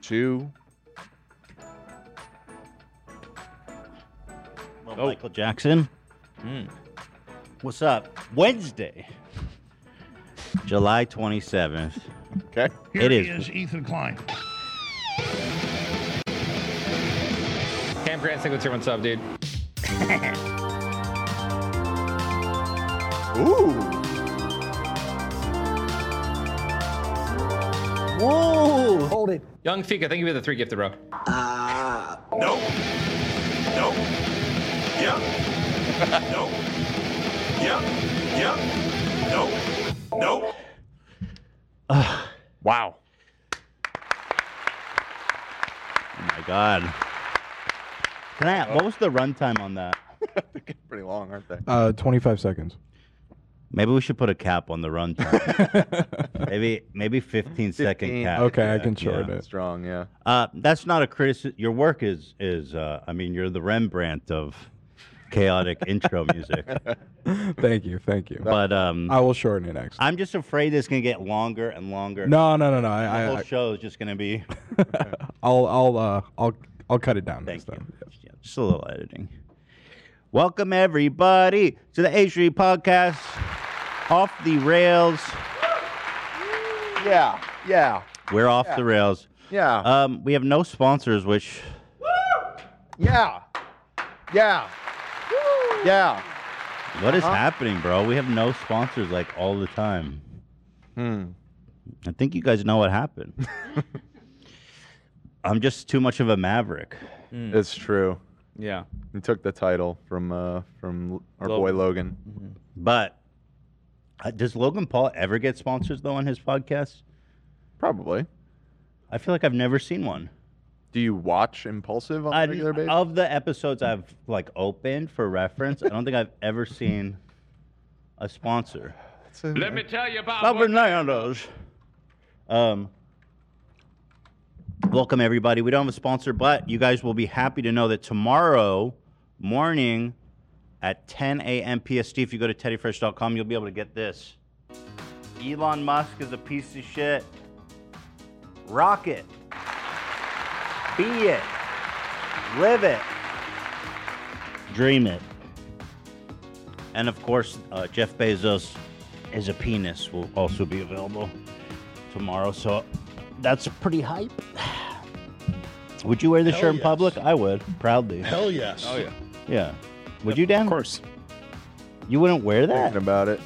Two. Well, Oh. Michael Jackson, Hmm. what's up? Wednesday, July 27th. Okay. Here It he is. is, Ethan Klein. Cam Prancing, what's your what's up, dude? Ooh. Whoa! Hold it. Young Fika, thank you for the three gifted, bro. Uh, No. No. Yeah. no. Yeah. Yeah. No. No. Wow. Oh my god. Can I, what was the runtime on that? They're getting pretty long, aren't they? Uh, 25 seconds. Maybe we should put a cap on the runtime. maybe maybe 15 second 15. cap. Okay, I can short Yeah. it. Strong, yeah. Uh, that's not a criticism. Your work is is uh, I mean you're the Rembrandt of chaotic intro music. Thank you, thank you. But um, I will shorten it next. I'm just afraid it's gonna get longer and longer. No, no, no, no. I, the whole I, show is just gonna be. I'll, I'll, uh, I'll, I'll cut it down Thank next you. time. Yeah, just a little editing. Welcome everybody to the H Street Podcast. Off the rails. Yeah. Yeah. We're off the rails. Yeah. Um, we have no sponsors, which yeah. Yeah. Yeah. what Uh-huh. is happening, bro? We have no sponsors like all the time. Hmm. I think you guys know what happened. I'm just too much of a maverick. It's true. Hmm. Yeah. He took the title from uh from L- our Logan. Mm-hmm. boy Logan. But uh, does Logan Paul ever get sponsors though on his podcast? Probably. I feel like I've never seen one. Do you watch Impulsive on I- a regular basis? of the episodes I've like opened for reference, I don't think I've ever seen a sponsor. It's a- me tell you about Papa Nando's. Um, welcome everybody. We don't have a sponsor, but you guys will be happy to know that tomorrow morning at 10 a.m. PST, if you go to teddyfresh.com, you'll be able to get this. Elon Musk is a piece of shit. Rocket. Be it. Live it. Dream it. And of course, uh, Jeff Bezos is a penis will also be available tomorrow. So that's pretty hype. Would you wear the Hell shirt in yes. public? I would, proudly. Hell yes. Oh, yeah. Yeah. Would you, Dan? Of course. You wouldn't wear Thinking that. about it.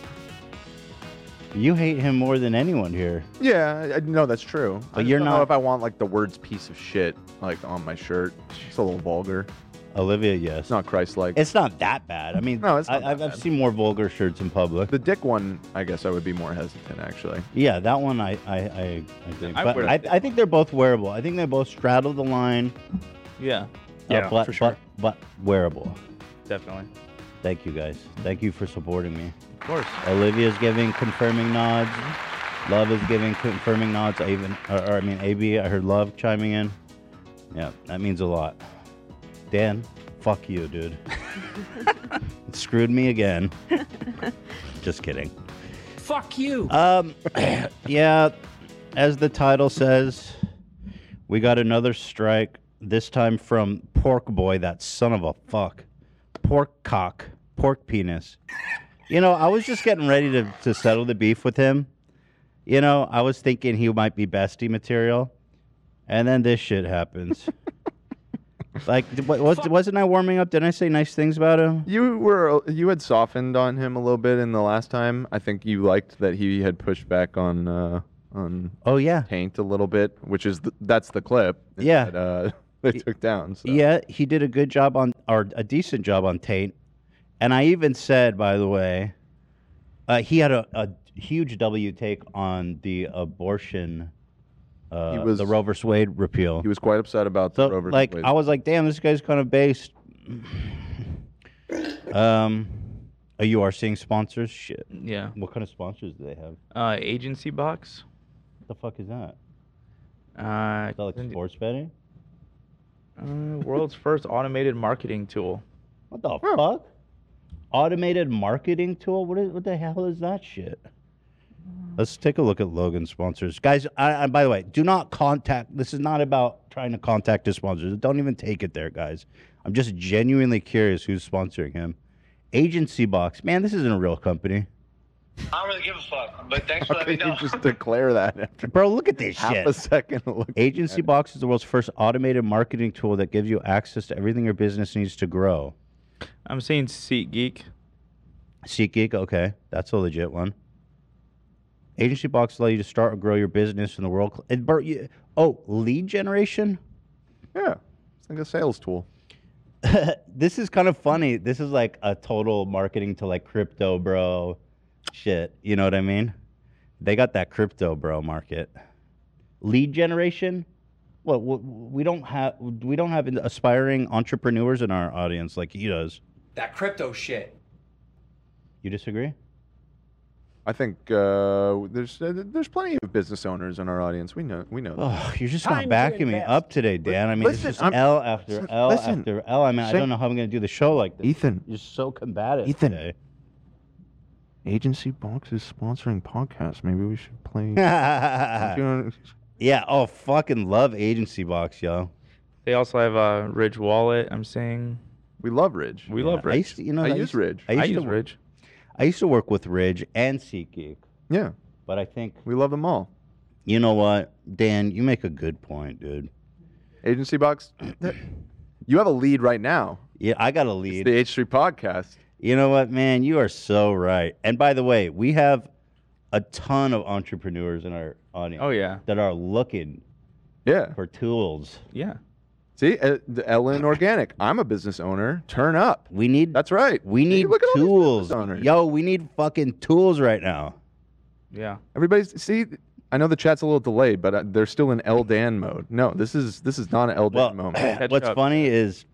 You hate him more than anyone here. Yeah, I- I, no, that's true. I But just you're don't not- know if I want like the words "piece of shit" like on my shirt. It's a little vulgar. Olivia, yes. It's not Christ-like. It's not that bad. I mean, No, it's not I, that I've, I've bad. seen more vulgar shirts in public. the dick one, I guess, I would be more hesitant actually. Yeah, that one I I I, I think. I But wear I, that. I think they're both wearable. I think they both straddle the line. Uh, Yeah, Yeah, but, for sure. But, but wearable. definitely. Thank you guys. Thank you for supporting me. Of course. Olivia's giving confirming nods. Love is giving confirming nods. I even, or, or I mean, AB, I heard Love chiming in. Yeah, that means a lot. Dan, fuck you, dude. Screwed me again. Just kidding. Fuck you. Um, yeah, as the title says, We got another strike, this time from Pork Boy, that son of a fuck. Pork cock, pork penis. You know, I was just getting ready to, to settle the beef with him. You know, I was thinking he might be bestie material. And then this shit happens. like, what, was, wasn't I warming up? Didn't I say nice things about him? You were you had softened on him a little bit in the last time. I think you liked that he had pushed back on uh, on Oh, yeah. Taint a little bit, which is th- that's the clip. Yeah. That, uh, they took down. So. Yeah, he did a good job on, or a decent job on Tate. And I even said, by the way, uh, he had a, a huge W take on the abortion, uh, He was- the Roe vs. Wade repeal. He was quite upset about so, the Rover. like, I was like, damn, this guy's kind of based. um, oh, you are seeing sponsors? Shit. Yeah. What kind of sponsors do they have? Uh, agency box. the fuck is that? Uh, Is that like Cindy- sports betting? uh, world's first automated marketing tool. What the fuck? Automated marketing tool? What, is, what the hell is that shit? Let's take a look at Logan sponsors. Guys, I, I, by the way, do not contact. This is not about trying to contact the sponsors. Don't even take it there, guys. I'm just genuinely curious who's sponsoring him. Agency Box. Man, this isn't a real company. I don't really give a fuck, but thanks for How letting could me know. you just declare that after Bro, look at this half shit. a second? of looking at Agency it? Box is the world's first automated marketing tool that gives you access to everything your business needs to grow. I'm seeing SeatGeek. SeatGeek, okay, that's a legit one. Agency Box allow you to start or grow your business in the world. And Bert, you, oh, lead generation. Yeah, it's like a sales tool. this is kind of funny. This is like a total marketing to like crypto, bro. Shit, you know what I mean? They got that crypto, bro market. Lead generation. What well, we don't have, we don't have aspiring entrepreneurs in our audience like he does. That crypto shit. You disagree? I think uh, there's there's plenty of business owners in our audience. We know we know. that. Oh, you're just not backing me up today, Dan. I mean, listen, it's just I'm- L after listen, L listen. after L. I mean, I Shane- don't know how I'm going to do the show like this. Ethan. you're so combative. Ethan. today. Agency Box is sponsoring podcasts. Maybe we should play. yeah. Oh, fucking love agency box, yo. They also have uh, Ridge Wallet. I'm seeing we love Ridge. we Yeah, love I Ridge. used to, you know, I use used- Ridge. I used, to, use wo- Ridge. I used to work with Ridge and SeatGeek, Yeah, but I think we love them all. you know what, Dan, you make a good point, dude. Agency Box, that- you have a lead right now. Yeah, I got to It's lead. the H3 podcast. You know what, man? You are so right. And by the way, we have a ton of entrepreneurs in our audience Oh yeah, that are looking Yeah. for tools. yeah. See, uh, the Ellen Organic. I'm a business owner. Turn up. We need That's right. we See, need look at all these business tools. owners. Yo, we need fucking tools right now. Yeah. Everybody's see. I know the chat's a little delayed, but uh, they're still in L Dan mode. No, this is this is not an L Dan Well, moment. what's up. funny is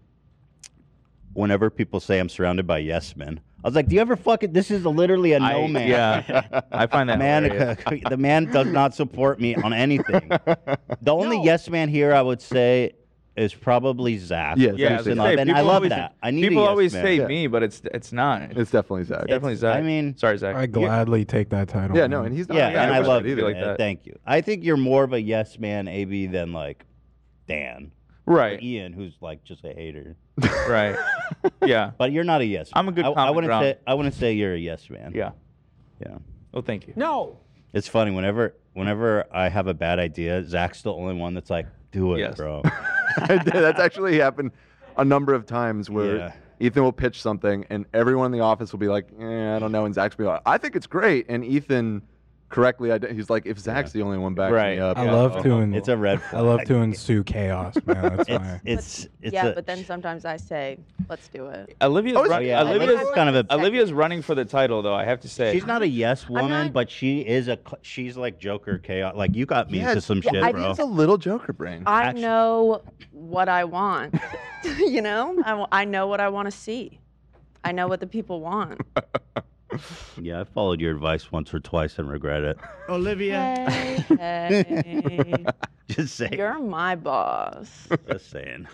whenever people say I'm surrounded by yes men, I was like, do you ever fucking? This is literally a no I- man. Yeah. I find that Man, hilarious. the man does not support me on anything. The only yes man here I would say is probably Zach. Yes, Yeah, I, I was say gonna that. say, And I people love always- that. I need a people yes always man. say Yeah. me, but it's it's not. It's It's definitely Zach. definitely I Zach. mean- sorry, Zach. I gladly take that title. Yeah, no, man. and he's not. yeah, yeah, and I wouldn't love either. you. like man. that. Thank you. I think you're more of a yes man, AB, than like Dan, or Right, Ian, who's like just a hater. right. Yeah, But you're not a yes. I'm man. a good I, I common wouldn't ground. say I wouldn't say you're a yes man. yeah. yeah. Well, thank you. No. It's funny whenever whenever I have a bad idea, Zach's the only one that's like, "Do it, Yes. bro." I did. That's actually happened a number of times where Yeah. Ethan will pitch something and everyone in the office will be like, eh, I don't know. And Zach's be like, I think it's great. And Ethan correctly, ide- he's like, if Zach's the only one backing Right. me up. I love to. en- It's a red flag. I love to ensue chaos, man. That's It's my. it's, it's yeah, a- but then sometimes I say, let's do it. Olivia's, Oh, it's- run- Oh, yeah, I think Olivia's, that's kind of a- second. Olivia's running for the title, though. I have to say, she's not a yes woman, not- but she is a cl- she's like Joker chaos. Like you got me Yeah, into some yeah, shit, I bro. It's a little Joker brain. I Actually- know what I want. you know, I, w- I know what I want to see. I know what the people want. Yeah, I followed your advice once or twice and regret it. Hey, hey, Just saying. you're my boss. Just saying.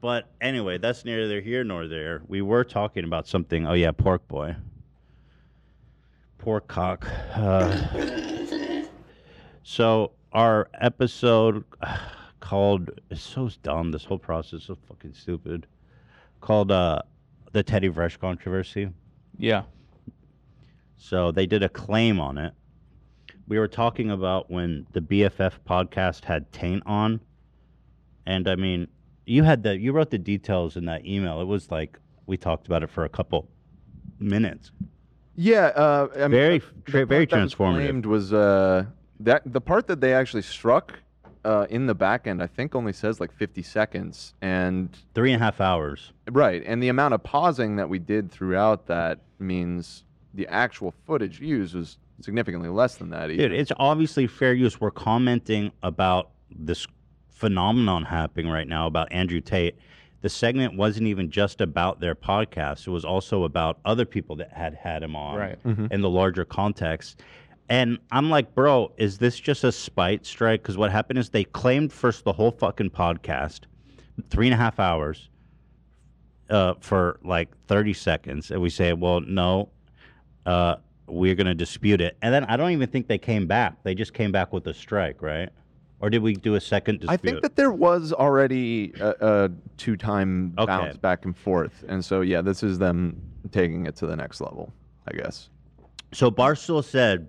But anyway, that's neither here nor there. We were talking about something. Oh yeah, pork boy. Pork cock. Uh, so our episode called it's so dumb. This whole process is so fucking stupid. Called uh, the Teddy Fresh controversy. Yeah. So they did a claim on it. We were talking about when the BFF podcast had Taint on, and I mean, you had the you wrote the details in that email. It was like we talked about it for a couple minutes. Yeah, uh, I mean, Very- the tra- part very that was transformative. claimed Was uh, that the part that they actually struck uh, in the back end? I think only says like 50 seconds, and Three and a half hours. right, and the amount of pausing that we did throughout that means the actual footage used was significantly less than that. e- Even. Dude, it's obviously fair use. We're commenting about this phenomenon happening right now about Andrew Tate. The segment wasn't even just about their podcast, it was also about other people that had had him on Right. in the larger context. And I'm like, bro, is this just a spite strike? Because what happened is they claimed first the whole fucking podcast, three and a half hours, uh, for like 30 seconds. And we say, well, no, uh, we're going to dispute it. And then I don't even think they came back. They just came back with a strike, right? Or did we do a second dispute? I think that there was already a, a two-time Okay. bounce back and forth, and so yeah, this is them taking it to the next level, I guess. So Barstool said,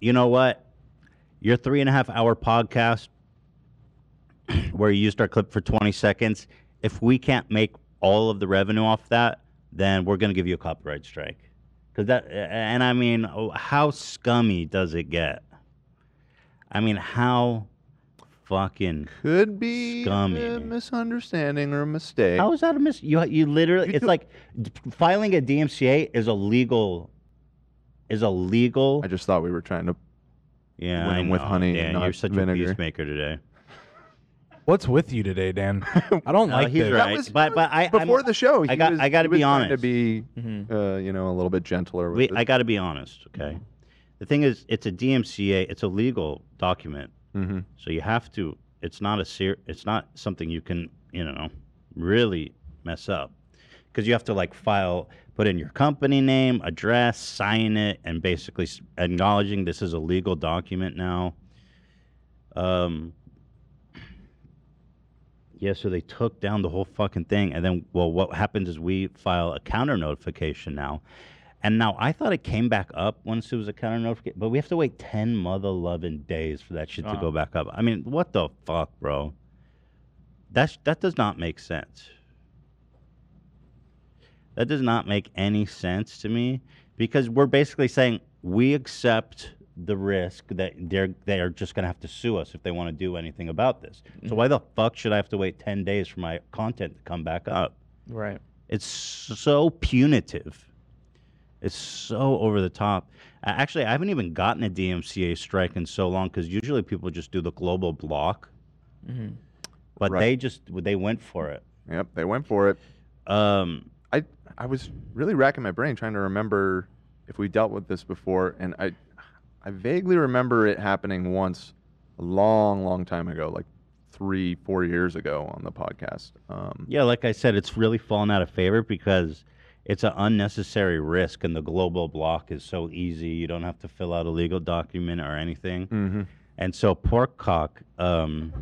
you know what? Your three and a half hour podcast where you used our clip for 20 seconds, if we can't make all of the revenue off that, then we're going to give you a copyright strike. Cause that, and I mean, oh, how scummy does it get? I mean, how fucking Could be Scummy, a dude. misunderstanding or a mistake. How is that a mis? You you literally. You it's do- like d- filing a DMCA is a legal. Is a legal. I just thought we were trying to Yeah, win I 'em with know, honey, Dan, not you're such a vinegar. peacemaker today. What's with you today, Dan? I don't No, like he's this. right. was- but but I I'm- before the show. I he got- was- I gotta he was be trying honest. To be, Mhm. uh, you know, a little bit gentler. With Mm-hmm. we, it. I got to be honest. Okay, the thing is, it's a DMCA. It's a legal document, Mm-hmm. Mhm. so you have to. It's not a ser- It's not something you can you know really mess up because you have to like file, put in your company name, address, sign it, and basically s- acknowledging this is a legal document now. Um. Yeah, so they took down the whole fucking thing, and then well, what happens is we file a counter notification now, and now I thought it came back up once it was a counter notification, but we have to wait ten mother loving days for that shit to go back up. I mean, what the fuck, bro? That's that does not make sense. That does not make any sense to me because we're basically saying we accept the risk that they're they are just going to have to sue us if they want to do anything about this. So why the fuck should I have to wait 10 days for my content to come back up? Right. It's so punitive. It's so over the top. A- Actually, I haven't even gotten a DMCA strike in so long because usually people just do the global block, Mm-hmm. Mhm. but Right. they just they went for it. Yep, they went for it. Um, I I was really racking my brain trying to remember if we dealt with this before, and I I vaguely remember it happening once, a long, long time ago, like three, four years ago on the podcast. Um, Yeah, like I said, it's really fallen out of favor because it's an unnecessary risk, and the global block is so easy. You don't have to fill out a legal document or anything. mhm. And so, pork cock. Um,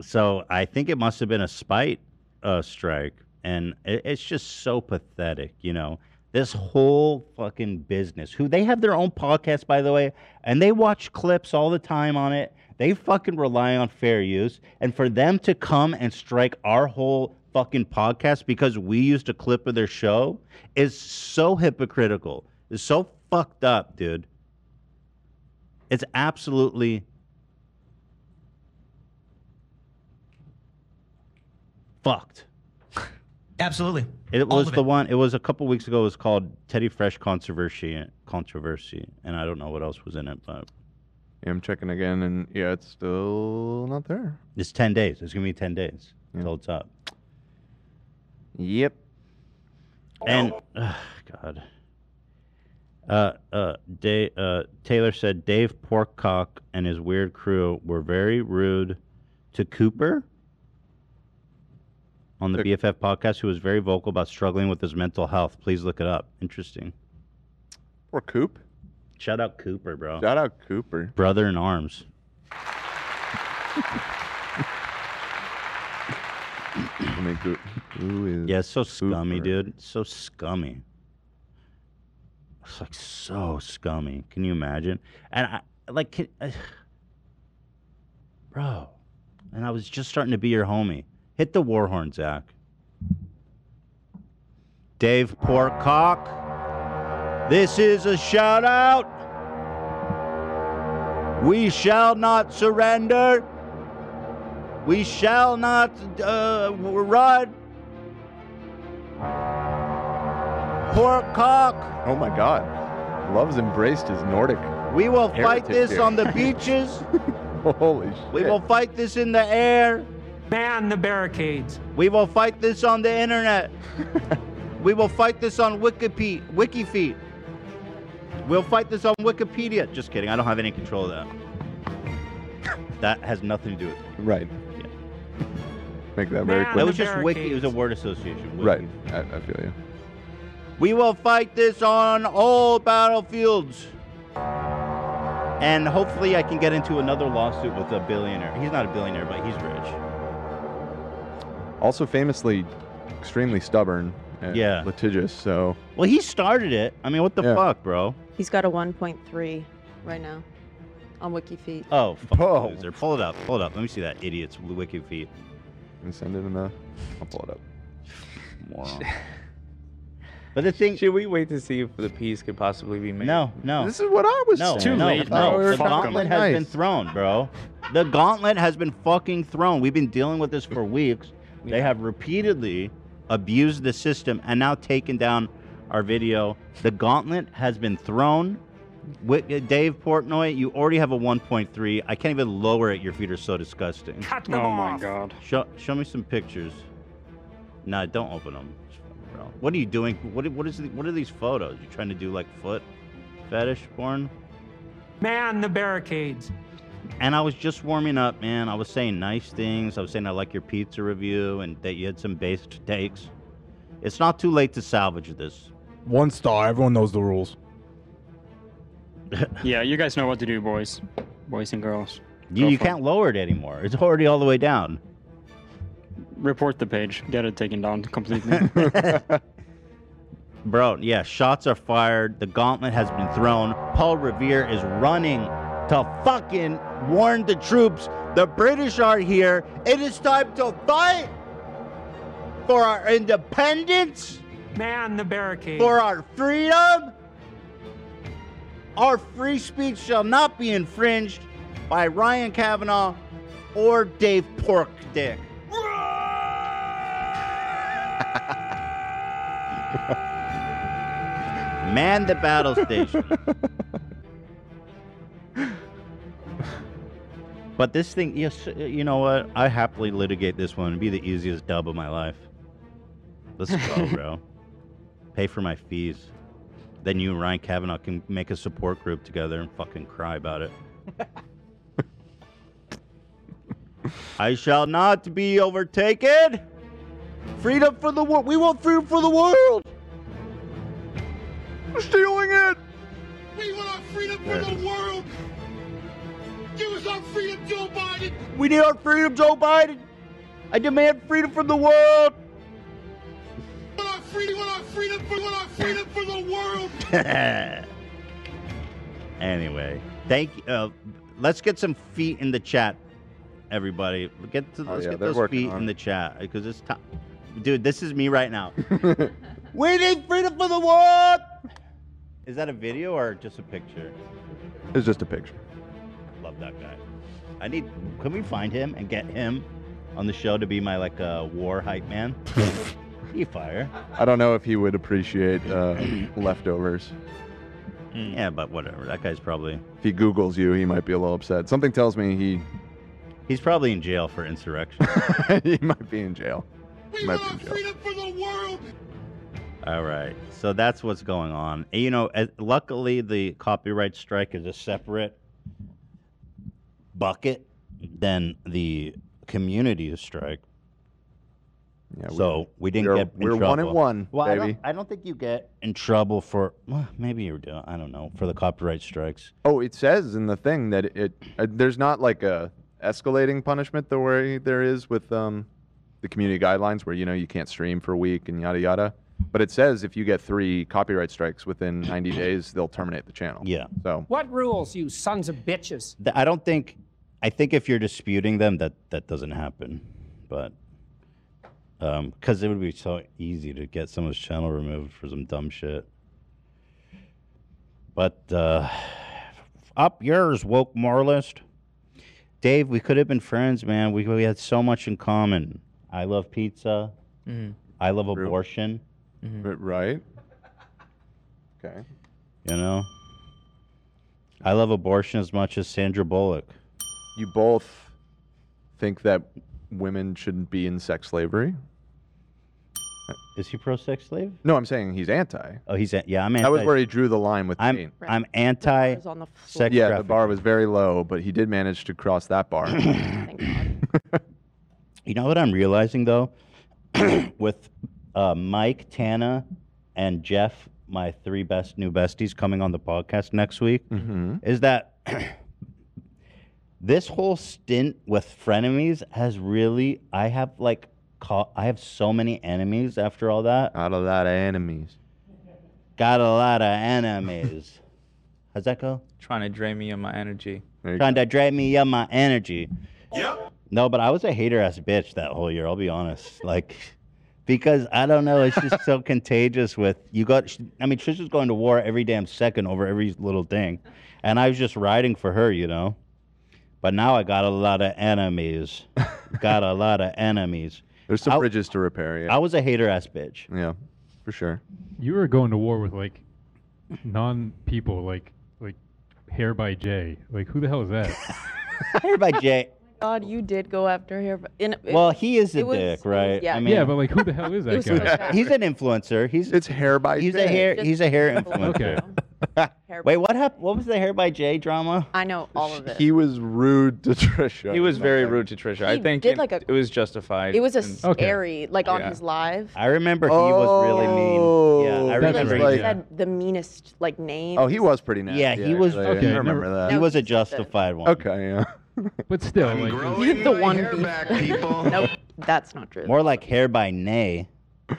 so I think it must have been a spite uh, strike, and it, it's just so pathetic, you know. This whole fucking business. Who they have their own podcast, by the way, and they watch clips all the time on it. They fucking rely on fair use, and for them to come and strike our whole fucking podcast because we used a clip of their show is so hypocritical. It's so fucked up, dude. It's absolutely fucked. Absolutely. It All was of the it. one. It was a couple weeks ago. It was called Teddy Fresh controversy. Controversy, and I don't know what else was in it, but Yeah, I'm checking again, and yeah, it's still not there. it's ten days. It's gonna be ten days until it's up. Yep. And ugh, God, uh, uh, Da- uh, Taylor said Dave Porkcock and his weird crew were very rude to Cooper on the The- BFF podcast, who was very vocal about struggling with his mental health. Please look it up. Interesting. Or Coop. Shout out Cooper, bro. Shout out Cooper. Brother in arms. I mean, who, who is yeah, it's so scummy, dude. It's so scummy. It's like so scummy. Can you imagine? And I like, can, uh, bro. And I was just starting to be your homie. Hit the war horn, Zach. Dave Portcock. This is a shout out. We shall not surrender. We shall not uh, run. Portcock. Oh my God. Love's embraced his Nordic. We will fight heritage this here. on the beaches. Holy shit. We will fight this in the air. Ban the barricades. We will fight this on the internet. we will fight this on Wikipedia, Wikifeet. We'll fight this on Wikipedia. Just kidding. I don't have any control of that. That has nothing to do with it. Right. Make that very That clear. was just wiki. It was a word association. Wiki. Right. I, I feel you. We will fight this on all battlefields. And hopefully, I can get into another lawsuit with a billionaire. He's not a billionaire, but he's rich. Also, famously, extremely stubborn. And Yeah. Litigious. So Well, he started it. I mean, what the Yeah. fuck, bro? He's got a 1.3 right now on WikiFeet. Oh, fuck, loser. Pull it up. Pull it up. Let me see that idiot's wiki feet. can send it in the. I'll pull it up. Moron. but the thing. Should we wait to see if the peas could possibly be made? No, no. This is what I was no, saying. no, No, we were the talking gauntlet has nice. been thrown, bro. The gauntlet has been fucking thrown. We've been dealing with this for weeks. They have repeatedly abused the system and now taken down our video. The gauntlet has been thrown. Wi- uh, Dave Portnoy, you already have a 1.3. I can't even lower it. Your feet are so disgusting. oh my god. Show, show me some pictures. Nah, don't open them. Bro. What are you doing? What what is the, what are these photos? You trying to do like foot fetish porn? Man, the barricades. And I was just warming up, man. I was saying nice things. I was saying I like your pizza review and that you had some based takes. It's not too late to salvage this. One star. Everyone knows the rules. Yeah, you guys know what to do, boys, boys and girls. You, you Go for it. can't lower it anymore. It's already all the way down. report the page. Get it taken down completely. Bro, yeah, shots are fired. The gauntlet has been thrown. Paul Revere is running to fucking warn the troops. The British are here. It is time to fight for our independence, Man, the barricades. for our freedom. Our free speech shall not be infringed by Ryan Kavanaugh or Dave Pork Dick. Man the battle station. but this thing, yes, you know what? I happily litigate this one. It'd be the easiest dub of my life. Let's go, bro. Pay for my fees. Then you and Ryan Kavanaugh can make a support group together and fucking cry about it. I shall not be overtaken. Freedom for the world. We want freedom for the world. Stealing it. We want our freedom for the world. Give us our freedom, Joe Biden. We need our freedom, Joe Biden. I demand freedom from the world. We want our freedom. We want our freedom. We want our freedom for the world. anyway, thank you. Uh, let's get some feet in the chat, everybody. Get to Oh, let's yeah, get they're those working feet on in it. the chat because it's time. Dude, this is me right now. we need freedom for the world. Is that a video or just a picture? It's just a picture. Love that guy. I need. Can we find him and get him on the show to be my like uh, war hype man? he fire. I don't know if he would appreciate uh, leftovers. Mm, Yeah, but whatever. That guy's probably If he Googles you, he might be a little upset. Something tells me he he's probably in jail for insurrection. he might be in jail. He might be in jail. Freedom for the world. All right. So that's what's going on. And, You know, as, luckily the copyright strike is a separate bucket than the community strike. Yeah, so we didn't we're- get in we're one and trouble. one, Well, I don't- baby. I don't think you get in trouble for well, maybe you do. I don't know for the copyright strikes. Oh, it says in the thing that it uh, there's not like a escalating punishment the way there is with um, the community guidelines where you know you can't stream for a week and yada yada. But it says if you get three copyright strikes within 90 days, they'll terminate the channel. Yeah. So What rules, you sons of bitches? Th- I don't think. I think if you're disputing them, that that doesn't happen. But because it would be so easy to get someone's channel removed for some dumb shit. But uh, up yours, woke moralist. Dave, we could have been friends, man. We we had so much in common. I love pizza. Mhm. I love abortion. Right. Okay. You know, I love abortion as much as Sandra Bullock. You both think that women shouldn't be in sex slavery. Is he pro sex slave? No, I'm saying he's anti. Oh, he's a- yeah. I'm That was anti- where he drew the line with I'm Dean. I'm anti. sex yeah, the trafficking. bar was very low, but he did manage to cross that bar. You know what I'm realizing though, with uh, Mike Tana and Jeff, my three best new besties coming on the podcast next week, Mm-hmm. is that this whole stint with frenemies has really I have like caught I have so many enemies after all that. Got a lot of enemies. Got a lot of enemies. How's that go? Trying to drain me of my energy. Trying to drain me of my energy. No, but I was a hater ass bitch that whole year. I'll be honest, like because I don't know, it's just so contagious. With you got, I mean, Trish was going to war every damn second over every little thing, and I was just riding for her, you know. But now I got a lot of enemies. got a lot of enemies. There's some bridges to repair. Yeah. I was a hater ass bitch. Yeah, for sure. You were going to war with like non people, like like Hair by Jay. Like who the hell is that? Hair by Jay. Oh God, you did go after her. In, it- Well, he is a it was- dick, right? yeah. Yeah, but like who the hell is It that was guy? so bad. he's an influencer. He's it's hair by. He's Jay. a hair. Just He's a hair people influencer. Okay. Wait, what happened? What was the hair by Jay drama? I know all of it. He was rude to Trisha. He was very rude to Trisha. I He think did it, like a- it was justified. it was a and- scary, like on Yeah. his live. I remember he was really mean. Yeah, I Oh, that's remember. He he did. said the meanest like name. Oh, he was pretty nasty. Yeah, he was. actually. I remember that. He was a justified one. Okay, yeah. But still, like He's the one beef. nope, that's not true. more like hair by nay.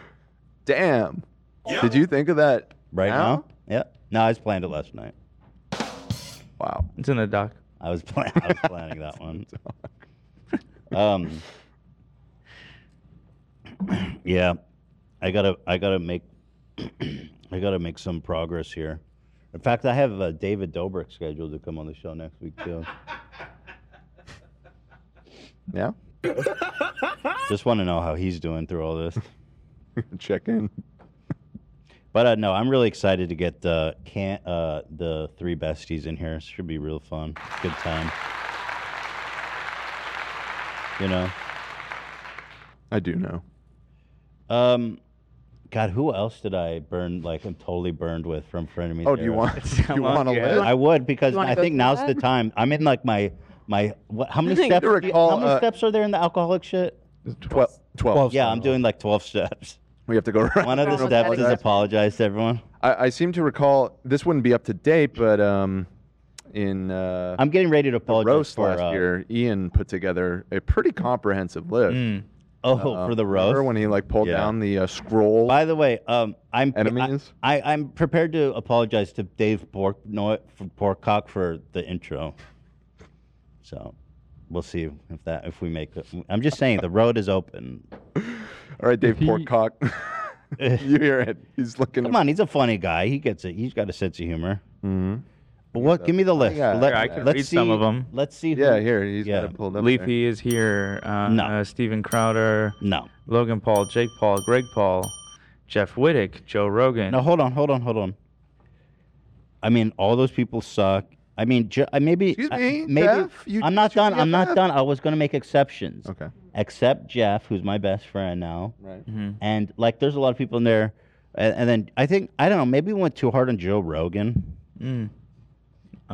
Damn. Did you think of that right now? Yep. No, I was playing it last night. Wow. It's in the doc. I was planning. I was planning that one. Um. Yeah, I gotta. I gotta make. I gotta make some progress here. In fact, I have uh, David Dobrik scheduled to come on the show next week too. Yeah. Just want to know how he's doing through all this. Check in. But uh, no, I'm really excited to get uh, can uh, the three besties in here. Should be real fun. Good time. You know. I do know. Um, God, who else did I burn? Like, I'm totally burned with from frenemies. Oh, do you era? want- do you wanna Yeah. list? I would because You wanna I go think through now's that? the time. I'm in like my my. What, how many You steps? do you- recall, how many uh, steps are there in the alcoholic shit? Twelve. Twelve. Yeah, I'm doing like 12 steps. We have to go around. One of the Everyone steps is apologize. apologize to everyone. I, I seem to recall this wouldn't be up to date, but um, in uh, I'm getting ready to apologize roast for, last uh, year. Ian put together a pretty comprehensive list. Mm. Um, Oh, for the roast? Remember when he like pulled Yeah. down the uh, scroll? By the way, um, I'm enemies. I, I, am prepared to apologize to Dave Bork, no, for Borcock for the intro. So, we'll see if that if we make. it. I'm just saying the road is open. All right, Dave Porkcock. you hear it? He's looking. Come on, he's a funny guy. He gets it. He's got a sense of humor. Mm-hmm. But what? Give me the list. Yeah, Let, I can let's read see, some of 'em. Let's see. Yeah, who- here he's yeah. got it pulled up. there. Leafy is here. Uh, no. Uh, Steven Crowder. No. Logan Paul, Jake Paul, Greg Paul, Jeff Wittick, Joe Rogan. No, hold on, hold on, hold on. I mean, all those people suck. I mean, ju- I- maybe. Excuse I- me, maybe Jeff? You- I'm not done. me a I'm not Jeff? done. I was gonna make exceptions. Okay. Except Jeff, who's my best friend now. Right. Mhm. And like, there's a lot of people in there, and, and then I think I don't know. Maybe we went too hard on Joe Rogan. Mm.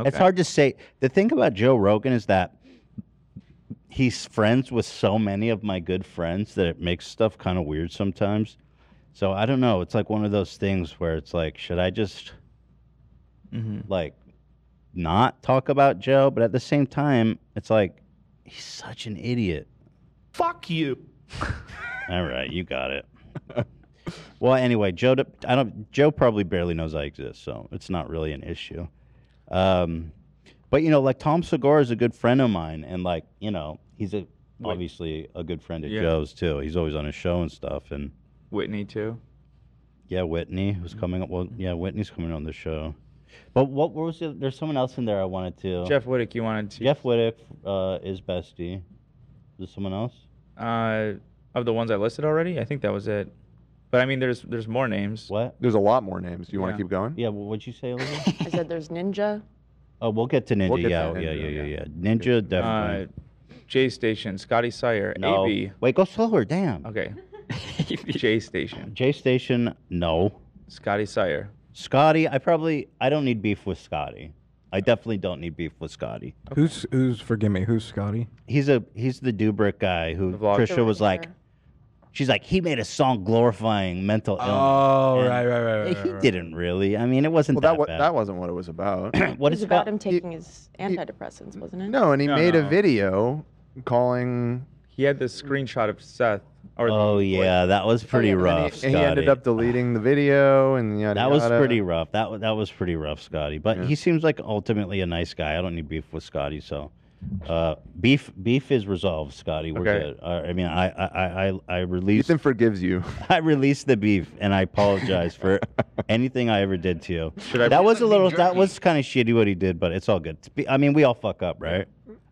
It's hard to say. The thing about Joe Rogan is that he's friends with so many of my good friends that it makes stuff kind of weird sometimes. So I don't know. It's like one of those things where it's like, should I just like not talk about Joe? But at the same time, it's like he's such an idiot. Fuck you. All right, you got it. well, anyway, Joe, d- I don't. Joe probably barely knows I exist, so it's not really an issue. Um, but you know, like Tom Segura is a good friend of mine, and like you know, he's a obviously a good friend of Yeah. Joe's too. He's always on his show and stuff, and Whitney Mm-hmm. too. yeah, Whitney who's coming up. Well, yeah, Whitney's coming on the show. But what, what was the, there's someone else in there I wanted to. Jeff Whittick, you wanted to. Jeff Whittick uh, is bestie. Is there someone else? Uh, of the ones I listed already, I think that was it. But I mean, there's there's more names. What? There's a lot more names. Do you want to keep going? Yeah. Well, what'd you say, Olivia? I said there's Ninja. Oh, we'll get to Ninja. We'll get to yeah, Ninja, yeah, yeah, yeah, yeah. yeah. Ninja definitely. Uh, J Station, Scotty Sire, no. AB. Wait, go slower. Damn. Okay. J Station, J Station. No. Scotty Sire. Scotty. I probably. I don't need beef with Scotty. I definitely don't need beef with Scotty. Who's who's forgive me? Who's Scotty? He's a he's the Dubrick guy who Trisha was like. She's like, he made a song glorifying mental illness. Oh, And right, right, right, right, He right, right. didn't really. I mean, it wasn't Well, that that wa- bad. that wasn't what it was about. what it was is about him taking his antidepressants, wasn't it? No, and he No, made no. a video calling. He had this screenshot of Seth. Or Oh, oh yeah, that was pretty rough. And he ended Scotty. up deleting the video and yada That was yada. pretty rough. That wa- that was pretty rough, Scotty. But he seems like ultimately a nice guy. I don't need beef with Scotty, so uh, beef beef is resolved, Scotty. We're Okay. good. Uh, I mean, I I I I released Ethan forgives you. I released the beef, and I apologize for anything I ever did to you. Should I- that was a Beef little. jerky. That was kind of shitty what he did, but it's all good. It's be- I mean, we all fuck up, right?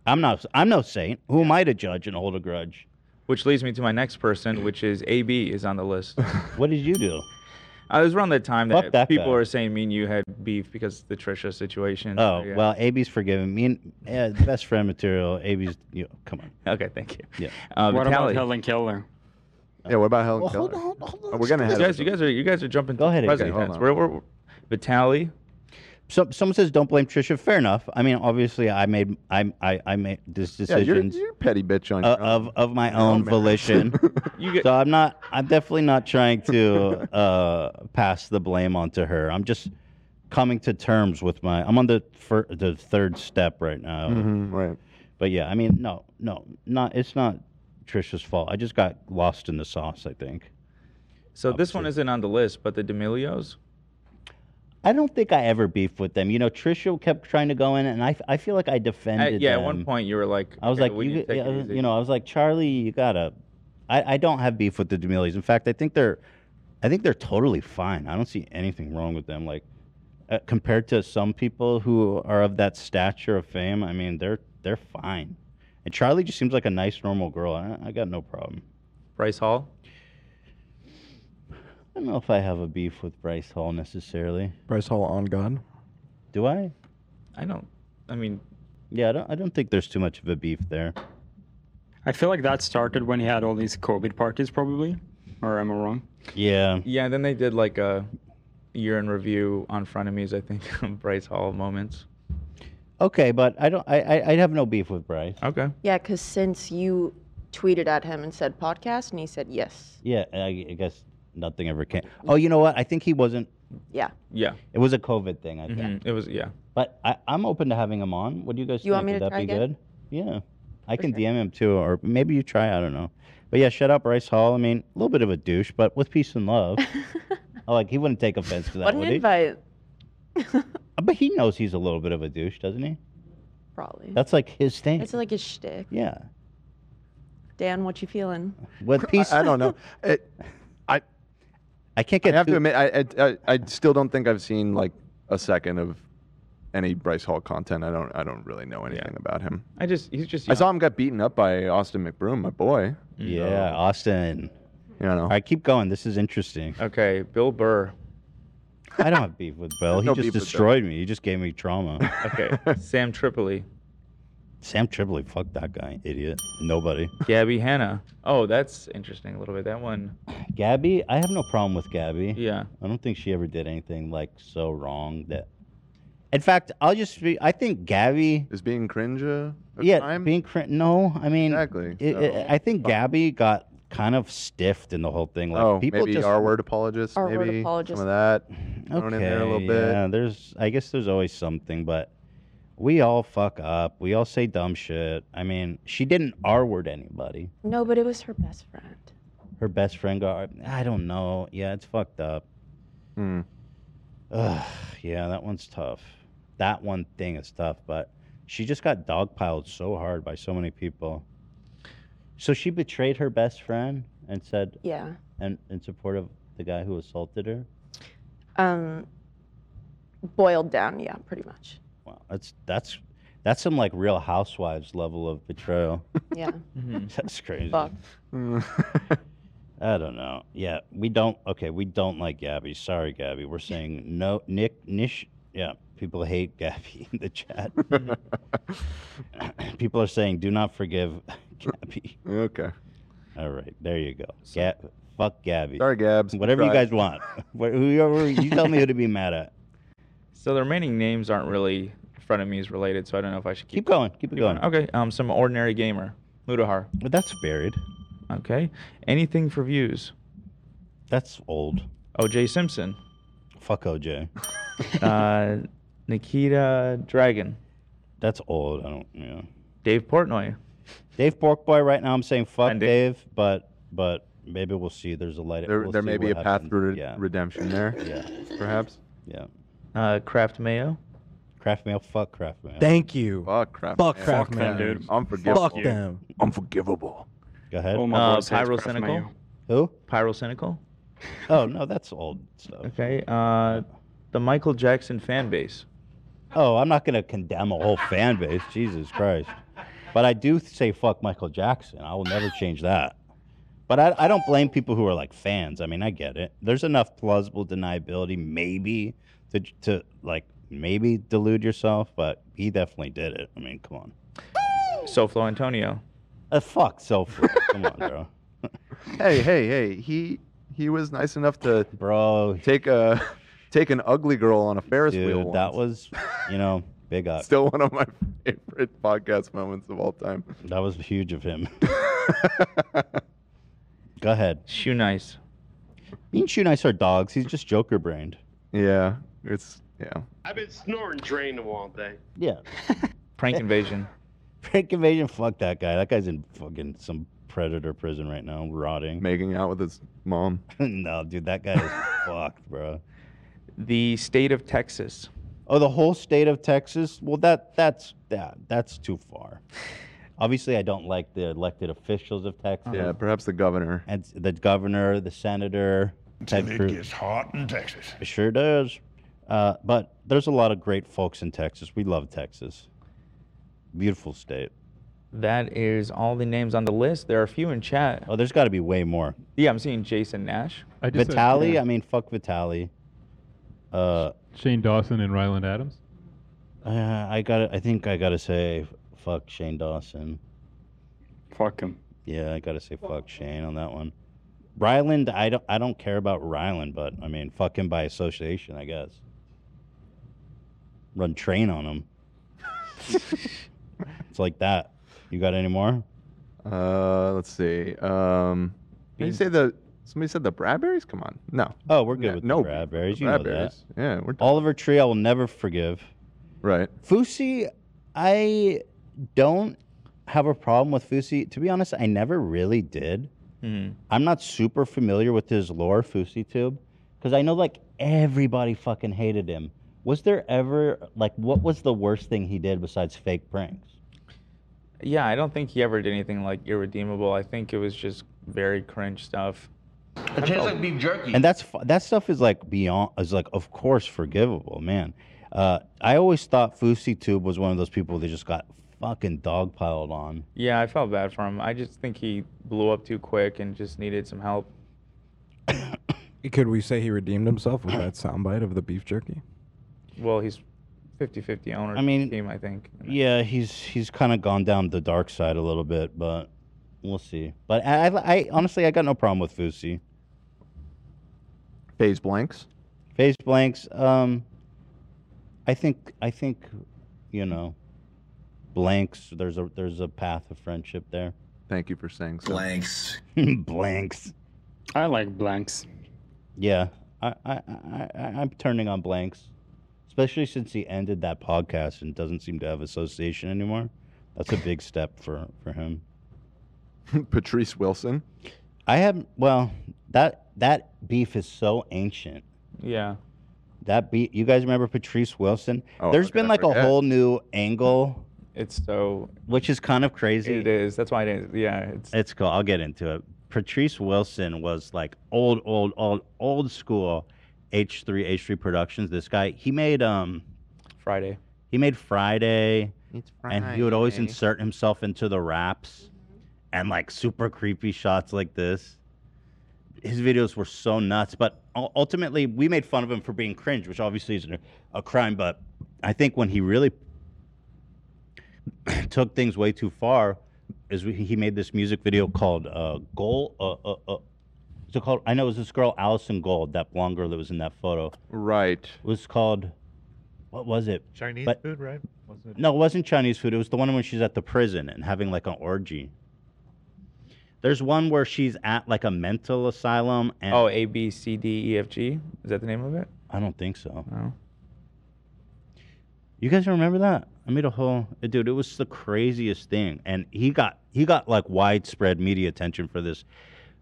I'm not. I'm no saint. Who am I to judge and hold a grudge? Which leads me to my next person, which is AB is on the list. what did you do? I was around that time Fuck that, that people guy. were saying me and you had beef because of the Trisha situation. Oh Yeah. well, AB's forgiven. Me and uh, best friend material. AB's. You come on. Okay, thank you. Yeah. Uh, what Vitaly. about Helen Keller? Yeah, what about Helen Well, Keller? hold Oh, we're gonna You have guys, you guys are you guys are jumping. Go ahead, Avery. President. Okay, hold events. on. We're, we're, Vitaly. Some, someone says don't blame Trisha. Fair enough. I mean, obviously, I made I I, I made this Yeah, you're, decision you're a petty bitch on your of of my own own merits. volition. so I'm not. I'm definitely not trying to uh, pass the blame onto her. I'm just coming to terms with my. I'm on the fir- the third step right now. Mhm, right. But yeah, I mean, no, no, not. It's not Trisha's fault. I just got lost in the sauce. I think. So this one isn't on the list, but the D'Amelios. I don't think I ever beefed with them. You know, Trisha kept trying to go in, and I, I feel like I At- defended yeah, them. at one point you were like, I was "Okay, like, we you, need to take yeah, it you easy." know, I was like, Charlie, you gotta. I, I don't have beef with the D'Amelios. In fact, I think they're, I think they're totally fine. I don't see anything wrong with them. Like, uh, compared to some people who are of that stature of fame, I mean, they're they're fine. And Charlie just seems like a nice, normal girl. I, I got no problem. Bryce Hall. I don't know if I have a beef with Bryce Hall necessarily. Bryce Hall on God. Do I? I don't. I mean, Yeah, I don't. I don't think there's too much of a beef there. I feel like that started when he had all these COVID parties, probably. Or am I wrong? Yeah. Yeah, then they did like a year in review on Frenemies, I think, Bryce Hall moments. Okay, but I don't. I I, I have no beef with Bryce. Okay. Yeah, because since you tweeted at him and said podcast, and he said yes. Yeah, I, I guess nothing ever came. Oh, you know what? I think he wasn't. Yeah. Yeah. Mm-hmm, It was a COVID thing. I think. It was yeah. But I, I'm open to having him on. What do you guys You think? want me Would to that try be again? good? Yeah. I can DM him too, or maybe you try. I don't know. But yeah, shut up, Bryce Hall. I mean, a little bit of a douche, but with peace and love. I like he wouldn't take offense to that, what an would he? invite. But he knows he's a little bit of a douche, doesn't he? Probably. That's like his thing. It's like his shtick. yeah. Dan, what you feeling? With peace. I, I don't know. It, I I can't get. I have to admit, I, I I I still don't think I've seen like a second of any Bryce Hall content. I don't I don't really know anything about him. I just he's just. I saw him got beaten up by Austin McBroom, my boy. Yeah, Austin. You know. I keep going. This is interesting. Okay, Bill Burr. I don't have beef with Bill. He No just beef with Bill. destroyed me. He just gave me trauma. Okay, Sam Tripoli, Sam Tripoli, fuck that guy, idiot. Nobody. Gabby Hanna. Oh, that's interesting a little bit. That one. Gabby, I have no problem with Gabby. Yeah. I don't think she ever did anything like so wrong that In fact, I'll just be, I think Gabby is being cringe. A yeah, being cringe. No, I mean exactly. it- it- so- I think Gabby got kind of stiffed in the whole thing. Like oh, people maybe just R word apologists. R-word maybe apologists. some of that thrown in there a little bit. Yeah, there's. I guess there's always something, but we all fuck up. We all say dumb shit. I mean, she didn't R word anybody. No, but it was her best friend. Her best friend got. R- I don't know. Yeah, it's fucked up. Hmm. Ugh, yeah, that one's tough. That one thing is tough, but she just got dogpiled so hard by so many people. So she betrayed her best friend and said, Yeah. and in support of the guy who assaulted her. Um, boiled down, yeah, pretty much. Wow, that's that's that's some like Real Housewives level of betrayal. Yeah. Mm-hmm. that's crazy. Fuck. I don't know. Yeah, we don't. Okay, we don't like Gabby. Sorry, Gabby. We're saying no. Nick Nish. Yeah, people hate Gabby in the chat. people are saying do not forgive Gabby. Okay. All right, there you go. Ga- fuck Gabby. Sorry, Gabs. Whatever you Try. guys want. Wh- Whoever you tell me who to be mad at. So the remaining names aren't really frenemies related, so I don't know if I should keep, Keep going. Keep it going. Okay. Um, some ordinary gamer, Mudahar. But that's buried. Okay. Anything for views. That's old. OJ Simpson. Fuck OJ. uh, Nikita Dragon. That's old. I don't. Yeah. Dave Portnoy. Dave Borkboy. Right now, I'm saying fuck Dave, but but maybe we'll see. There's a light. There, we'll there see may be a what path happens. for re- Yeah. redemption there. Yeah. Perhaps. Yeah. Uh, Kraft Mayo. Kraft Mail. Fuck Kraft Mail. Thank you. Fuck crap. Fuck Kraft Fuck them, Mail. dude. Unforgivable. Fuck them. Unforgivable. Go ahead. Oh, my Uh, God, it's Pyro Kraft Cynical? Mayo. Who? Pyrocynical. Oh no, that's old stuff. Okay. Uh, the Michael Jackson fan base. Oh, I'm not gonna condemn a whole fan base. Jesus Christ. But I do say fuck Michael Jackson. I will never change that. But I, I don't blame people who are like fans. I mean, I get it. There's enough plausible deniability, maybe, to to like maybe delude yourself. But he definitely did it. I mean, come on. Soflo Antonio. Uh, fuck Soflo. come on, bro. Hey, hey, hey. He he was nice enough to bro take a take an ugly girl on a Ferris wheel. Dude, that was, you know, big up. Still one of my favorite podcast moments of all time. That was huge of him. Go ahead. Shoe nice. Me and Shoe Nice are dogs. He's just Joker brained. Yeah, it's yeah. I've been snoring drain the all day. Yeah. Prank invasion. Prank invasion. Fuck that guy. That guy's in fucking some predator prison right now, rotting. Making out with his mom. no, dude, that guy is fucked, bro. The state of Texas. Oh, the whole state of Texas. Well, that that's that that's too far. Obviously, I don't like the elected officials of Texas. Yeah, perhaps the governor. And the governor, the senator. Ted it Cruz. gets hot in Texas. It sure does. Uh, but there's a lot of great folks in Texas. We love Texas. Beautiful state. That is all the names on the list. There are a few in chat. Oh, there's got to be way more. Yeah, I'm seeing Jason Nash. Vitali, I mean, fuck Vitali. Uh, Shane Dawson and Ryland Adams. Uh, I got. I think I gotta say, fuck Shane Dawson. Fuck him. Yeah, I gotta say, fuck Shane on that one. Ryland, I don't. I don't care about Ryland, but I mean, fuck him by association, I guess. Run train on him. it's like that. You got any more? Uh, let's see. Um, did you say the somebody said the Bradberries? Come on, no. Oh, we're good Yeah, with no, the Bradberries. You know that. Bradberries. Yeah, we're Oliver Tree, I will never forgive. Right. Fusi, I don't have a problem with Fusi. To be honest, I never really did. Mhm. I'm not super familiar with his lore, Fusi Tube, because I know like everybody fucking hated him. Was there ever like what was the worst thing he did besides fake pranks? Yeah, I don't think he ever did anything like irredeemable. I think it was just very cringe stuff. It tastes like beef jerky. And that's fu- that stuff is like beyond is like of course forgivable, man. Uh, I always thought Fusi Tube was one of those people that just got fucking dogpiled on. Yeah, I felt bad for him. I just think he blew up too quick and just needed some help. Could we say he redeemed himself with that soundbite of the beef jerky? Well, he's 50-50 owner I mean, team, I think. Yeah, he's he's kind of gone down the dark side a little bit, but we'll see. But I, I, I honestly I got no problem with Fusi. Phase blanks. Face blanks. Um, I think I think, you know, blanks. There's a there's a path of friendship there. Thank you for saying so. Blanks. blanks. I like blanks. Yeah, I I, I I I'm turning on blanks, especially since he ended that podcast and doesn't seem to have association anymore. That's a big step for for him. Patrice Wilson. I have well that that beef is so ancient. Yeah. That beat you guys remember Patrice Wilson? Oh, There's how could been I like a forget? whole new angle. It's so which is kind of crazy. It is. That's why I didn't. Yeah, it's It's cool. I'll get into it. Patrice Wilson was like old, old, old, old school H3 H3 Productions. This guy, he made um Friday. He made Friday. It's And he would always Friday. insert himself into the raps and like super creepy shots like this. His videos were so nuts, but u- ultimately we made fun of him for being cringe, which obviously isn't a- a crime, but I think when he really took things way too far is we, he made this music video called uh, Goal. Uh, uh, uh, is it called? I know it was this girl Allison Gold, that blonde girl that was in that photo. Right. It was called. What was it? Chinese But- food, right? Wasn't it? No, it wasn't Chinese food. It was the one when she's at the prison and having like an orgy. There's one where she's at like a mental asylum and oh, A B C D E F G. Is that the name of it? I don't think so. You guys remember that? I made a whole eh, dude. It was the craziest thing, and he got he got like widespread media attention for this.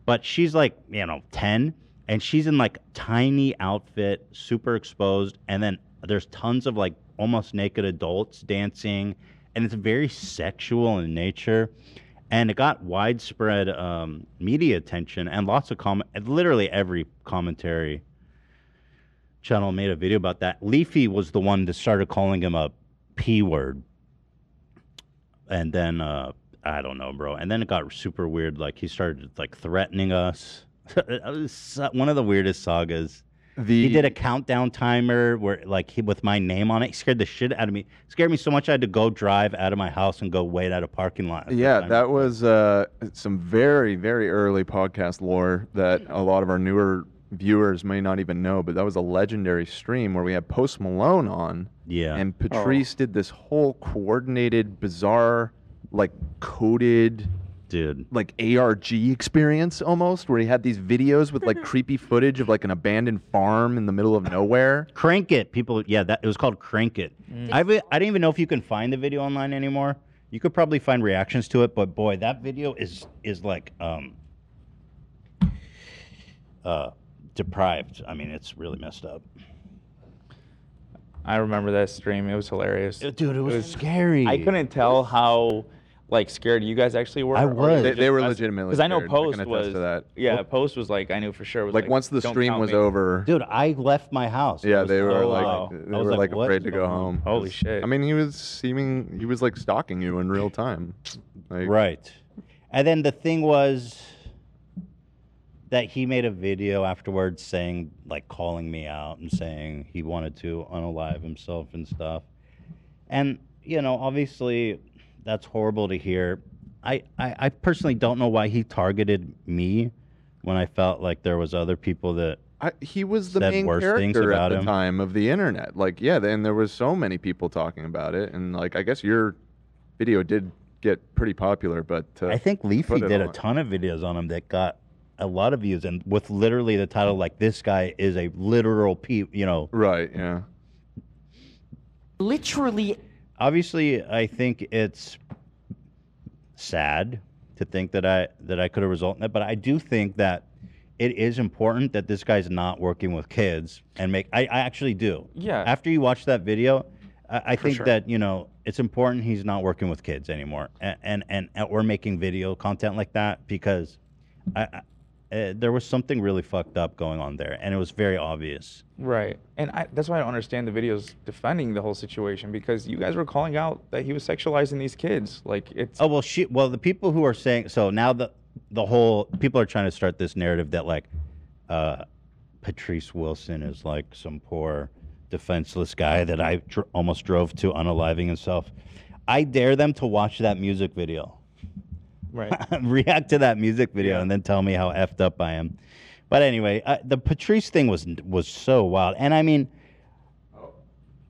But she's like you know ten, and she's in like tiny outfit, super exposed, and then there's tons of like almost naked adults dancing, and it's very sexual in nature. And it got widespread um, media attention and lots of comment. Literally every commentary channel made a video about that. Leafy was the one that started calling him a p word, and then uh, I don't know, bro. And then it got super weird. Like he started like threatening us. it was so- one of the weirdest sagas. he did a countdown timer where like he with my name on it. He scared the shit out of me. scared me so much I had to go drive out of my house and go wait at a parking lot. Yeah, that was uh, some very, very early podcast lore that a lot of our newer viewers may not even know, but that was a legendary stream where we had Post Malone on. Yeah. Oh. And Patrice did this whole coordinated, bizarre, like coded, dude, like ARG experience almost, where he had these videos with like creepy footage of like an abandoned farm in the middle of nowhere. Crank it, people. Yeah, that it was called Crank It. Mm. I've, I don't even know if you can find the video online anymore. You could probably find reactions to it, but boy, that video is is like um uh deprived. I mean, it's really messed up. I remember that stream. It was hilarious. Dude, it was scary. I couldn't tell how like scared you guys actually were. I was. They- they were legitimately Because I know scared. I can Post attest was. to that. Yeah, Well- Post was like I knew for sure. Was Like, like, once the "Don't stream count was me." over, Dude, I left my house. Yeah, It was they were so like loud. they I was were like, "What afraid to the go fuck?" home. Holy 'Cause, shit. I mean, he was seeming he was like stalking you in real time. Like, right. And then the thing was that he made a video afterwards saying, like, calling me out and saying he wanted to unalive himself and stuff. And, you know, obviously that's horrible to hear. I, I, I personally don't know why he targeted me when I felt like there was other people that I, he was the said main worse things character at about the him. time of the internet. Like, yeah, and there was so many people talking about it, and like, I guess your video did get pretty popular, but uh, I think to Leafy put it did a on- ton of videos on him that got a lot of views, and with literally the title like "This guy is a literal p," you know. Right. Yeah. Literally. Obviously, I think it's sad to think that I that I could have resulted in that, but I do think that it is important that this guy's not working with kids and make. I, I actually do. Yeah. After you watch that video, I, I For think sure. that you know it's important he's not working with kids anymore, and and, and or making video content like that because I, I, uh, there was something really fucked up going on there, and it was very obvious. Right, and I, that's why I don't understand the videos defending the whole situation because you guys were calling out that he was sexualizing these kids. Like it's Oh well, she well the people who are saying so now the the whole people are trying to start this narrative that like uh, Patrice Wilson is like some poor defenseless guy that I dr- almost drove to unaliving himself. I dare them to watch that music video. right. react to that music video and then tell me how effed up I am. uh, But anyway, I, the Patrice thing was was so wild, and I mean,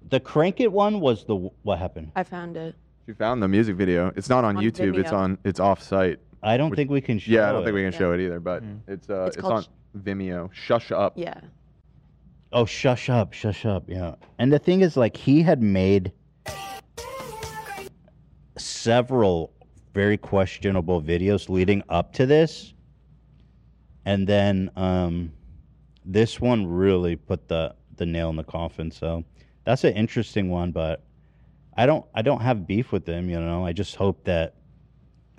The crank it one was the what happened? I found it. She found the music video. It's not on, On YouTube. It's Vimeo. on. It's off site. I don't think we can show Yeah, I don't it. think we can Yeah. show it either. But it's uh, It's it's, called on Vimeo. Shush up. Yeah. Oh, shush up, shush up. Yeah. And the thing is, like, he had made several very questionable videos leading up to this. And then um, this one really put the, the nail in the coffin. So that's an interesting one, but I don't I don't have beef with him, you know. I just hope that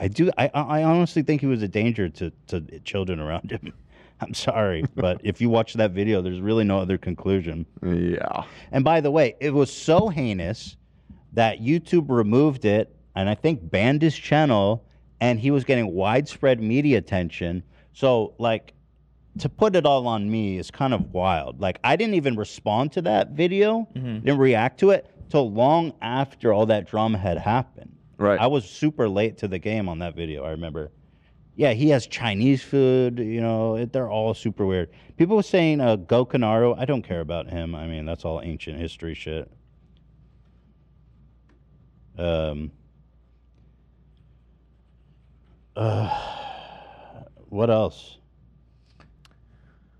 I do I, I I honestly think he was a danger to, to children around him. I'm sorry, but if you watch that video, there's really no other conclusion. Yeah. And by the way, it was so heinous that YouTube removed it and I think banned his channel and he was getting widespread media attention. So like to put it all on me is kind of wild. Like I didn't even respond to that video, didn't react to it till long after all that drama had happened. Right. I was super late to the game on that video. I remember. Yeah, he has Chinese food. You know, it, they're all super weird. People were saying uh, Go Canaro. I don't care about him. I mean, that's all ancient history shit. Um. uh, what else?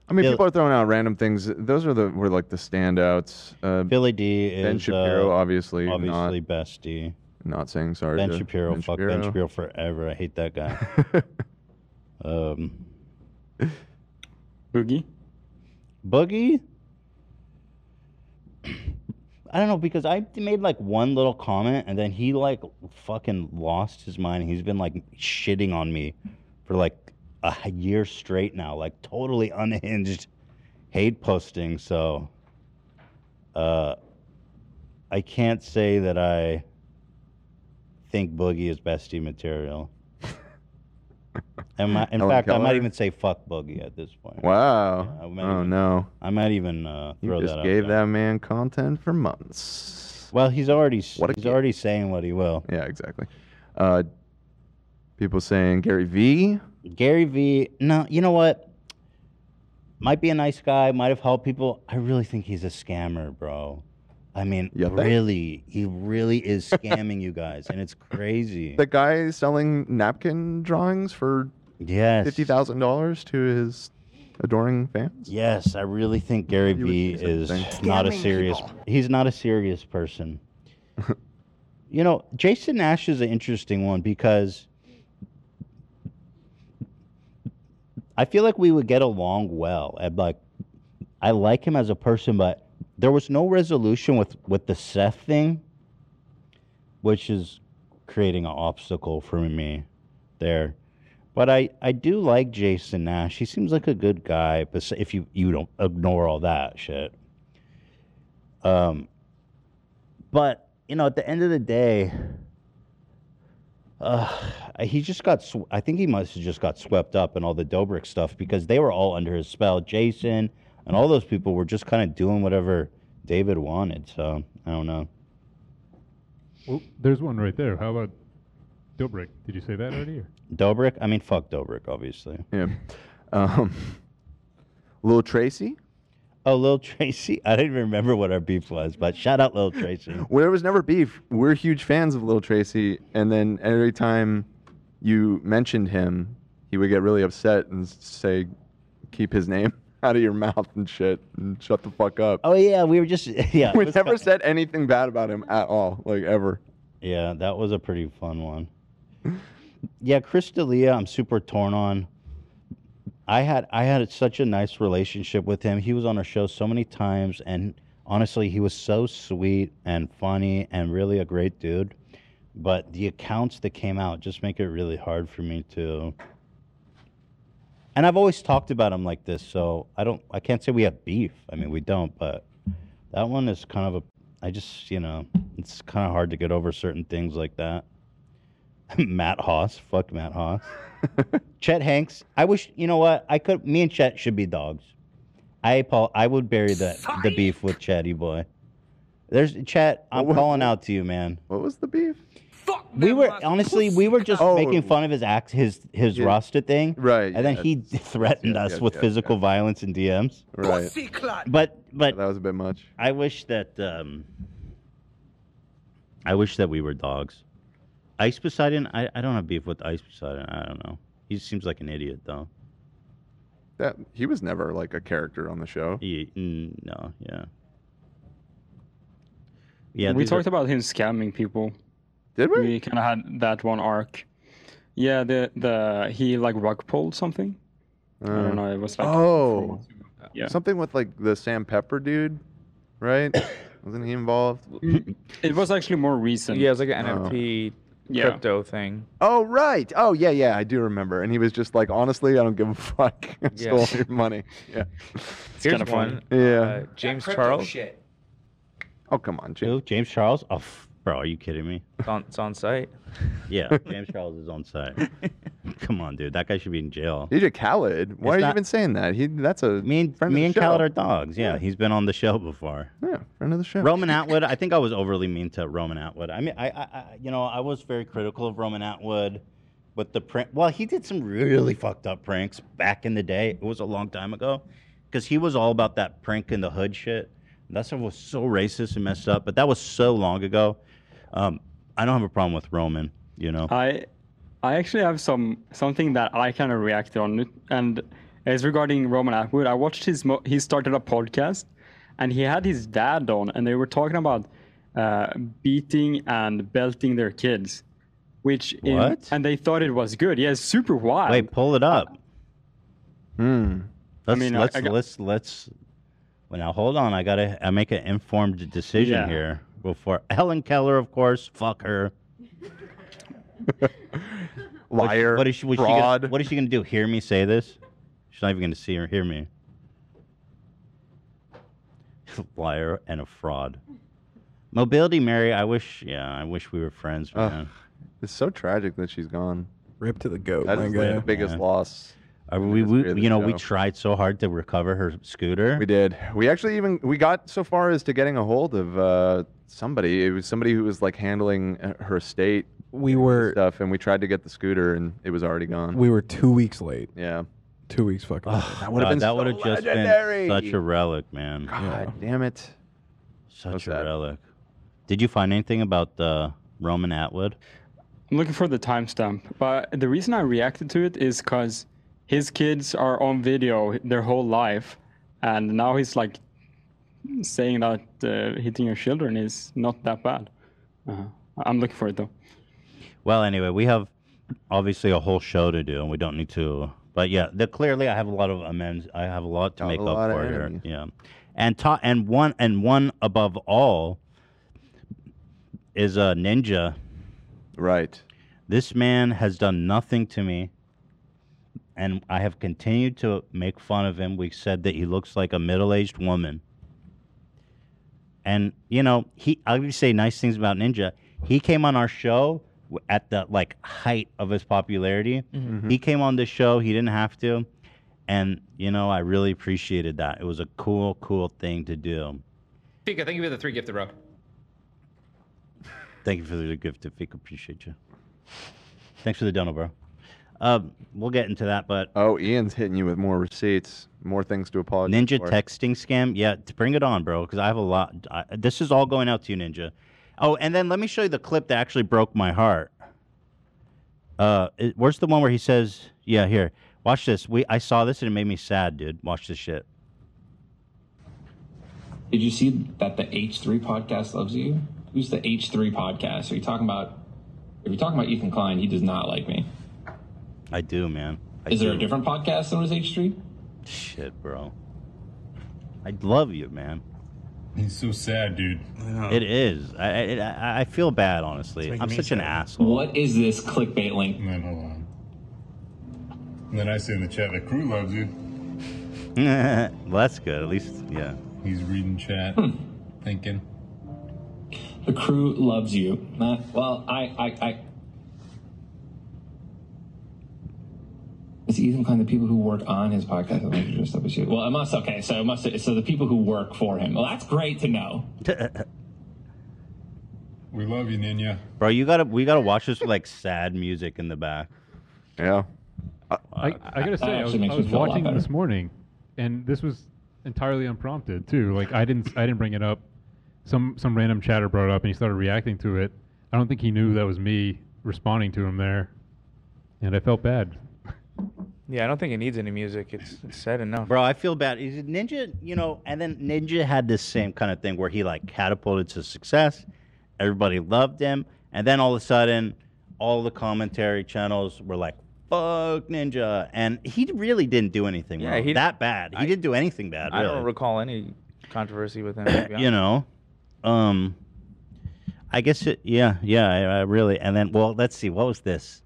I mean, Bill- people are throwing out random things. Those are the were like the standouts. Uh, Billy D Ben is, Shapiro, uh, obviously, obviously bestie. Not saying sorry. Ben to Shapiro, Ben fuck Ben Shapiro forever. I hate that guy. um, Boogie. Boogie. I don't know because I made like one little comment and then he like fucking lost his mind. He's been like shitting on me for like a h- year straight now, like totally unhinged hate posting. So, uh, I can't say that I think Boogie is bestie material. Am I, in Helen fact, I might Keller? even say fuck Boogie at this point. Wow. I might oh even- no. I might even uh, You throw just that out gave there. that man content for months. Well, he's already s- What a he's kid. already saying what he will. Yeah, exactly. Uh, people saying Gary V. Gary V. No, you know what? Might be a nice guy. Might have helped people. I really think he's a scammer, bro. I mean, You think? really, he really is scamming you guys, and it's crazy. The guy selling napkin drawings for Yes. fifty thousand dollars to his adoring fans. Yes, I really think Gary You would V say is something. not a Scamming serious. He's not a serious person. you know, Jason Nash is an interesting one because I feel like we would get along well, and like I like him as a person, but there was no resolution with with the Seth thing, which is creating an obstacle for me there. But I, I do like Jason Nash. He seems like a good guy. But if you you don't ignore all that shit, um, but you know at the end of the day, uh, he just got. Sw- I think he must have just got swept up in all the Dobrik stuff because they were all under his spell. Jason and all those people were just kind of doing whatever David wanted. So I don't know. Well, there's one right there. How about Dobrik? Did you say that already? Or? Dobrik. I mean, fuck Dobrik, obviously. Yeah. Um, Lil Tracy. Oh, Lil Tracy. I didn't remember what our beef was, but shout out Lil Tracy. Well, there was never beef. We're huge fans of Lil Tracy, and then every time you mentioned him, he would get really upset and s- say, "Keep his name out of your mouth and shit, and shut the fuck up." Oh yeah, we were just yeah. it we was never said anything bad about him at all, like ever. Yeah, that was a pretty fun one. yeah, Chris D'Elia, I'm super torn on. I had I had such a nice relationship with him. He was on our show so many times, and honestly, he was so sweet and funny and really a great dude. But the accounts that came out just make it really hard for me to. And I've always talked about him like this, so I don't I can't say we have beef. I mean, we don't, but that one is kind of a I just, you know, it's kind of hard to get over certain things like that. Matt Haas, fuck Matt Haas. Chet Hanks, I wish, you know what? I could me and Chet should be dogs. I Paul, I would bury the the beef with Chetty boy. There's Chet, I'm calling out to you, man. What was the beef? Oh. We were honestly, we were just making fun of his act, his his Yeah. Rasta thing, Right, And then yeah, he that's- threatened yes, us yes, with yes, physical violence in DMs, Right. But but that was a bit much. I wish that um, I wish that we were dogs. Ice Poseidon, I, I don't have beef with Ice Poseidon. I don't know. He seems like an idiot though. That he was never like a character on the show. no, yeah. we talked about him scamming people. Did we? We kind of had that one arc. Yeah, the the he like rug pulled something. I don't know. It was like oh, Yeah. something with like the Sam Pepper dude, right? Wasn't he involved? It was actually more recent. Yeah, it was like an NFT Yeah. crypto thing. Oh right. Oh yeah, yeah. I do remember. And he was just like, honestly, I don't give a fuck. I Yeah. stole all your money. Yeah. Here's kinda funny. one, Yeah. uh, James Crypto Charles. shit. Oh come on, James. James Charles? Oh, f- bro, are you kidding me? It's on, it's on site. Yeah, James Charles is on site. Come on, dude. That guy should be in jail. DJ Khaled. Why It's are you not- even saying that? He that's a me and friend Me of and the show. Khaled are dogs. Yeah, he's been on the show before. Yeah, friend of the show. Roman Atwood. I think I was overly mean to Roman Atwood. I mean, I, I, I you know, I was very critical of Roman Atwood, but the prank. Well, he did some really fucked up pranks back in the day. It was a long time ago, because he was all about that prank in the hood shit. That stuff was so racist and messed up. But that was so long ago. Um, I don't have a problem with Roman. You know. I I actually have some something that I kind of reacted on it, and it's regarding Roman Atwood. I watched his mo- he started a podcast, and he had his dad on, and they were talking about uh, beating and belting their kids, which in- What? and they thought it was good. Yeah, it's super wild. Wait, pull it up. Hmm. Let's, mean, I- let's, I got- let's, let's, well, now hold on. I got to I make an informed decision Yeah. here before Helen Keller, of course. Fuck her. Liar. What is she, what is she fraud. gonna, what is she going to do? Hear me say this? She's not even going to see or hear me. Liar and a fraud. Mobility, Mary. I wish, yeah, I wish we were friends, Ugh. man. It's so tragic that she's gone. Rip to the goat. That my is guy. the biggest loss. Uh, in the we, history of we the you know, we show. tried so hard to recover her scooter. We did. We actually even we got so far as to getting a hold of uh, somebody. It was somebody who was like handling uh, her estate. We were stuff, and we tried to get the scooter, and it was already gone. we were two weeks late. yeah. Two weeks fucking. late. That would've Uh, been that so would have just legendary. been such a relic, man. God damn it. Such a relic. Did you find anything about uh, Roman Atwood? I'm looking for the timestamp, but the reason I reacted to it is because his kids are on video their whole life, and now he's like saying that uh, hitting your children is not that bad. Uh, I'm looking for it though. Well, anyway, we have obviously a whole show to do, and we don't need to. But yeah, the, clearly I have a lot of amends. I have a lot to Got a make up lot of for here. enemies. Yeah, and ta- and one and one above all is a ninja. Right. This man has done nothing to me, and I have continued to make fun of him. We said that he looks like a middle-aged woman. and you know he i would say nice things about ninja he came on our show w- at the like height of his popularity Mhm. he came on this show he didn't have to and you know i really appreciated that it was a cool cool thing to do Fika, thank you for the three gifted, bro. thank you for the gift to fika appreciate you thanks for the donor bro um, we'll get into that but Oh, Ian's hitting you with more receipts, more things to apologize Ninja for. texting scam. Yeah, t- bring it on, bro, because I have a lot. I, this is all going out to you, Ninja. Oh, and then let me show you the clip that actually broke my heart. Uh, it, where's the one where he says, "Yeah, here, watch this." We I saw this and it made me sad, dude. Watch this shit. Did you see that the H3 podcast loves you? Who's the H3 podcast? Are you talking about? If you're talking about Ethan Klein, he does not like me. I do, man. I Is there a do. different podcast than was H3? Shit, bro. I love you, man. It's so sad, dude. It is. I I, it- I I feel bad, honestly. making I'm me such an sad. asshole. What is this clickbait link? And then hold on. And then I see in the chat the crew loves you. well, that's good. At least, yeah. He's reading chat, thinking. Hmm, The crew loves you. Uh, well, I, I, I. Is Ethan Klein the people who work on his podcast that like dressed up as you? Well, it must. Okay, so it must. So the people who work for him. Well, that's great to know. We love you, Ninja. Bro, you gotta we gotta watch this with like sad music in the back. Yeah. I, I gotta say, I was, I was watching this morning, and this was entirely unprompted too. Like I didn't, I didn't bring it up. some some random chatter brought up, and he started reacting to it. I don't think he knew that was me responding to him there, and I felt bad. Yeah, I don't think it needs any music. It's, it's sad enough. Bro, I feel bad. Is it Ninja, you know, and then Ninja had this same kind of thing where he like catapulted to success. Everybody loved him. And then all of a sudden, all the commentary channels were like, fuck Ninja. And he really didn't do anything Yeah, wrong. he- that bad. He didn't do anything bad. I really. don't recall any controversy with him. to be you honest. know um i guess it yeah yeah I, I really and then well let's see what was this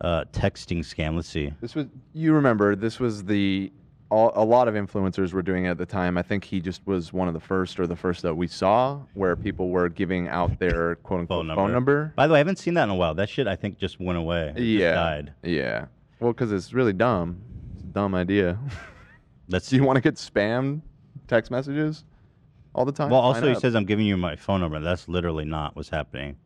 uh texting scam let's see This was you remember this was the all, a lot of influencers were doing it at the time. I think he just was one of the first or the first that we saw where people were giving out their quote unquote phone number. by the way i haven't seen that in a while that shit i think just went away It just Yeah. died Yeah. Well, because it's really dumb. It's a dumb idea. That's Do you want to get spam text messages all the time? well Sign also he up. says i'm giving you my phone number that's literally not what's happening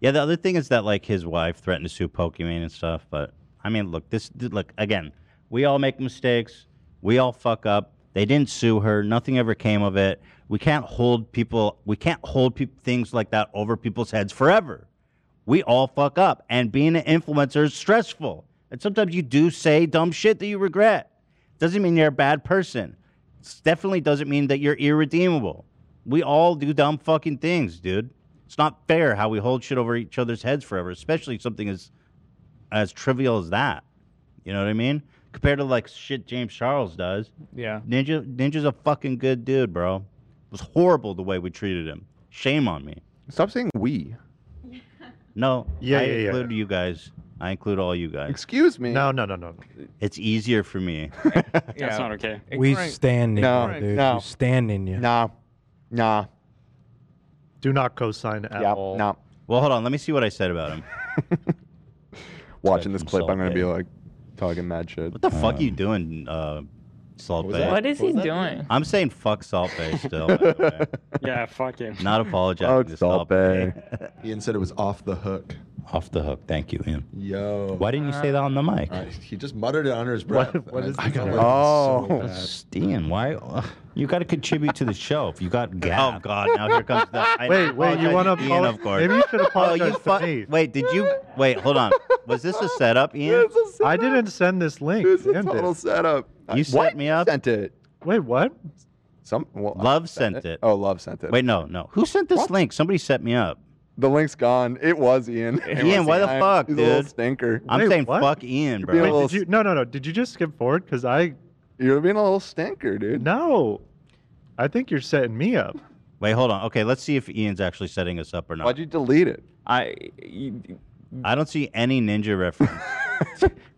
yeah the other thing is that like his wife threatened to sue pokemon and stuff but i mean look this th- look again we all make mistakes we all fuck up they didn't sue her nothing ever came of it we can't hold people we can't hold peop things like that over people's heads forever we all fuck up and being an influencer is stressful and sometimes you do say dumb shit that you regret doesn't mean you're a bad person S- definitely doesn't mean that you're irredeemable we all do dumb fucking things dude it's not fair how we hold shit over each other's heads forever especially something as as trivial as that you know what i mean compared to like shit james charles does Yeah. ninja ninja's a fucking good dude bro it was horrible the way we treated him shame on me stop saying we no Yeah, i yeah, yeah. include you guys i include all you guys Excuse me. no no no no it's easier for me That's not okay. We stand in No, you, dude. no. We stand in you. Nah. Nah. Do not co-sign at all. Well, hold on. Let me see what I said about him. Watching this clip, I'm gonna be Salt like talking mad shit. What the fuck you doing, uh, Salt was Bay? that? What is What he was that? doing? I'm saying fuck Salt Bay still. by the way. Yeah, fuck him. Not apologizing Oh, Fuck to Salt Salt Bay. Ian said it was off the hook. Off the hook. Thank you, Ian. Yo. Why didn't you say that on the mic? I- he just muttered it under his breath. what I- is I this got about? so Oh, bad. Ian, why? you got to contribute to the show. If you got gas. Oh God! Now here comes the. I Wait, wait, you apologize wanna to Ian, apolo- of course. maybe you should oh, apologize you to fu- me. Wait, did you? Wait, hold on. Was this a setup, Ian? I didn't send this link. It's a Sam did. total setup. You set me up. Sent it. Wait, what? Some well, I Love sent it. Oh, Love sent it. Wait, no, no. Who sent this link? Somebody set me up. The link's gone. It was Ian. It Ian, was why the Ian. fuck, He's a little dude? stinker. I'm Wait, saying what? fuck being Ian, a Wait, bro. little did you, no, no, no. Did you just skip forward? Because I. You're being a little stinker, dude. No. I think you're setting me up. Wait, hold on. Okay, let's see if Ian's actually setting us up or not. Why'd you delete it? I. I don't see any ninja reference.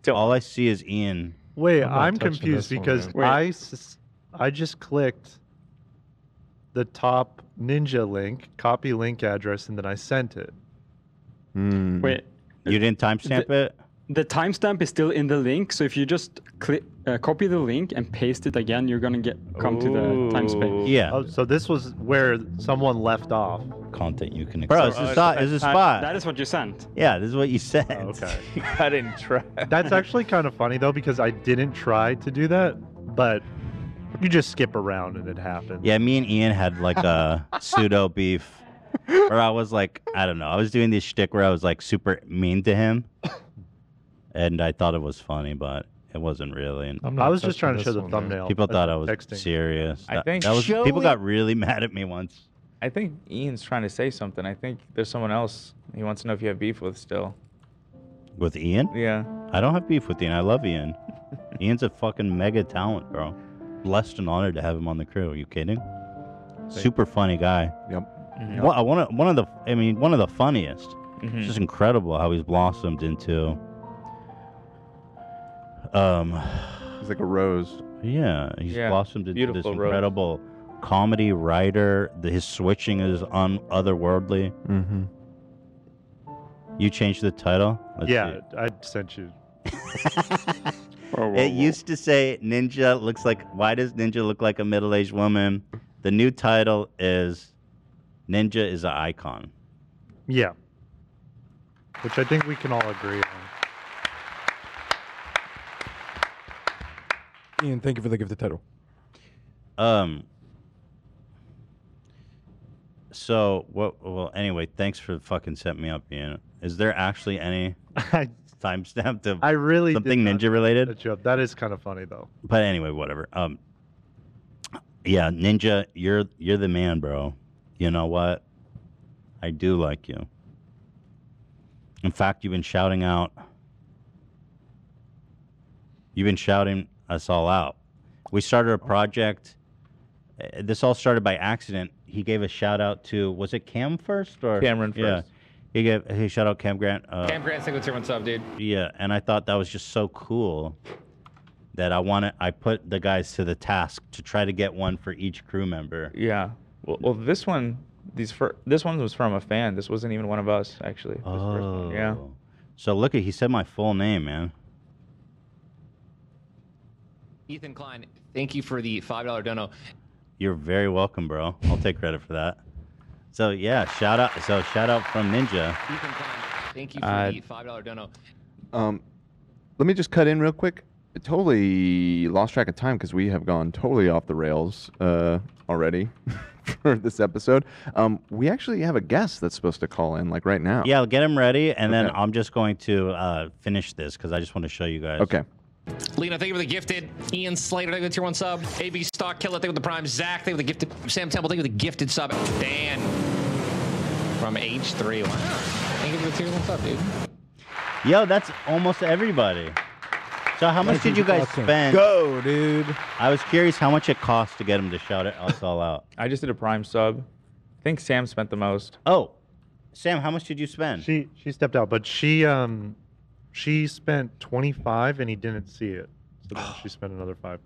All I see is Ian. Wait, I'm not I'm touching confused this one, because man. Wait. I, s- I just clicked the top ninja link, copy link address, and then I sent it. Hmm. Wait, You didn't timestamp it? the timestamp is still in the link, so if you just click, uh, copy the link and paste it again, you're gonna get come to the timestamp. Yeah. Oh, so this was where someone left off. Content you can Bro, this So, is uh, spot. This is that- spot. That is what you sent. Yeah, this is what you said. okay. I didn't try. That's actually kind of funny though because I didn't try to do that, but you just skip around and it happens. Yeah, me and Ian had like a pseudo beef where I was like, I don't know. I was doing this shtick where I was like super mean to him. And I thought it was funny, but it wasn't really. And I'm not I was just trying to touching show this the one, man. thumbnail. People That's thought I what was I'm texting. serious. I That- think that was, people Joey- got really mad at me once. I think Ian's trying to say something. I think there's someone else he wants to know if you have beef with still. With Ian? Yeah. I don't have beef with Ian. I love Ian. Ian's a fucking mega talent, bro. Blessed and honored to have him on the crew. Are you kidding? Super funny guy. Yep. Wha- I one of one of the I mean one of the funniest. Mm-hmm. It's just incredible how he's blossomed into. Um, he's like a rose. Yeah, he's Yeah, blossomed into this beautiful rose. incredible comedy writer. The, his switching is un- otherworldly. Mm-hmm. You changed the title. Let's see. yeah, I sent you. It used to say Ninja looks like why does Ninja look like a middle-aged woman? The new title is Ninja is an icon. Yeah. Which I think we can all agree on. Ian, thank you for the gift of title. Um So what? Well, anyway, thanks for fucking setting me up, Ian. Is there actually any timestamp to I really did something not ninja related? That joke. That is kind of funny though. But anyway, whatever. Um, yeah, Ninja, you're you're the man, bro. You know what? I do like you. In fact, you've been shouting out. You've been shouting us all out. We started a project. uh, This all started by accident. He gave a shout out to was it Cam first or Cameron Yeah, first. he gave he shout out Cam Grant. Uh, Cam Grant, say what's your what's up, dude. yeah, and I thought that was just so cool that I wanted I put the guys to the task to try to get one for each crew member. Yeah. Well, well this one, these fir- this one was from a fan. This wasn't even one of us, actually. This first one, Yeah. Oh. So look at he said my full name, man. Ethan Klein, thank you for the five dollar dono. You're very welcome, bro. I'll take credit for that. So yeah, shout out so shout out from Ninja. Ethan Klein, thank you for Uh, the five dollar dono. Um, let me just cut in real quick. I totally lost track of time because we have gone totally off the rails uh, already for this episode. Um, we actually have a guest that's supposed to call in like right now. Yeah, get him ready and then I'm just going to uh, finish this because I just want to show you guys. Okay. Lena, thank you for the gifted. Ian Slater, thank you for the tier one sub. AB Stock Killer, thank you for the prime. Zach, thank you for the gifted. Sam Temple, thank you for the gifted sub. Dan from H3. Wow. Thank you for the tier one sub, dude. Yo, that's almost everybody. So how much Thank did you, you guys awesome. spend? Go, dude. I was curious how much it cost to get him to shout it us all out. I just did a prime sub. I think Sam spent the most. Oh, Sam, how much did you spend? She she stepped out, but she um she spent twenty five and he didn't see it. So then she spent another five.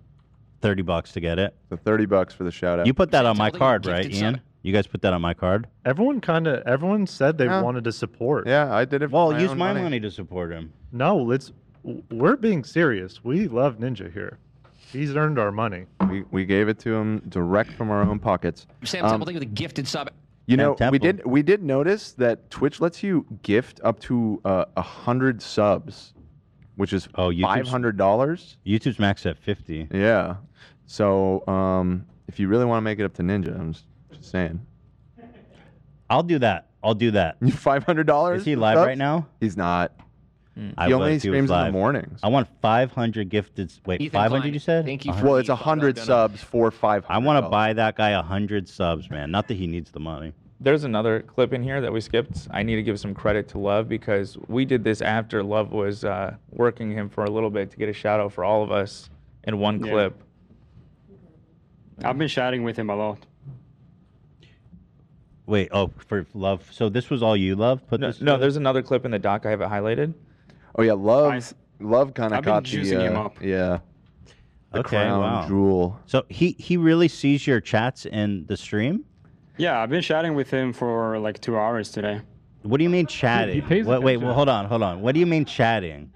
Thirty bucks to get it. So thirty bucks for the shout out. You put that on my Something card, gifted right, Ian? son. You guys put that on my card. Everyone kind of everyone said they Yeah. wanted to support. Yeah, I did it. Well, use my money. to support him. No, let's. w- We're being serious. We love Ninja here. He's earned our money. We, we gave it to him direct from our own pockets. Sam Um, Temple, thank you for the gifted sub. You know, we did we did notice that Twitch lets you gift up to uh, hundred subs, which is oh five hundred dollars. YouTube's max at fifty. Yeah, so um, if you really want to make it up to Ninja, I'm just, just saying. I'll do that. I'll do that. Five hundred dollars. Is he live right now? He's not. I He would only if was streams in the live. mornings. I want 500 gifted. s- Wait, Ethan 500 Klein, you said? thank you for Well, it's the 100 $5 donut. subs for 500. I want to buy that guy 100 subs, man. Not that he needs the money. There's another clip in here that we skipped. I need to give some credit to Love because we did this after Love was uh, working him for a little bit to get a shout out for all of us in one Yeah. clip. I've been shouting with him a lot. Wait, oh, for love. So this was all you love? Put No, this no, there's another clip in the doc. I have it highlighted. Oh yeah, love. Love kind I've of been caught juicing the. him uh, up. Yeah. The okay, crown wow. jewel. So he, he really sees your chats in the stream? Yeah, I've been shouting with him for like two hours today. What do you mean chatting? pays wait, wait, well, attention. hold on, hold on. What do you mean chatting?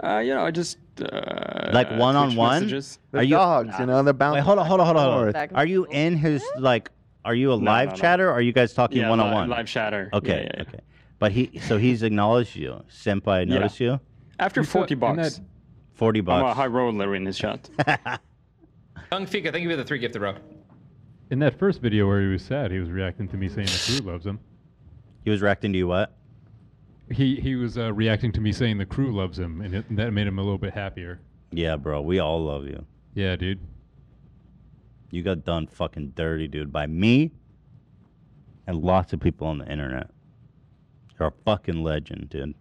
Uh, you know, I just uh, like uh, one on Twitch one? messages. Are you they're Wait, hold on, hold on, hold on. hold on. Back and Are you in his like? Are you a No, live no, no. chatter? Or are you guys talking Yeah, one on one? li- live chatter. Yeah, Okay, yeah, yeah. okay. But he, so he's acknowledged you, senpai. Yeah. Notice you. After You saw- 40 in bucks, that- Forty I'm a bucks. high roller in this shot. Young Fika, thank you for the three gifted, bro. In that first video where he was sad, he was reacting to me saying the crew loves him. He was reacting to you what? He he was uh, reacting to me saying the crew loves him, and, it, and that made him a little bit happier. Yeah, bro. We all love you. Yeah, dude. You got done fucking dirty, dude, by me and lots of people on the internet. You're a fucking legend, dude.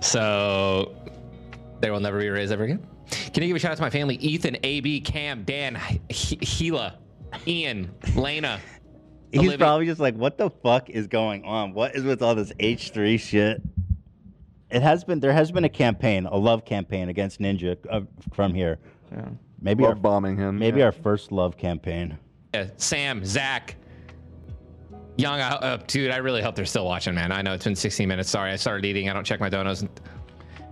So they will never be raised ever again. Can you give a shout out to my family? Ethan, AB, Cam, Dan, H- Gila, Ian, Lena. He's Olivia. probably just like, what the fuck is going on? What is with all this H3 shit? It has been there has been a campaign, a love campaign against Ninja uh, from here. Yeah. Maybe Love our, bombing him. Maybe yeah. our first love campaign. uh, Sam, Zach, Young. I, uh, dude, I really hope they're still watching, man. I know it's been 16 minutes. Sorry, I started eating. I don't check my donos.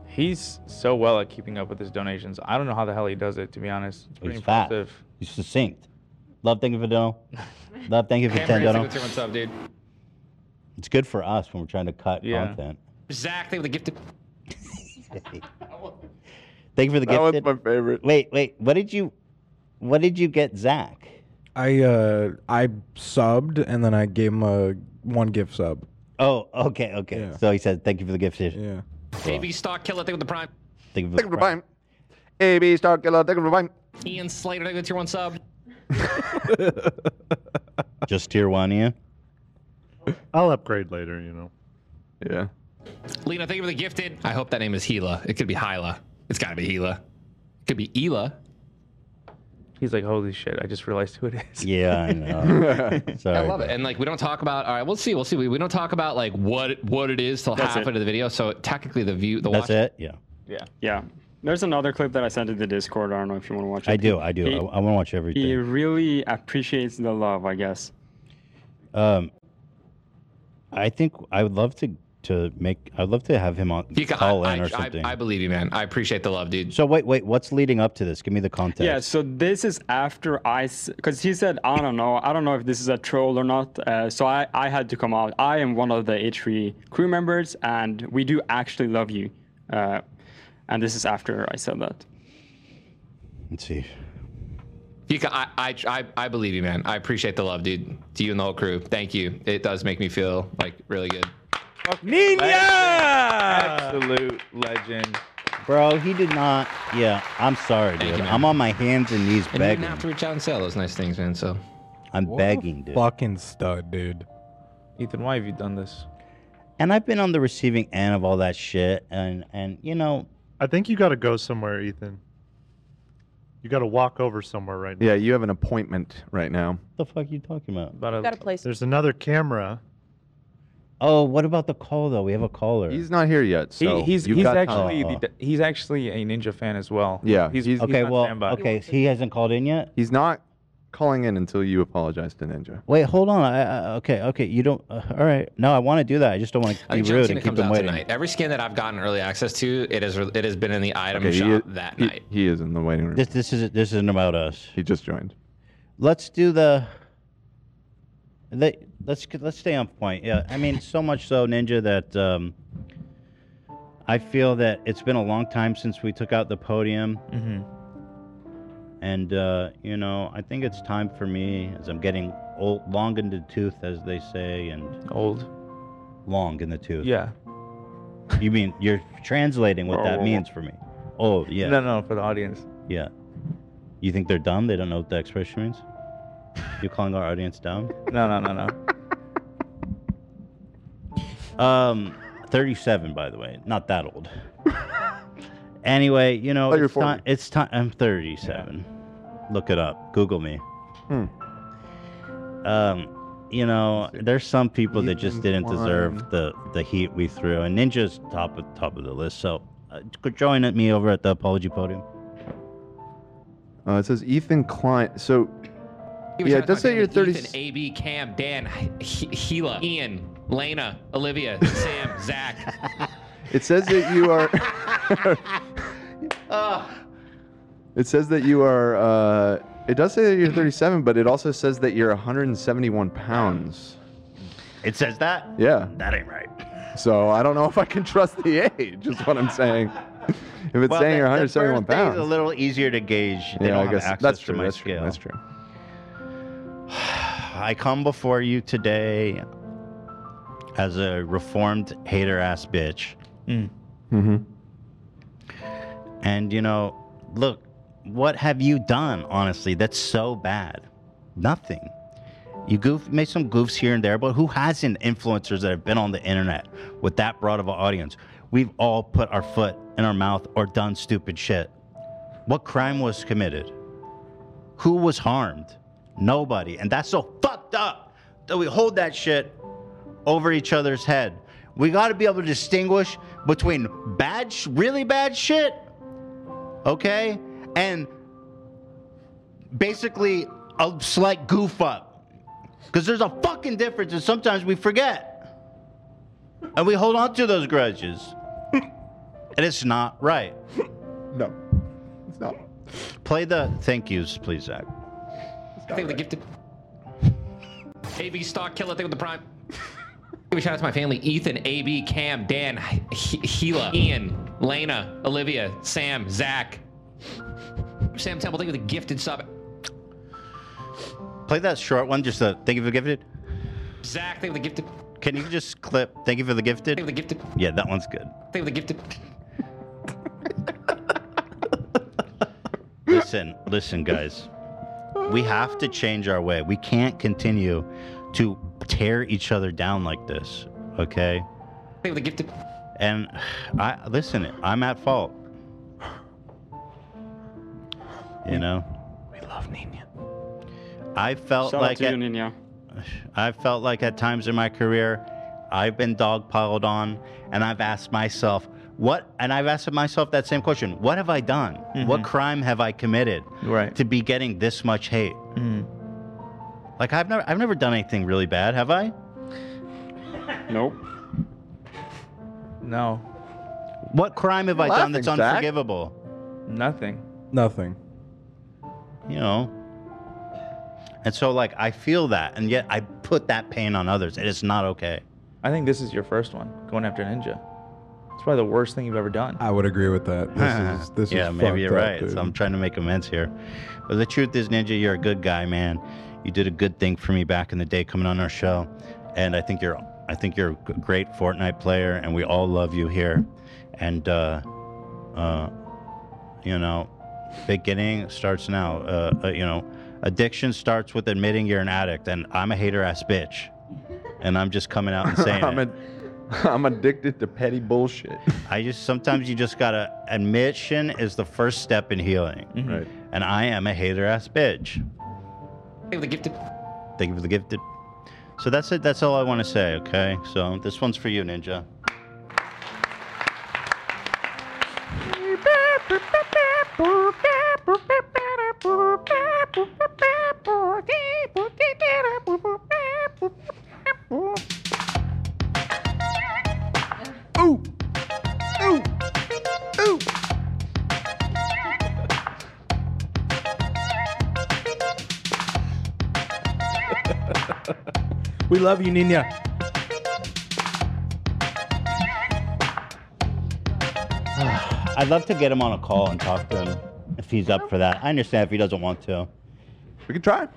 He's so well at keeping up with his donations. I don't know how the hell he does it, to be honest. It's pretty He's fat. impressive. He's succinct. Love, thank you for dono. Love, thank you for ten Cameron, say dono. what's your what's up, dude. It's good for us when we're trying to cut Yeah. content. Zach, they were the gifted. Thank you for the That was gifted. my favorite. Wait, wait. What did you? What did you get, Zach? I uh I subbed and then I gave him a one gift sub. Oh, okay, okay. So he said, "Thank you for the gift." Yeah. AB Stock Killer, thank you for the prime. Thank you Thank you for the prime. AB Star Killer, thank you for the prime. Ian Slater, thank you for the tier one sub. Just tier one, yeah. I'll upgrade later, you know. Yeah. Lena, thank you for the gifted. I hope that name is Gila. It could be Hyla. It's got to be Gila. It could be Ela. He's like, holy shit! I just realized who it is. Yeah, I know. I love it. And like we don't talk about all right, we'll see, we'll see. We, we don't talk about like what what it is till That's half it. into the video. So technically the view the watch Yeah. Yeah. Yeah. There's another clip that I sent to the Discord. I don't know if you want to watch it. I do. I do. He- I, I want to watch everything. He really appreciates the love, I guess. Um, I think I would love to to make. I'd love to have him on You got- call I, in or I- something. I believe you, man. I appreciate the love, dude. so wait, wait. What's leading up to this? Give me the context. Yeah, so this is after I, because he said, I don't know, I don't know if this is a troll or not. Uh, so I, I had to come out. I am one of the H3 crew members, and we do actually love you. Uh, and this is after I said that. Let's see. You got- I, I, I, I believe you, man. I appreciate the love, dude. To you and the whole crew. Thank you. It does make me feel like really good. Nina! Absolute legend. Bro, he did not. Yeah, I'm sorry, dude. you, man. I'm on my hands and knees And you begging. didn't have to reach out and say all those nice things, man. So I'm What the begging, dude. Fucking stud, dude. Ethan, why have you done this? And I've been on the receiving end of all that shit, and and you know, I think you got to go somewhere, Ethan. You got to walk over somewhere right now. Yeah, you have an appointment right now. the fuck you talking about? Got a place. There's another camera. Oh, what about the call though? We have a caller. He's not here yet, He- so he's you've he's got time. actually the, he's actually a ninja fan as well. Yeah, He's, he's- he's Oh. okay, on well, standby. okay, he hasn't called in yet. He's not calling in until you apologize to Ninja. Wait, hold on. I, I, okay, okay, you don't. Uh, all right, no, I want to do that. I just don't want to I be think rude John and Cena keep comes them out waiting. tonight. Every skin that I've gotten early access to, it is it has been in the item Okay, he, shop that he- night. he is in the waiting room. This this is this isn't about us. He just joined. Let's do the. the let's let's stay on point. Yeah, I mean, so much so, Ninja, that um, I feel that it's been a long time since we took out the podium. Mhm. And, uh, you know, I think it's time for me, as I'm getting old, long in the tooth, as they say, and old, long in the tooth. Yeah. Oh. You mean you're translating what Whoa, that whoa, whoa. means for me? Old, yeah. No, no, for the audience. Yeah. You think they're dumb? They don't know what the expression means? You're calling our audience dumb? No, no, no, no. Um, 37, by the way. Not that old. anyway, you know, Oh, you're it's, time, 40. it's time. I'm 37. Look it up. Google me. Hmm. Um, you know, there's some people that just didn't deserve the, the heat we threw, and Ninja's top of top of the list. So, uh, go join me over at the apology podium. Uh, it says Ethan Klein. So, He was yeah, trying to it does talk say to you're him, 30. Ethan, AB, Cam, Dan, H- H- Gila, Ian, Lena, Olivia, Sam, Zach. It says that you are. Ugh. it says that you are. Uh, it does say that you're 37, but it also says that you're 171 pounds. It says that? Yeah. That ain't right. So I don't know if I can trust the age. Is what I'm saying. If it's saying you're 171 It's a pounds, little easier to gauge. They Yeah, don't I have guess access that's to true, my that's true, scale. that's true. I come before you today as a reformed hater ass bitch. Mm. Mhm. And you know, look, what have you done? Honestly, that's so bad. Nothing. You goof made some goofs here and there, but who hasn't influencers that have been on the internet with that broad of an audience? We've all put our foot in our mouth or done stupid shit. What crime was committed? Who was harmed? Nobody. And that's so fucked up that we hold that shit over each other's head. We got to be able to distinguish between bad, sh- really bad shit, okay, and basically a slight goof up. Because there's a fucking difference, and sometimes we forget. And we hold on to those grudges. and it's not right. no, it's not. Play the thank yous, please, Zach. I think the gifted. AB stock killer thing with the prime. Give a shout out to my family: Ethan, AB, Cam, Dan, H- Gila, Ian, Lena, Olivia, Sam, Zach, Sam Temple. Thank you for the gifted sub. Play that short one, just uh, thank you for the gifted. Zach, thank you for the gifted. Can you just clip thank you for the gifted? Thank you for the gifted. Yeah, that one's good. Thank you for the gifted. Listen, listen, guys. We have to change our way. We can't continue to tear each other down like this, okay? Thank you for the gifted. And I listen, I'm at fault. You know? We love Nina. I felt Shout out like to you, at- Nino. I felt like at times in my career, I've been dogpiled on, and I've asked myself, what? And I've asked myself that same question: What have I done? What crime have I committed Mm-hmm. Right. to be getting this much hate? Mm. Like I've never, I've never done anything really bad, have I? Nope. No. What crime have I done Laughing, that's Zach. unforgivable? Nothing. Nothing. You know. And so, like, I feel that, and yet I put that pain on others. It is not okay. I think this is your first one, going after Ninja. It's probably the worst thing you've ever done. I would agree with that. This is this yeah, is maybe you're fucked up, right. dude. So I'm trying to make amends here. But the truth is, Ninja, you're a good guy, man. You did a good thing for me back in the day coming on our show, and I think you're I think you're a g- great Fortnite player, and we all love you here. And uh, uh, you know, beginning starts now. Uh, uh, you know, addiction starts with admitting you're an addict, and I'm a hater ass bitch, and I'm just coming out and saying I'm it. i I'm addicted to petty bullshit. I just sometimes you just gotta admission is the first step in healing. Mm-hmm. Right. And I am a hater ass bitch. Thank you for the gifted. Thank you for the gifted. So that's it. That's all I want to say. Okay. So this one's for you, Ninja. Ooh! Ooh! Ooh! We love you, Nina. I'd love to get him on a call and talk to him if he's up for that. I understand if he doesn't want to. We can try.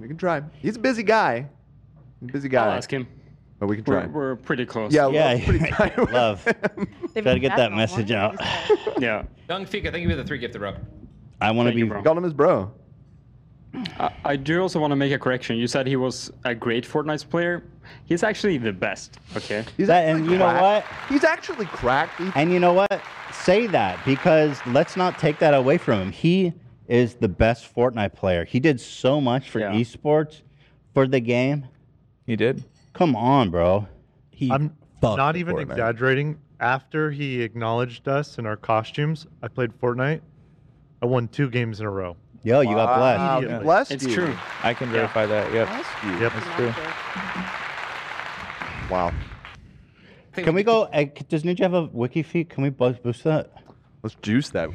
We can try. He's a busy guy. He's a busy guy. I'll ask him. But we can try. We're, we're pretty close. Yeah, yeah. Pretty tight. Love. They've Gotta been get back that message out. yeah. Young Fika, thank you for the three gifted, bro. I want to be. Call him his bro. I, I do also want to make a correction. You said he was a great Fortnite player. He's actually the best. Okay. He's that, and you know what? He's actually cracked. And you know what? Say that because let's not take that away from him. He is the best Fortnite player. He did so much for esports, for the game. He did. Come on, bro. He I'm fucked not with even Fortnite. exaggerating. After he acknowledged us in our costumes, I played Fortnite. I won two games in a row. Yo, you got Wow, blessed. Immediately. blessed It's you. true. I can verify that. Yep. Yep. It's true. Wow. Can we go? uh, Does Ninja have a wiki feed? Can we bu- boost that? Let's juice that.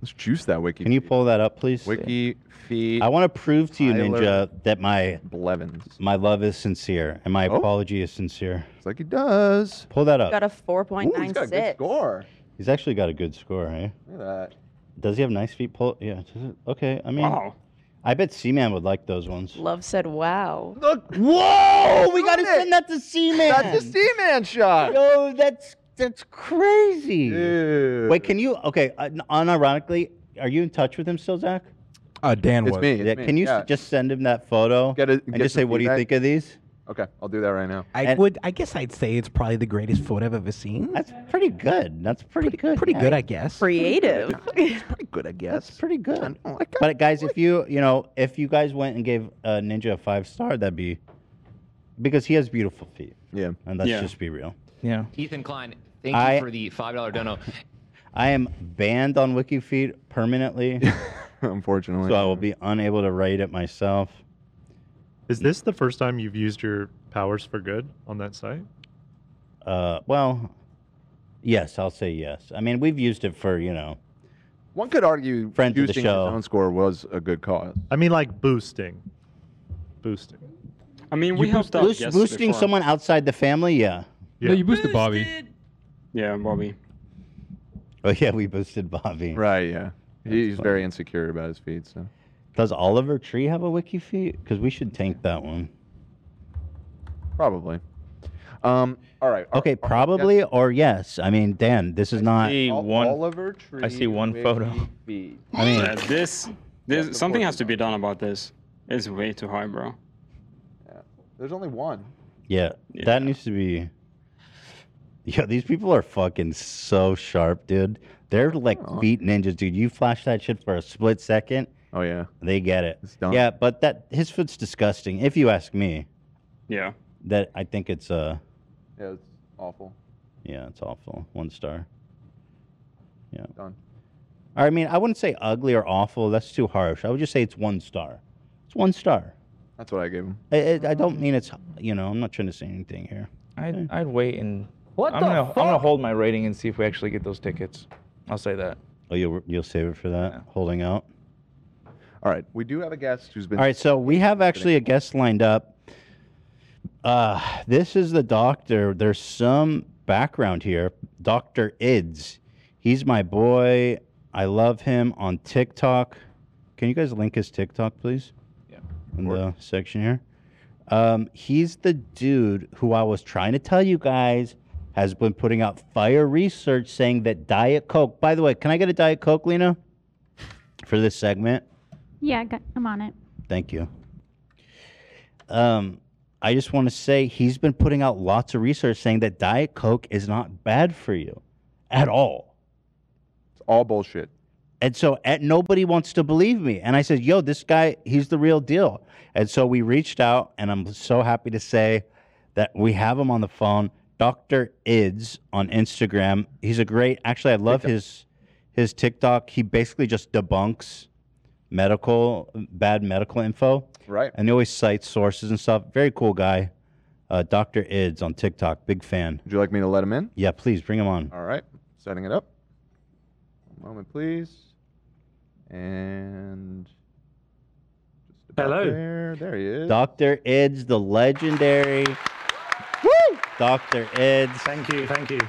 Let's juice that wiki. Can you pull that up, please? Wiki feed. I want to prove to you, Tyler Ninja, that my Blevins. Oh. my love is sincere and my apology is sincere. It's like he does. Pull that up. Got a 4.96. score. He's actually got a good score, eh? Look at that. Does he have nice feet? Pull. Yeah. does it- Okay. I mean, Wow. I bet Seaman would like those ones. Love said, wow. Look, whoa! We gotta send that to Seaman. That's the Seaman shot. Yo, that's that's crazy. Wait, can you? Okay, uh, unironically, are you in touch with him still, Zach? Uh, Dan It's was. me, it's yeah, me, can you s- yeah. just send him that photo Get it- and get just some say, "What do you feedback. think of these?" Okay, I'll do that right now. I And- would. I guess I'd say it's probably the greatest food I've ever seen. That's pretty good. That's pretty, good. Pretty yeah. good, I guess. Creative. Pretty good, I guess. pretty good. But guys, if you you know if you guys went and gave uh, Ninja a five star, that'd be because he has beautiful feet. Yeah, and let's Yeah. just be real. Yeah. Ethan Klein, thank I- you for the $5 dono. I am banned on WikiFeed permanently, Unfortunately. so I will be unable to rate it myself. Is this the first time you've used your powers for good on that site? Uh, well, yes, I'll say yes. I mean, we've used it for you know. One could argue Friends of the juicing his show. own score was a good cause. I mean, like boosting. Boosting. I mean, we helped out. Boost, guests boosting before. someone outside the family, yeah. No, you boosted Bobby. Yeah, Bobby. Oh yeah, we boosted Bobby. Right, yeah. He's very insecure about his feet, so. Does Oliver Tree have a wiki feed? Because we should tank that one. Probably. Um. All right. Okay, probably or yes. I mean, Dan, this is not. see Ol- one- Oliver I see one photo. I mean- Yeah, this, this something has to be done about this. It's way too high, bro. There's only one. Yeah, that needs to be. Yeah, these people are fucking so sharp, dude. They're like beat ninjas, dude. You flash that shit for a split second. Oh yeah, they get it. done. Yeah, but that his foot's disgusting. If you ask me, Yeah. that I think it's uh Yeah, it's awful. yeah, it's awful. One star. Yeah. Done. I mean, I wouldn't say ugly or awful. That's too harsh. I would just say it's one star. It's one star. That's what I gave him. I, I, I don't mean it's you know I'm not trying to say anything here. I'd, I'd wait and. What I'm the gonna, I'm gonna hold my rating and see if we actually get those tickets. I'll say that. Oh, you'll you'll save it for that. Holding out. All right. We do have a guest who's been. All right, so we have actually a guest lined up. Uh, this is the doctor. There's some background here. Dr. Ids. He's my boy. I love him on TikTok. Can you guys link his TikTok, please? Yeah. In the section here. Um, he's the dude who I was trying to tell you guys has been putting out fire research saying that Diet Coke. By the way, can I get a Diet Coke, Lena, for this segment? Yeah, got, I'm on it. Thank you. Um, I just want to say he's been putting out lots of research saying that Diet Coke is not bad for you at all. It's all bullshit. And so and nobody wants to believe me. And I said, yo, this guy, he's the real deal. And so we reached out, and I'm so happy to say that we have him on the phone. Dr. Ids on Instagram. He's a great actually I love his his TikTok. He basically just debunks medical bad medical info. Right. And he always cites sources and stuff. Very cool guy. Uh, Dr. Ids on TikTok. Big fan. Would you like me to let him in? Yeah, please bring him on. All right. Setting it up. One moment, please. And. Just about Hello. There, there he is. Dr. Ids, the legendary. Woo! Dr. Ids. Thank you, thank you.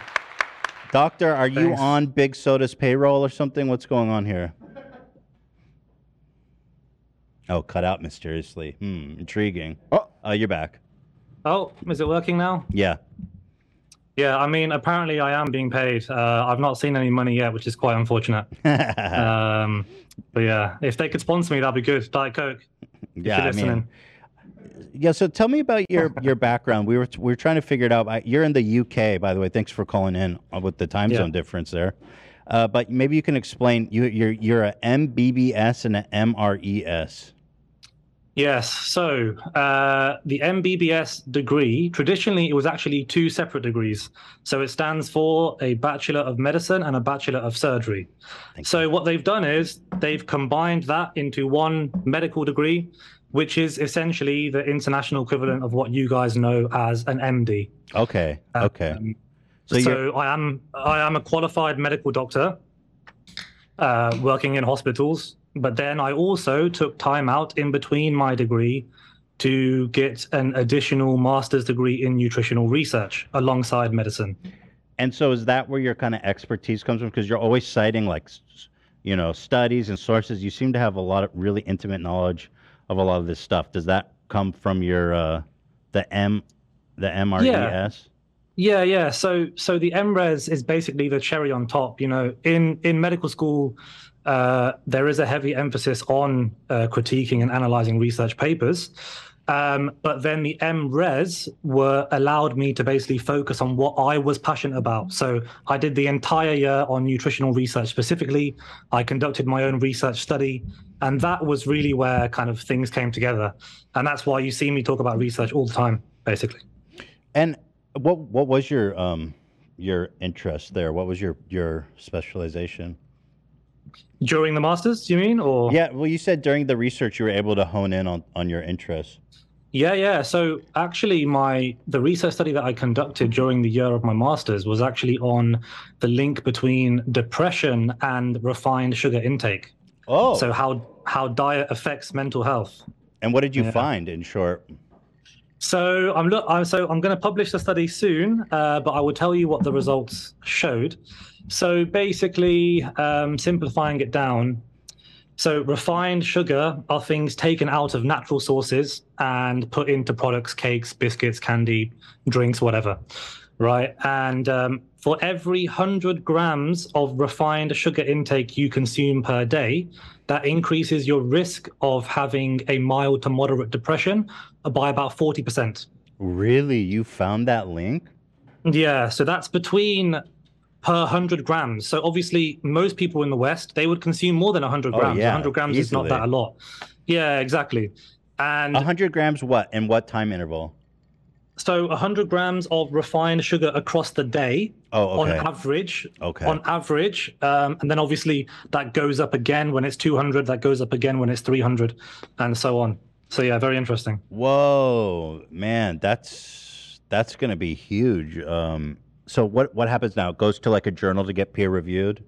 Doctor, are you Thanks. on Big Soda's payroll or something? What's going on here? Oh, cut out mysteriously. Hmm, intriguing. Uh, Oh, you're back. Oh, is it working now? Yeah. Yeah, I mean, apparently I am being paid. Uh, I've not seen any money yet, which is quite unfortunate. um, but yeah, if they could sponsor me, that'd be good. Diet Coke. if you're Yeah, I mean, listening. yeah. So tell me about your your background. We were we were trying to figure it out. I, you're in the UK, by the way. Thanks for calling in uh, with the time Yeah. zone difference there. Uh, but maybe you can explain. You you're you're a MBBS and a E MRES. Yes. So uh, the MBBS degree, traditionally, it was actually two separate degrees. So it stands for a Bachelor of Medicine and a Bachelor of Surgery. so what they've done is they've combined that into one medical degree, which is essentially the international equivalent of what you guys know as an MD. Okay. Uh, Okay. um, So, you're- I am I am a qualified medical doctor, uh, working in hospitals. But then I also took time out in between my degree to get an additional master's degree in nutritional research alongside medicine. And so is that where your kind of expertise comes from? Because you're always citing like, s- s- you know, studies and sources. You seem to have a lot of really intimate knowledge of a lot of this stuff. Does that come from your uh, the M, E the MRES? Yeah, yeah. So so the MRes is basically the cherry on top. You know, in in medical school, uh, there is a heavy emphasis on uh, critiquing and analyzing research papers. Um, but then the MRes were allowed me to basically focus on what I was passionate about. So I did the entire year on nutritional research specifically. I conducted my own research study, and that was really where kind of things came together. And that's why you see me talk about research all the time, basically. And what what was your um your interest there? What was your your specialization? During the masters, you mean, or yeah? Well, you said during the research you were able to hone in on on your interests. Yeah, yeah. So actually, my the research study that I conducted during the year of my masters was actually on the link between depression and refined sugar intake. Oh, so how how diet affects mental health. And what did you find in short? So I'm look. I'm so I'm going to publish the study soon, uh, but I will tell you what the results showed. So basically, um, simplifying it down, So, refined sugar are things taken out of natural sources and put into products, cakes, biscuits, candy, drinks, whatever. Right. And um, for every 100 grams of refined sugar intake you consume per day, that increases your risk of having a mild to moderate depression by about 40%. Really? You found that link? Yeah, so that's between per 100 grams. So obviously, most people in the West, they would consume more than 100 Oh, grams. yeah, 100 grams is not easily. that a lot. Yeah, exactly. And 100 grams what? And what time interval? so 100 grams of refined sugar across the day Oh, okay. on average. Okay. On average. Um, and then obviously, that goes up again when it's 200, that goes up again when it's 300, and so on. So, yeah, very interesting. Whoa, man, that's that's gonna be huge. Um, so what what happens now? It goes to like a journal to get peer reviewed.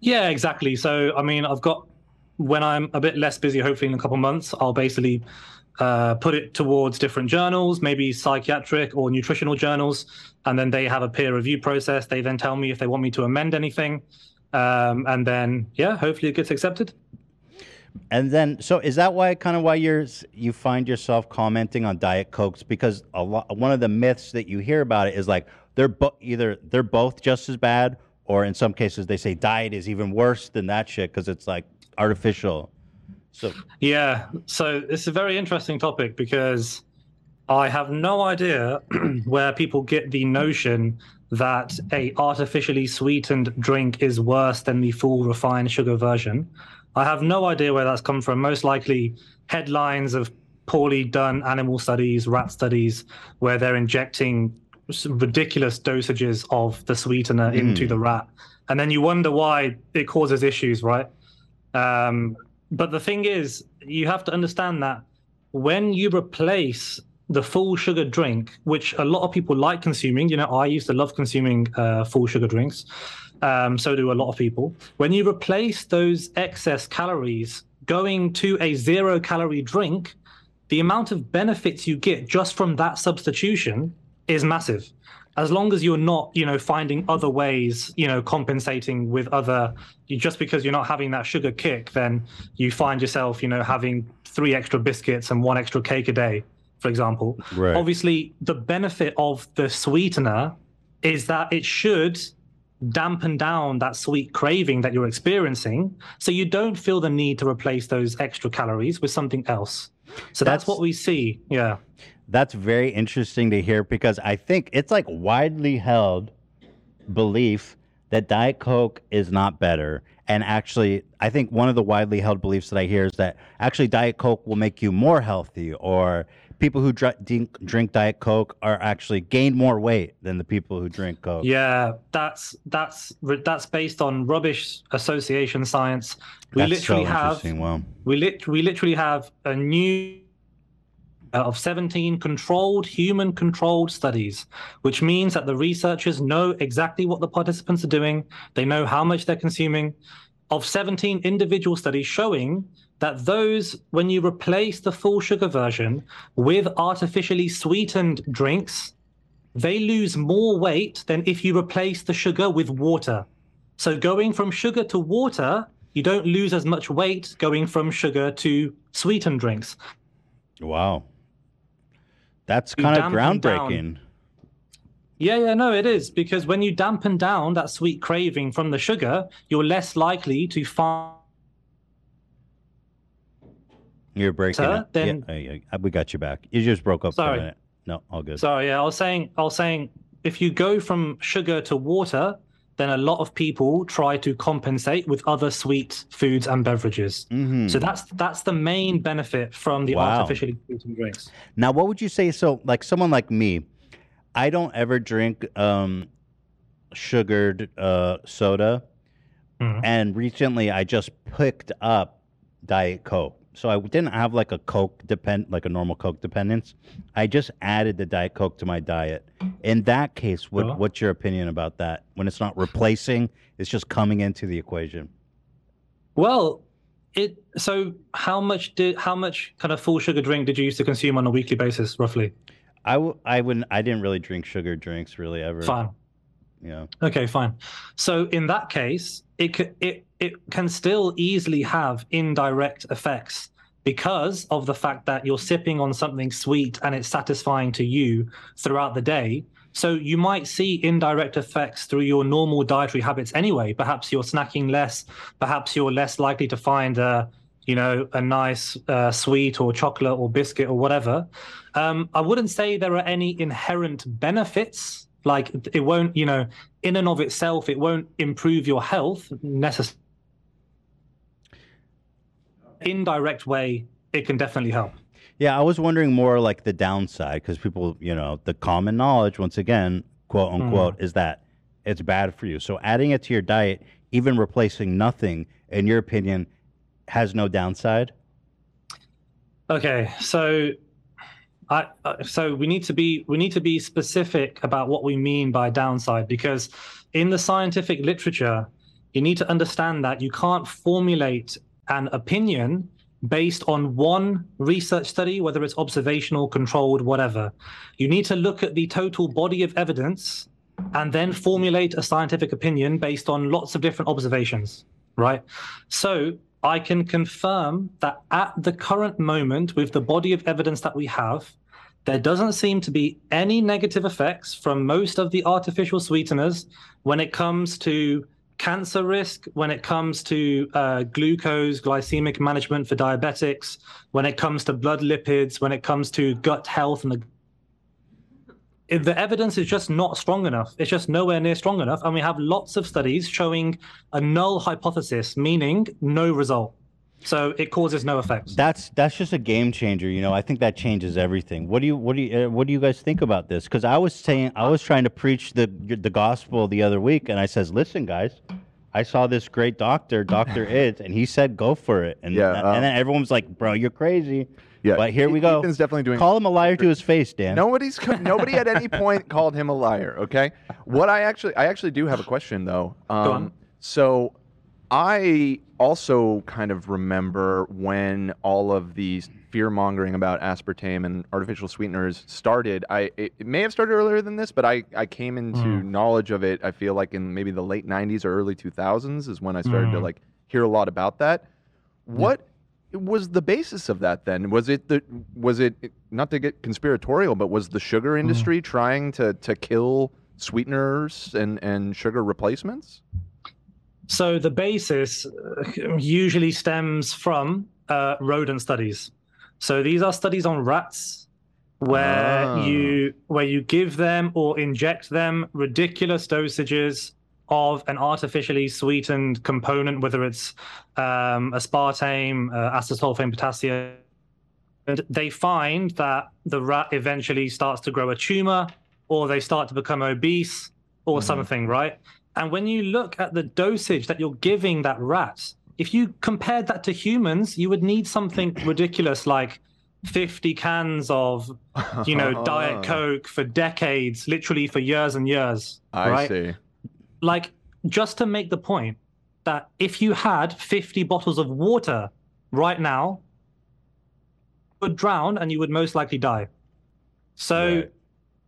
Yeah, exactly. So, I mean, I've got when I'm a bit less busy, hopefully in a couple months, I'll basically uh, put it towards different journals, maybe psychiatric or nutritional journals, and then they have a peer review process. They then tell me if they want me to amend anything, um, and then yeah, hopefully it gets accepted. And then, so is that why kind of why you're s- you find yourself commenting on diet cokes? Because a lot one of the myths that you hear about it is like they're bo- either they're both just as bad, or in some cases they say diet is even worse than that shit because it's like artificial. So Yeah, so it's a very interesting topic because I have no idea where people get the notion that a artificially sweetened drink is worse than the full refined sugar version. I have no idea where that's come from. Most likely headlines of poorly done animal studies, rat studies, where they're injecting s- ridiculous dosages of the sweetener into Mm. the rat. And then you wonder why it causes issues, right? Um, but the thing is, you have to understand that when you replace the full sugar drink, which a lot of people like consuming, you know, I used to love consuming uh, full sugar drinks. Um, so do a lot of people. When you replace those excess calories going to a zero calorie drink, the amount of benefits you get just from that substitution is massive as long as you're not you know finding other ways you know compensating with other you, just because you're not having that sugar kick then you find yourself you know having three extra biscuits and one extra cake a day for example Right. obviously the benefit of the sweetener is that it should dampen down that sweet craving that you're experiencing so you don't feel the need to replace those extra calories with something else so that's what we see yeah That's very interesting to hear because I think it's like widely held belief that Diet Coke is not better. And actually, I think one of the widely held beliefs that I hear is that actually Diet Coke will make you more healthy, or people who dr- drink, drink Diet Coke are actually gain more weight than the people who drink Coke. Yeah, that's that's that's based on rubbish association science. We That's literally so have interesting. Wow. we lit we literally have a new uh, of 17 controlled human controlled studies which means that the researchers know exactly what the participants are doing they know how much they're consuming of 17 individual studies showing that those when you replace the full sugar version with artificially sweetened drinks they lose more weight than if you replace the sugar with water so going from sugar to water, you don't lose as much weight going from sugar to sweetened drinks. Wow. That's You kind of dampen down. groundbreaking. Yeah, yeah, no, it is because when you dampen down that sweet craving from the sugar, you're less likely to find. You're breaking Sir, up. then- yeah, yeah, yeah. we got you back. You just broke up for Sorry. a minute. No, all good. So yeah, I was saying, I was saying, if you go from sugar to water, then a lot of people try to compensate with other sweet foods and beverages. Mm-hmm. So that's that's the main benefit from the Hmm. Wow. artificially sweetened drinks. Now, what would you say? So, like someone like me, I don't ever drink um, sugared uh, soda. Mm-hmm. And recently, I just picked up Diet Coke. So I didn't have like a Coke depend, like a normal Coke dependence. I just added the Diet Coke to my diet. In that case, what, Sure. what's your opinion about that? When it's not replacing, it's just coming into the equation. Well, it so how much did how much kind of full sugar drink did you used to consume on a weekly basis roughly? I w- I wouldn't. I didn't really drink sugar drinks really ever. Fine. Yeah. Okay, fine. So in that case, it c- it it can still easily have indirect effects because of the fact that you're sipping on something sweet and it's satisfying to you throughout the day. So you might see indirect effects through your normal dietary habits anyway. Perhaps you're snacking less. Perhaps you're less likely to find a you know a nice uh, sweet or chocolate or biscuit or whatever. Um, I wouldn't say there are any inherent benefits like it won't you know in and of itself it won't improve your health necessarily indirect way it can definitely help Yeah, I was wondering more like the downside because people, you know, the common knowledge, once again, Mm. quote unquote, is that it's bad for you. So adding it to your diet, even replacing nothing, in your opinion, has no downside. okay so I, uh, so we need to be we need to be specific about what we mean by downside because in the scientific literature you need to understand that you can't formulate an opinion based on one research study whether it's observational controlled whatever you need to look at the total body of evidence and then formulate a scientific opinion based on lots of different observations right? So I can confirm that at the current moment, with the body of evidence that we have, there doesn't seem to be any negative effects from most of the artificial sweeteners when it comes to cancer risk, when it comes to uh, glucose, glycemic management for diabetics, when it comes to blood lipids, when it comes to gut health and the if the evidence is just not strong enough. It's just nowhere near strong enough. And we have lots of studies showing a null hypothesis, meaning no result. So it causes no effects. That's that's just a game changer, you know. I think that changes everything. What do you what do you uh, what do you guys think about this? Because I was saying I was trying to preach the the gospel the other week, and I says, listen, guys, I saw this great doctor, Doctor Ids, and he said go for it, and Yeah, and then um, everyone's like, bro, you're crazy. Yeah, but here we go. Ethan's definitely doing. Call him a liar to his face, Dan. Nobody's co- nobody at any point called him a liar. Okay, what I actually I actually do have a question though. on. Um, so I also kind of remember when all of these fear mongering about aspartame and artificial sweeteners started. I it, it may have started earlier than this, but I I came into knowledge of it. I feel like in maybe the late '90s or early 2000s is when I started to Mm. like hear a lot about that. What was the basis of that then? Was it the was it not to get conspiratorial, but was the Mm. sugar industry trying to to kill sweeteners and and sugar replacements? So the basis uh, usually stems from uh, rodent studies. So these are studies on rats where Ah. you where you give them or inject them ridiculous dosages of an artificially sweetened component, whether it's um, aspartame, uh, acetylfame potassium, and they find that the rat eventually starts to grow a tumor or they start to become obese or Mm-hmm. something, right? And when you look at the dosage that you're giving that rat, if you compared that to humans, you would need something ridiculous like 50 cans of, you know, Diet Coke for decades, literally for years and years. I right? see. like just to make the point that if you had 50 bottles of water right now you would drown and you would most likely die so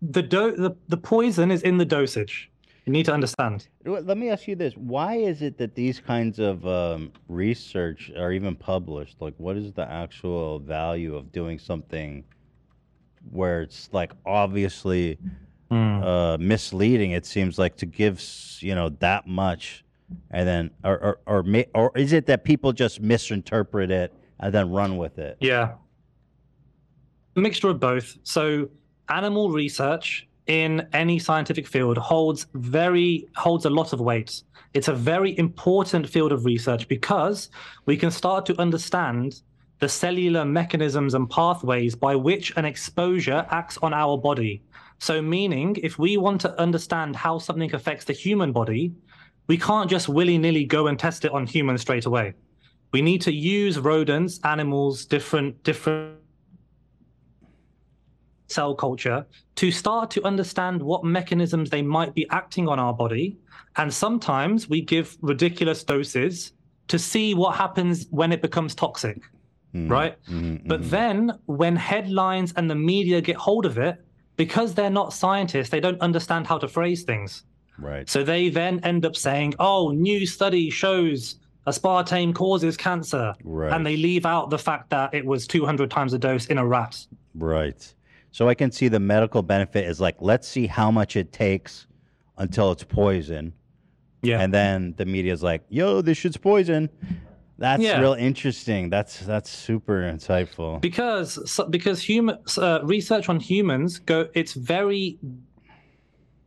the, do- the the poison is in the dosage you need to understand Let me ask you this: Why is it that these kinds of um, research are even published? Like, what is the actual value of doing something where it's like obviously uh, misleading? It seems like to give s- you know that much, and then or or or, ma- or is it that people just misinterpret it and then run with it? Yeah. A mixture of both. So animal research in any scientific field holds very holds a lot of weight. It's a very important field of research because we can start to understand the cellular mechanisms and pathways by which an exposure acts on our body. So meaning if we want to understand how something affects the human body, we can't just willy-nilly go and test it on humans straight away we need to use rodents animals different different cell culture to start to understand what mechanisms they might be acting on our body and sometimes we give ridiculous doses to see what happens when it becomes toxic Hmm. right Mm-hmm. but then when headlines and the media get hold of it because they're not scientists they don't understand how to phrase things Right. So they then end up saying, "Oh, new study shows aspartame causes cancer," Right. and they leave out the fact that it was 200 times a dose in a rat. Right. So I can see the medical benefit is like, let's see how much it takes until it's poison. Yeah. And then the media's like, yo, this shit's poison. That's Yeah. real interesting. That's that's super insightful. because so- because human uh, research on humans go it's very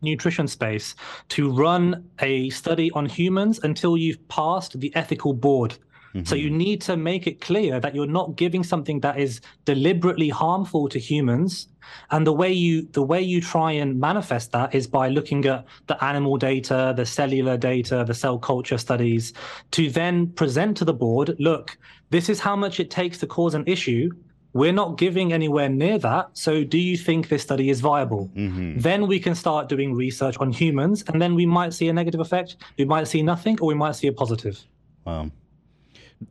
nutrition space to run a study on humans until you've passed the ethical board so you need to make it clear that you're not giving something that is deliberately harmful to humans and the way you the way you try and manifest that is by looking at the animal data the cellular data the cell culture studies to then present to the board look this is how much it takes to cause an issue we're not giving anywhere near that so do you think this study is viable Hmm. then we can start doing research on humans and then we might see a negative effect we might see nothing or we might see a positive Wow.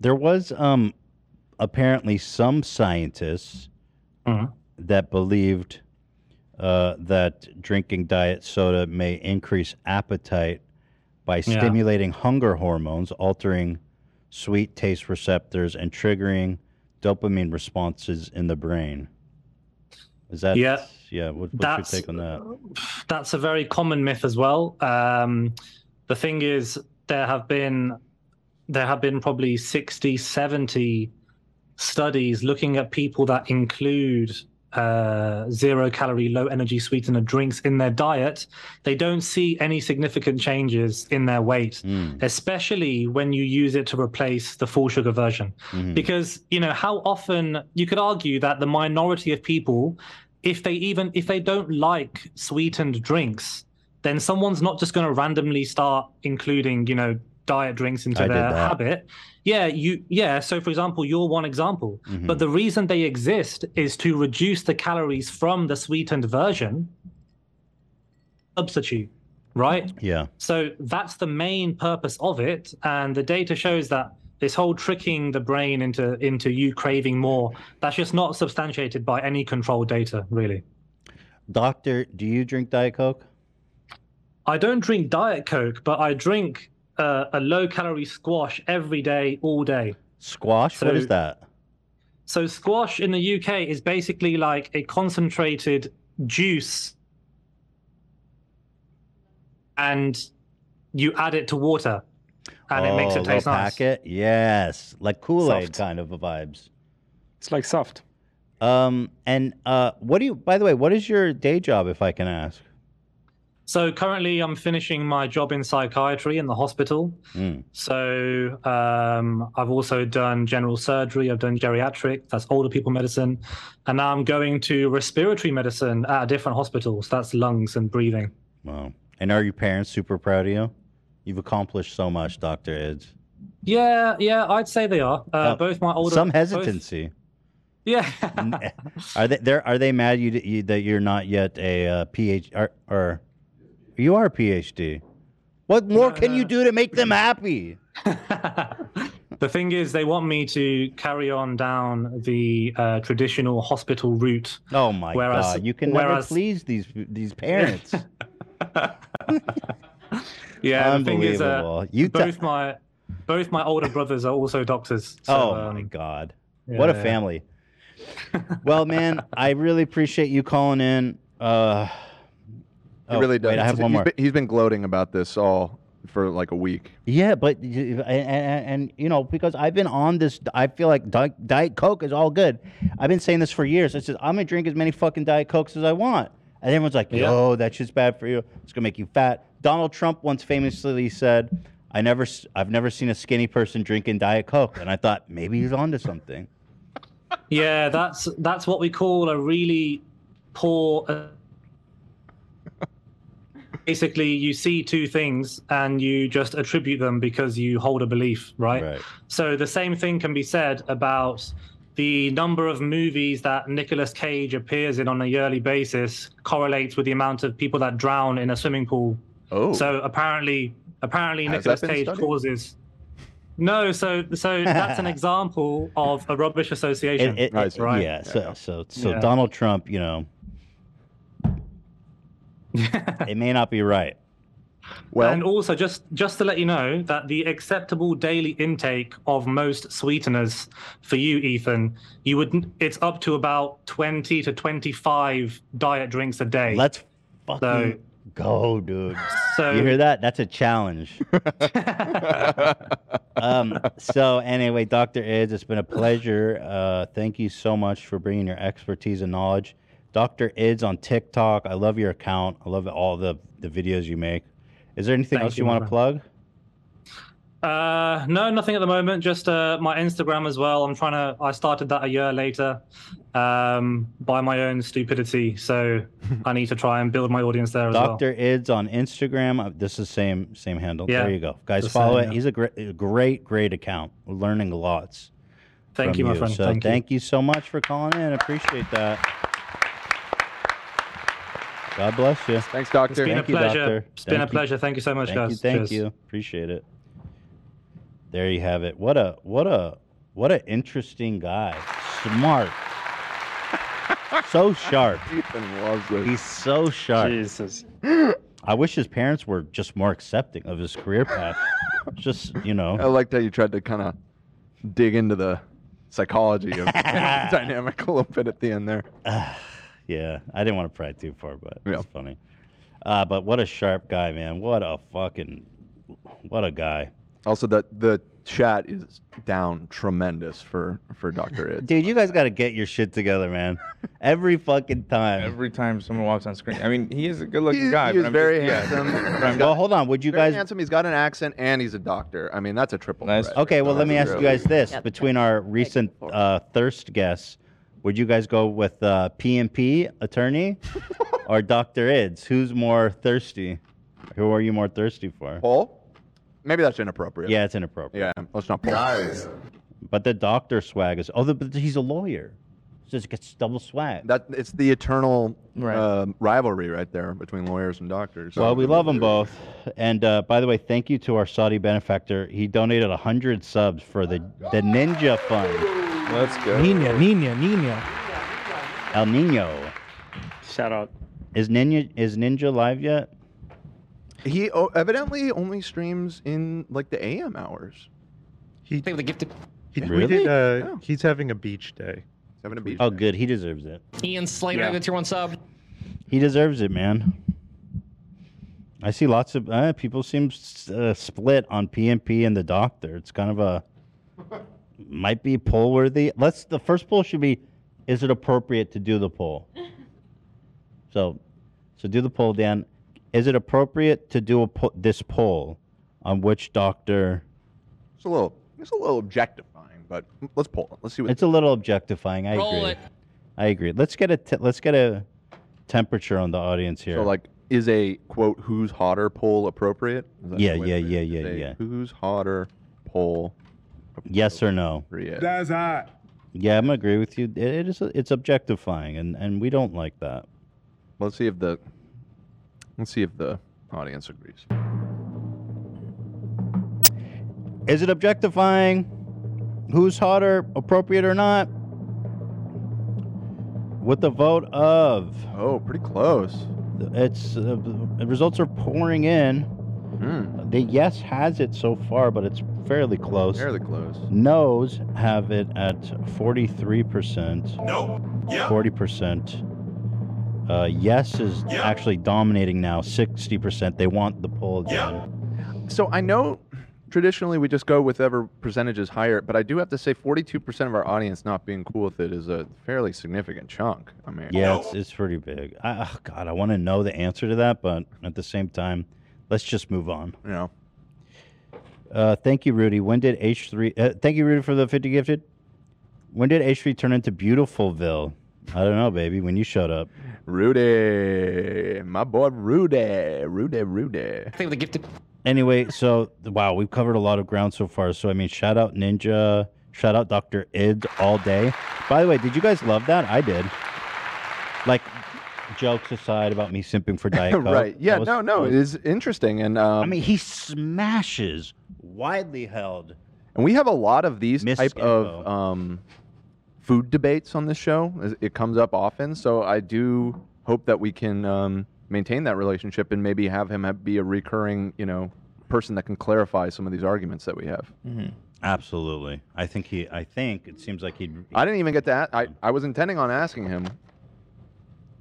There was um apparently some scientists Mm-hmm. that believed uh, that drinking diet soda may increase appetite by Yeah. stimulating hunger hormones, altering sweet taste receptors and triggering dopamine responses in the brain. Is that Yeah. Yeah. What, what's That's- uh, your take on that? that's a very common myth as well. Um, the thing is, there have been there have been probably 60, 70 studies looking at people that include uh, zero calorie, low energy sweetener drinks in their diet. They don't see any significant changes in their weight, especially when you use it to replace the full sugar version. Hmm. Because, you know, how often you could argue that the minority of people if they even if they don't like sweetened drinks, then someone's not just going to randomly start including, you know, diet drinks into I did their that. habit. Yeah, you yeah, so for example, you're one example, Mm-hmm. but the reason they exist is to reduce the calories from the sweetened version substitute, right? Yeah. So that's the main purpose of it, and the data shows that this whole tricking the brain into into you craving more that's just not substantiated by any control data, really. Doctor, do you drink Diet Coke? I don't drink diet coke, but I drink uh, a low calorie squash every day, all day. Squash? what is So- that? So squash in the UK is basically like a concentrated juice, and you add it to water, and it makes Oh, it taste little nice. Packet? Yes, like Kool Aid Soft. kind of a vibes. It's like soft. Um, and uh, what do you? By the way, what is your day job, if I can ask? So currently, I'm finishing my job in psychiatry in the hospital. Mm. So um, I've also done general surgery. I've done geriatric. That's older people medicine, and now I'm going to respiratory medicine at a different hospital. So that's lungs and breathing. Wow. And are your parents super proud of you? You've accomplished so much, Doctor Eds. Yeah, yeah, I'd say they are. Uh, Oh, both my older Some both- hesitancy. yeah. Are they? They're, are they mad you, you that you're not yet a uh, PhD or, or you are a PhD? What more can you do to make them happy? The thing is, they want me to carry on down the uh, traditional hospital route. Oh my God, you can never please these these parents. Yeah, the thing is, uh, Unbelievable. You ta- both my both my older brothers are also doctors. So, Oh um, my god. What a yeah. family. well, man, I really appreciate you calling in. Uh He oh, really does. Wait, I have He's one more. been- he's been gloating about this all for like a week. Yeah, but y- and, and, and you know because I've been on this, I feel like Di- Diet Coke is all good. I've been saying this for years. I said I'm gonna drink as many fucking Diet Cokes as I want, and everyone's like, Yeah. "Yo, that shit's bad for you. It's gonna make you fat." Donald Trump once famously said, "I never, s- I've never seen a skinny person drinking Diet Coke," and I thought maybe he's onto something. yeah, that's that's what we call a really poor. Uh, basically, you see two things and you just attribute them because you hold a belief, right? Right. So the same thing can be said about the number of movies that Nicolas Cage appears in on a yearly basis correlates with the amount of people that drown in a swimming pool. Oh. So apparently, apparently Has Nicolas that been Cage studied? causes. No, so so that's an example of a rubbish association. It- it- right? it- Yeah. So, so, so Yeah. Donald Trump, you know, it may not be right. Well- and also just just to let you know that the acceptable daily intake of most sweeteners for you, Ethan, you would it's up to about twenty to twenty five diet drinks a day. Let's fucking Go, dude. So- you hear that? That's a challenge. um, so anyway, Doctor Ids, it's been a pleasure. Uh, thank you so much for bringing your expertise and knowledge. Doctor Ids on TikTok. I love your account. I love all the the videos you make. Is there anything Thank else you, you, my want to plug? Uh, no, nothing at the moment. Just uh, my Instagram as well. I'm trying to. I started that a year later, um, by my own stupidity. So I need to try and build my audience there as Doctor Ids on Instagram. Uh, This is same same handle. Yeah. There you go, guys. The follow same, it. yeah. He's a great a great great account. We're learning lots. Thank from you, my friend. So Thank you. so much for calling in. Appreciate that. God bless you. Thanks, well. It's been a pleasure. It's been a pleasure. Thank you so much, thank guys. You, thank Cheers. you. Appreciate it. There you have it. What a what a what a interesting guy. Smart. so sharp. Ethan loves it. He's so sharp. Jesus. I wish his parents were just more accepting of his career path. just you know. I liked how you tried to kind of dig into the psychology of family dynamic a little bit at the end there. yeah, I didn't want to pry too far, but it's funny. Uh, but what a sharp guy, man. What a fucking, what a guy. Also, the the chat is down tremendous for for Doctor Id. Dude, you guys got to get your shit together, man. Every fucking time. Every time someone walks on screen. I mean, he is a good-looking guy. he but is I'm very just- yeah. handsome. But I'm- Well, hold on. Would you Very guys? handsome. He's got an accent and he's a doctor. I mean, that's a triple. threat. Okay, well, let me ask you guys this. Yeah, Between our recent uh, thirst guests, would you guys go with uh, PMP attorney or Dr. Ids? Who's more thirsty? Who are you more thirsty for? Paul? Maybe that's inappropriate. Yeah, it's inappropriate. Yeah, let's not Paul. Guys. But the doctor swag is. Oh, the, but he's a lawyer. So it gets double swag. That it's the eternal um, rivalry right there between lawyers and doctors. Well, we love them both. And uh, by the way, thank you to our Saudi benefactor. He donated 100 subs for the, the Ninja Fund. Let's go. Nina, Nina, Nina. El Nino. Shout out. Is Ninja is Ninja live yet? He o- Oh, evidently only streams in like the AM hours. He they were gifted. He, we Really? did, uh, He's having a beach day. He's having a beach. Oh, good. He deserves it. Ian Slater, Yeah. yeah. tier one sub. He deserves it, man. I see lots of uh, people seem s- uh, split on PMP and the doctor. It's kind of a might be poll worthy. Let's the first poll should be is it appropriate to do the poll? So, so do the poll, Dan. Is it appropriate to do a po- this poll on which doctor? It's a little it's a little objectifying, but let's pull. it. Let's see what It's a little objectifying. I Roll agree. it. I agree. Let's get a t- let's get a temperature on the audience here. So like, is a quote "Who's hotter" poll appropriate? Is that Yeah, the way yeah, to put it? yeah, Is yeah, a yeah. Who's hotter poll? yes or no? appropriate? That's hot. Yeah, I'm gonna agree with you. It, it is it's objectifying, and and we don't like that. Let's see if the let's see if the audience agrees. Is it objectifying? Who's hotter, appropriate or not? With the vote of oh, pretty close. It's uh, the results are pouring in. Hmm. The yes has it so far, but it's fairly close. Fairly close. No's have it at 43%. No. 40%. Uh, yes is actually dominating now, 60%. They want the poll again. So I know traditionally we just go with whatever percentage is higher, but I do have to say 42% of our audience not being cool with it is a fairly significant chunk. I mean, Yeah, it's, it's pretty big. I, oh God, I want to know the answer to that, but at the same time, let's just move on. Yeah. Uh, thank you, Rudy. When did H3? Uh, thank you, Rudy, for the 50 gifted. When did H3 turn into Beautifulville? I don't know, baby. When you showed up, Rudy, my boy, Rudy, Rudy, Rudy. They were gifted. Anyway, so wow, we've covered a lot of ground so far. So I mean, shout out Ninja, shout out Doctor Id all day. By the way, did you guys love that? I did. Like jokes aside about me simping for Diet Coke. right. Yeah, that was- no, no, that it was- is interesting. And um, I mean, he smashes widely held. And we have a lot of these type of um, food debates on this show. It- It comes up often, so I do hope that we can um, maintain that relationship and maybe have him have, be a recurring, you know, person that can clarify some of these arguments that we have. Mm-hmm. Absolutely. I think he. I think it seems like he'd. I didn't even get to. a- I I was intending on asking him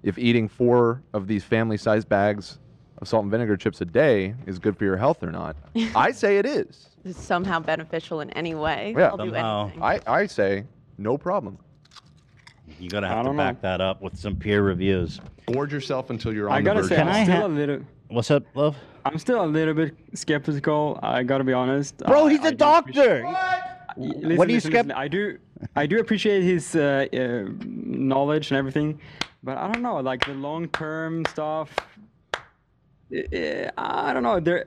if eating four of these family-sized bags of salt and vinegar chips a day is good for your health or not. I say it is. It's somehow beneficial in any way. Yeah. I'll do anything. I I say no problem. You gotta have to back that up with some peer reviews. Gorge yourself until you're on I the gotta verge. say, of I'm it. still a little. What's up, love? I'm still a little bit skeptical. I gotta be honest. Bro, I- he's I a do doctor. Y- What Listen, are you listen, skept- listen, I do, I do appreciate his uh, uh, knowledge and everything, but I don't know, like the long term stuff. eh, eh, I don't know. There,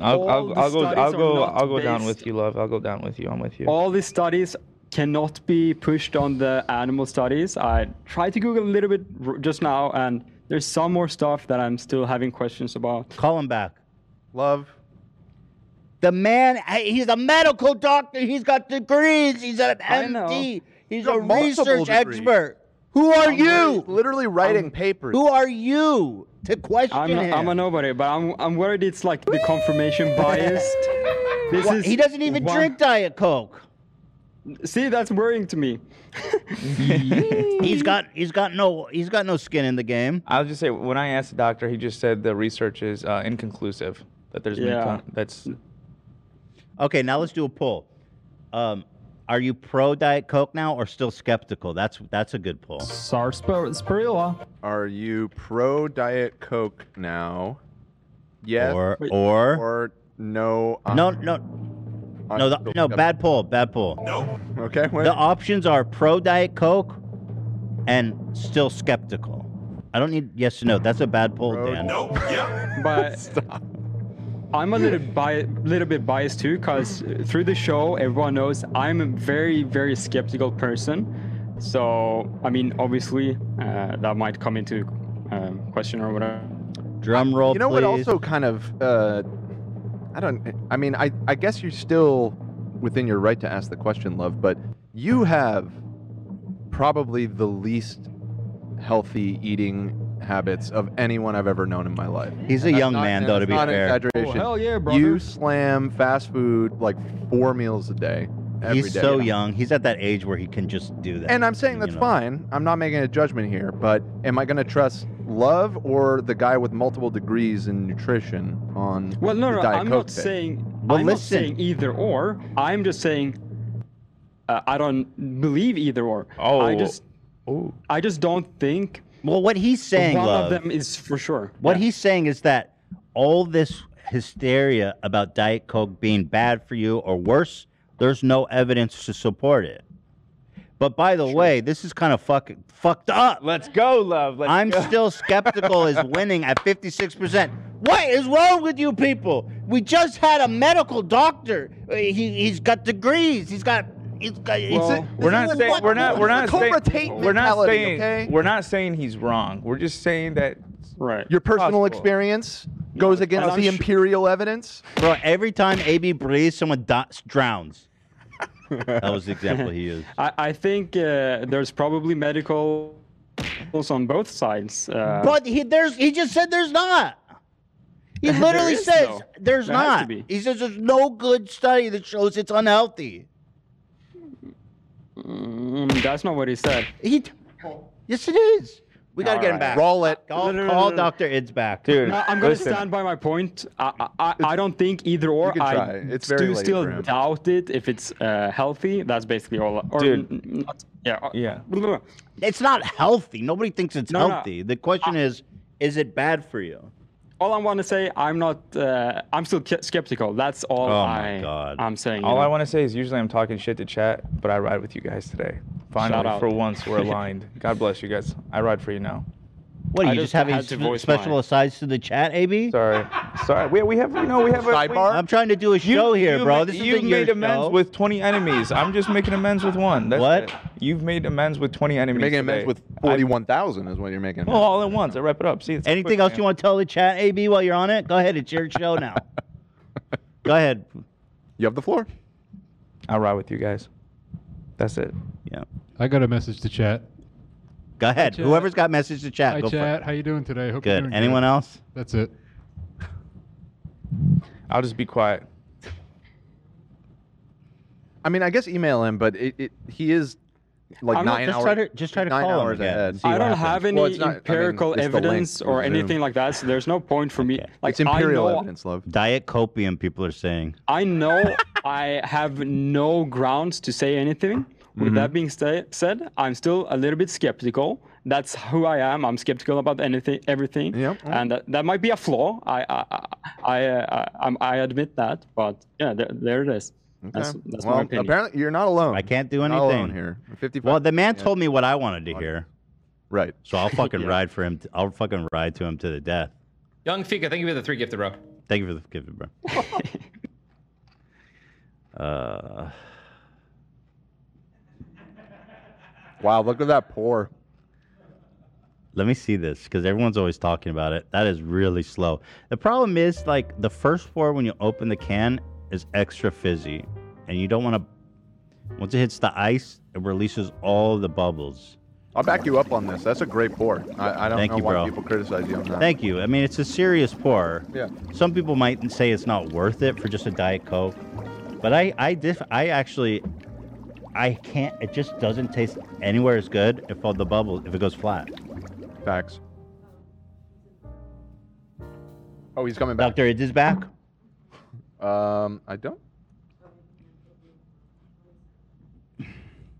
I'll, all I'll, the I'll go. studies I'll are go. not I'll go down based- with you, love. I'll go down with you. I'm with you. All these studies cannot be pushed on the animal studies. I tried to Google a little bit r- just now, and there's some more stuff that I'm still having questions about. Call him back. Love. The man, I- he's a medical doctor. He's got degrees. He's an I know. MD. He's Got a multiple research degrees. expert. Who are I'm you? literally- literally writing papers. Who are you to question I'm, him? I'm a nobody, but I'm, I'm worried it's like the confirmation bias. This Wha- is he doesn't even one- drink Diet Coke. See, that's worrying to me. he's got he's got no he's got no skin in the game. I'll just say when I asked the doctor, he just said the research is uh, inconclusive. That there's been Yeah. con- that's Okay, now let's do a poll. Um, are you pro Diet Coke now or still skeptical? That's that's a good poll. Sarsaparilla. Are you pro Diet Coke now? Yes. Or- or- or no. No, I'm- no, I no, the, don't no. think I'm- Bad poll, bad poll. No. Okay. wait. The options are pro Diet Coke and still skeptical. I don't need yes or no. That's a bad poll, Dan. No. but I'm a little bi- little bit biased too, because through the show, everyone knows I'm a very, very skeptical person. So, I mean, obviously, uh, that might come into um, question or whatever. Drum roll, you know what also kind of uh, i don't i mean I, I guess you're still within your right to ask the question love but you have probably the least healthy eating habits of anyone i've ever known in my life He's a And that's young not- man, and though, to that's be not an fair. exaggeration. Oh, hell yeah, you brother. slam fast food like four meals a day every He's day. so young. He's at that age where he can just do that. And I'm saying that's fine. I'm not making a judgment here, but am I going to trust love or the guy with multiple degrees in nutrition on Well, no, the no, Diet I'm Coke not thing? saying. Well, I'm listen. not saying either or. I'm just saying. Uh, I don't believe either or. Oh. I just. I just don't think. Oh. Well, what he's saying, One love, of them is for sure. What Yeah. he's saying is that all this hysteria about Diet Coke being bad for you or worse, there's no evidence to support it. But by the way, this is kind of fucking fucked up. Let's go, love. Let's I'm go. still skeptical is winning at 56%. What is wrong with you people? We just had a medical doctor. Uh, He, he's got degrees. He's got. He's got it's Well, a- we're this not is saying what- we're not we're not it's a saying Cobra Tate we're not mentality, saying okay? we're not saying he's wrong. We're just saying that right. Your personal experience goes against I'm the sure- imperial evidence. Bro, every time AB breathes, someone di- drowns. That was the example he used. I, I think uh, there's probably medicals on both sides. Uh, But he there's he just said there's not. He There literally is, says though. there's There has to not. be. He says there's no good study that shows it's unhealthy. mm, that's not what he said. He, yes, it is. We gotta get him Alright. back. Roll it. Call, No, no, no, call no, no. Doctor Ids back, dude. No, I'm gonna listen. stand by my point. I I, I, I don't think either or. can I try. It's very do late still for him. doubt it if it's uh, healthy. That's basically all. Or Dude. n- n- not- yeah. uh, Yeah. It's not healthy. Nobody thinks it's No, no. healthy. The question is, is it bad for you? All I want to say, I'm not. Uh, I'm still ke- skeptical. That's all Oh my I. God. I'm saying. you All I know. want to say is usually I'm talking shit to chat, but I ride with you guys today. Shout Finally, out. for once, we're aligned. God bless you guys. I ride for you now. What are I you just just, having had to spe- voice special mine. asides to the chat, AB? Sorry, sorry. We, we have you know we have a we- I'm trying to do a show here, you bro. ma- this you've isn't made your amends show. with 20 enemies. I'm just making amends with one. That's What? it. You've made amends with 20 enemies. making amends today. with forty-one thousand is what you're making. Well, all at once. I wrap it up. See, it's Anything quick, else man. you want to tell the chat, AB, while you're on it? Go ahead. It's your show now. Go ahead. You have the floor. I'll ride with you guys. That's it. Yeah. I got a message to chat. Go ahead. chat. Whoever's got message to chat, Hi, go chat. for How you doing today? it. Hope You're Good. doing Anyone else? That's it. I'll just be quiet. I mean, I guess email him, but it, it he is like I'm not- nine just hours. try to- just try to nine call him hours again, ahead. I don't have any Well, it's not- I mean, empirical it's the link evidence to or Zoom. anything like that, so there's no point for me. Like It's imperial I know, evidence, love. Diet copium, people are saying. I know I have no grounds to say anything. With Mhm. Mm-hmm. that being sta- said, I'm still a little bit skeptical. That's who I am. I'm skeptical about anything, everything, and that, that might be a flaw. I I I I, uh, I, I'm- I admit that, but yeah, there, there it is. That's, that's well, my opinion. apparently you're not alone. I can't do anything Not alone here. 55 Well, the man yeah. told me what I wanted to hear. Right. So I'll fucking Yeah. ride for him. i I'll fucking ride to him to the death. Young Fika, thank you for the three gifted, bro. Thank you for the gift, bro. uh, wow, look at that pour. Let me see this because everyone's always talking about it. That is really slow. The problem is, like, the first pour when you open the can is extra fizzy, and you don't want to. Once it hits the ice, it releases all the bubbles. I'll back you up on this. That's a great pour. I, I don't Thank know you, why bro. people criticize you on that. Thank you. I mean, it's a serious pour. Yeah. Some people might say it's not worth it for just a diet coke, but I, I diff, I actually, I can't. It just doesn't taste anywhere as good if all the bubbles, if it goes flat. Facts. Oh, he's coming back. Doctor, it is back. Um, I don't.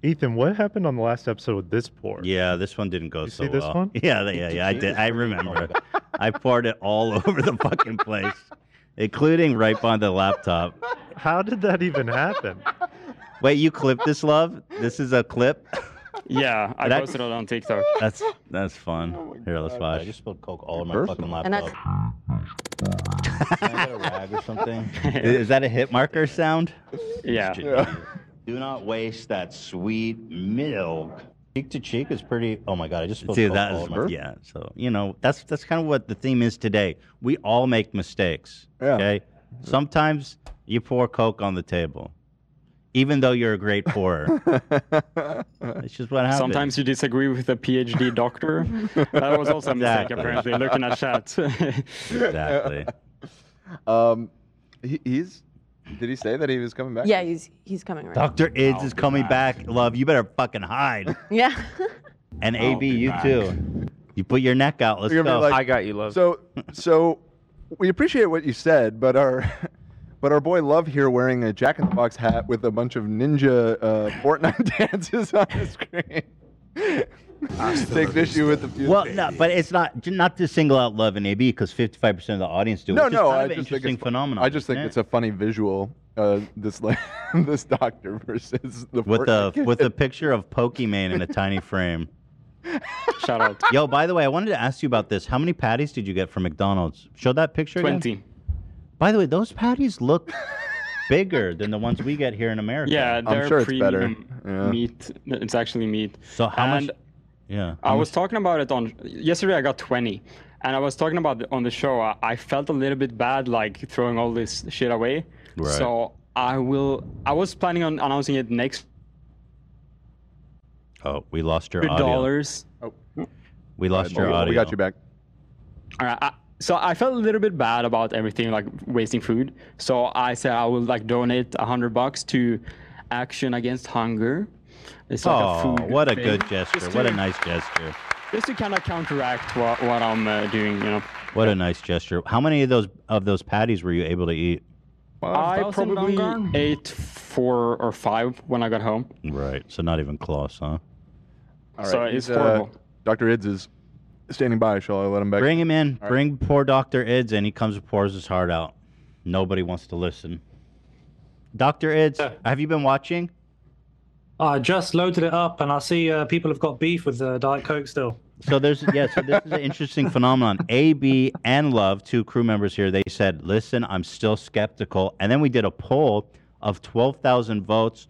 Ethan, what happened on the last episode with this pour? Yeah, this one didn't go so see this well. one? Yeah, th- yeah, yeah. I did. I remember. I poured it all over the fucking place, including right by the laptop. How did that even happen? Wait, you clipped this, love? This is a clip. Yeah, I That- posted it on TikTok. That's that's fun. Here, let's watch. I just spilled coke all over my fucking And that's laptop. Can I get a rag or something? Is that a hit marker sound? Yeah. Do not waste that sweet milk. Cheek to cheek is pretty. Oh my god, I just spilled Dude, coke that all is over my- burp. yeah. So you know that's that's kind of what the theme is today. We all make mistakes. Yeah. Okay. Sometimes you pour coke on the table, even though you're a great pourer. it's just what happens. Sometimes you disagree with a PhD doctor. that was also a mistake, Exactly. apparently. Looking at chat. exactly. Um, he, he's. Did he say that he was coming back? Yeah, he's he's coming right. Doctor Ids I'll is be coming back. Love, you better fucking hide. Yeah. And I'll AB, be you back. too. You put your neck out. Let's You're gonna go. be like- So, so we appreciate what you said, but our, but our boy Love here wearing a Jack in the Box hat with a bunch of ninja uh, Fortnite dances on his screen. Takes issue with the few. Well, no, but it's not j- not to single out love and AB because 55% of the audience do. no, which is no, kind I of just an think interesting it's fu- phenomenon. I just think isn't it's a funny visual. Uh, this like this doctor versus the it? with the Fortnite with the kid. picture of Pokemon in a tiny frame. Shout out. Yo, by the way, I wanted to ask you about this. How many patties did you get from McDonald's? Show that picture. again. 20. By the way, those patties look bigger than the ones we get here in America. Yeah, they're premium meat. It's actually meat. So how much- and Yeah. I was talking about it on yesterday. I got 20, and I was talking about it on the show. I, I felt a little bit bad, like throwing all this shit away. Right. So I will. I was planning on announcing it next Oh, we lost your hundred audio. dollars. We lost Well, your audio. We got you back. All right. I, so I felt a little bit bad about everything, like wasting food. So I said I will like donate a hundred bucks to Action Against Hunger. It's like a oh, food what a thing. good gesture! Just What a to- nice gesture! Just to kind of counteract what, what I'm uh, doing, you know. What a nice gesture! How many of those of those patties were you able to eat? I probably ate four or five when I got home. Right, so not even close, huh? All So he's, it's horrible. Dr. Ids is standing by. Shall I let him back? Bring him in. All right. Bring poor Doctor Ids, and he comes and pours his heart out. Nobody wants to listen. Doctor Ids, have you been watching? I just loaded it up, and I see uh, people have got beef with uh, Diet Coke still. So there's yeah. So this is an interesting phenomenon. A, B, and Love, two crew members here. They said, "Listen, I'm still skeptical." And then we did a poll of 12,000 votes.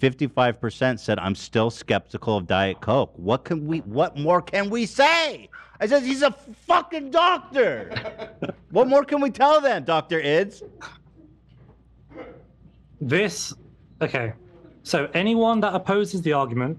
55% said, "I'm still skeptical of Diet Coke." What can we? What more can we say? I said, "He's a fucking doctor." what more can we tell them, Doctor Ids? This, okay. So anyone that opposes the argument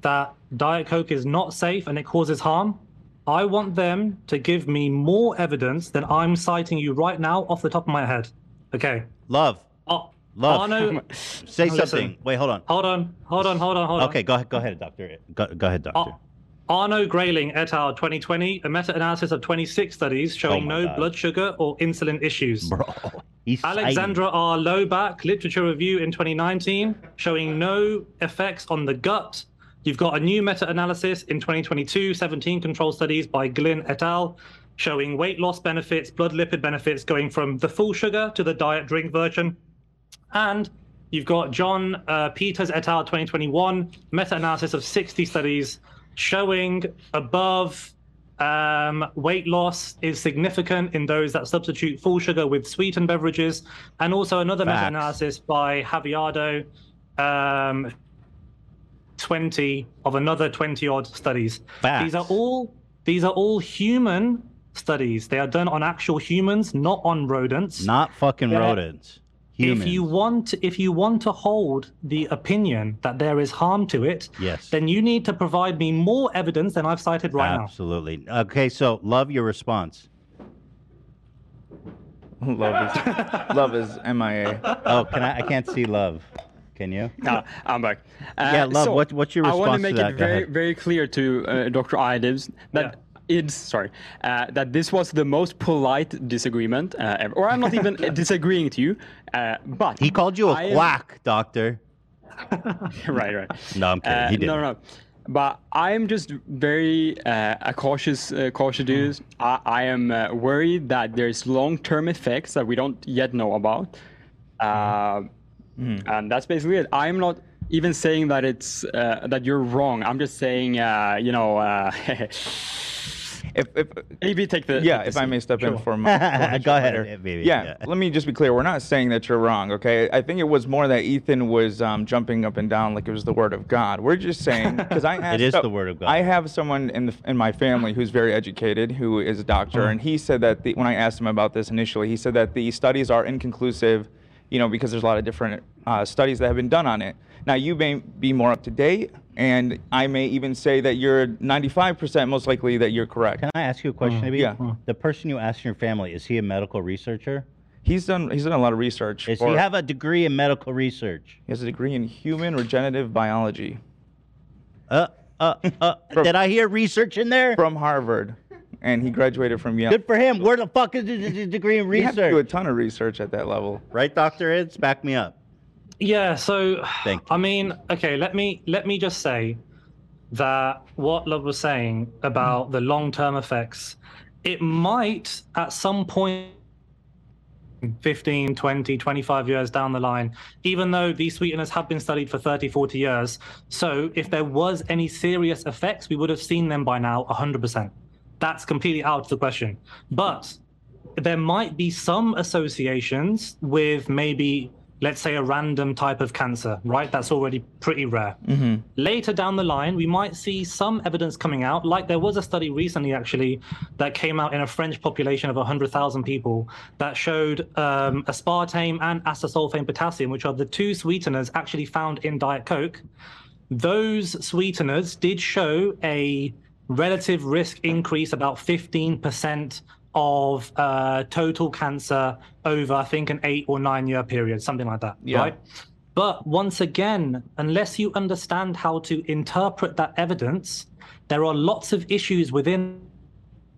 that Diet Coke is not safe and it causes harm. I want them to give me more evidence than I'm citing you right now off the top of my head. Okay. Love. Oh, Love. Arno, Say Listen. something. Wait, hold on. Hold on. Hold on. Hold on. Hold on. Okay, go ahead. Go ahead, doctor. Go, go ahead, doctor. Arno Grayling et al. 2020, a meta analysis of 26 studies showing Oh my no God. blood sugar or insulin issues. He's Alexandra R. Loback, literature review in 2019, showing no effects on the gut. You've got a new meta analysis in 2022, 17 control studies by Glynn et al. showing weight loss benefits, blood lipid benefits going from the full sugar to the diet drink version. And you've got John uh, Peters et al. 2021 meta analysis of 60 studies showing above um, weight loss is significant in those that substitute full sugar with sweetened beverages. And also another meta Facts. analysis by Javiardo um, 20 of another 20 odd studies. These are all these are all human studies. They are done on actual humans, not on rodents. Not fucking Yeah. rodents. Humans. If you want, if you want to hold the opinion that there is harm to it, Yes. then you need to provide me more evidence than I've cited right now. Absolutely. Okay, so love your response. love is love is MIA. Oh, can I? I can't see love. Can you? No, I'm back. Uh, yeah, love. so what, what's your response I want to make that? it Go very, ahead. very clear to uh, Dr. Idibs that it's sorry uh, that this was the most polite disagreement uh, ever. Or I'm not even disagreeing to you, uh, but he called you a I am- quack, doctor. right, right. No, I'm kidding. Uh, he did. No, no, no. But I'm just very uh, a cautious, uh, cautious Hmm. dude. I, I am uh, worried that there's long-term effects that we don't yet know about, Hmm. uh, Mm. and that's basically it. I'm not even saying that it's uh, that you're wrong. I'm just saying, uh, you know, uh, if, if maybe take the yeah, take the if I may seat. step in Sure. for a moment. Go ahead, Sure. baby. Yeah, let me just be clear. We're not saying that you're wrong, okay? I think it was more that Ethan was um, jumping up and down like it was the word of God. We're just saying because I asked, is the word of God. I have someone in the, in my family who's very educated, who is a doctor, Uh-huh. and he said that the, when I asked him about this initially, he said that the studies are inconclusive, you know, because there's a lot of different uh, studies that have been done on it. Now you may be more up to date, and I may even say that you're 95% most likely that you're correct. Can I ask you a question, maybe? Mm, Yeah. Mm. The person you asked in your family is he a medical researcher? He's done. He's done a lot of research. Does for- he have a degree in medical research? He has a degree in human regenerative biology. Uh, uh, uh, did I hear research in there? From Harvard, and he graduated from Yale. Good for him. Where the fuck is his his degree in You have to do a research? ton of research at that level. Right, Doctor Ids, back me up. Yeah. So, Thank I mean, okay. Let me let me just say that what Love was saying about the long-term effects, it might at some point 15, 20, 25 years down the line, even though these sweeteners have been studied for 30, 40 years. So if there was any serious effects, we would have seen them by now 100%. That's completely out of the question. But there might be some associations with maybe, let's say, a random type of cancer, right? That's already pretty rare. Mm-hmm. Later down the line, we might see some evidence coming out. Like there was a study recently, actually, that came out in a French population of 100,000 people that showed um, aspartame and acesulfame potassium, which are the two sweeteners actually found in Diet Coke. Those sweeteners did show a relative risk increase about 15% of uh, total cancer over, I think, an eight or nine year period, something like that. Yeah. Right? But once again, unless you understand how to interpret that evidence, there are lots of issues within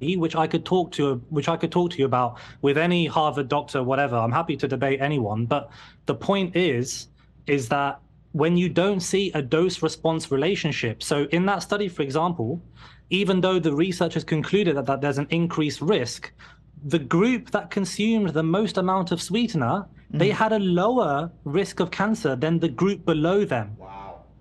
which I could talk to which I could talk to you about with any Harvard doctor, whatever. I'm happy to debate anyone. But the point is, is that when you don't see a dose response relationship, so in that study, for example, even though the researchers concluded that, that there's an increased risk, the group that consumed the most amount of sweetener, they had a lower risk of cancer than the group below them.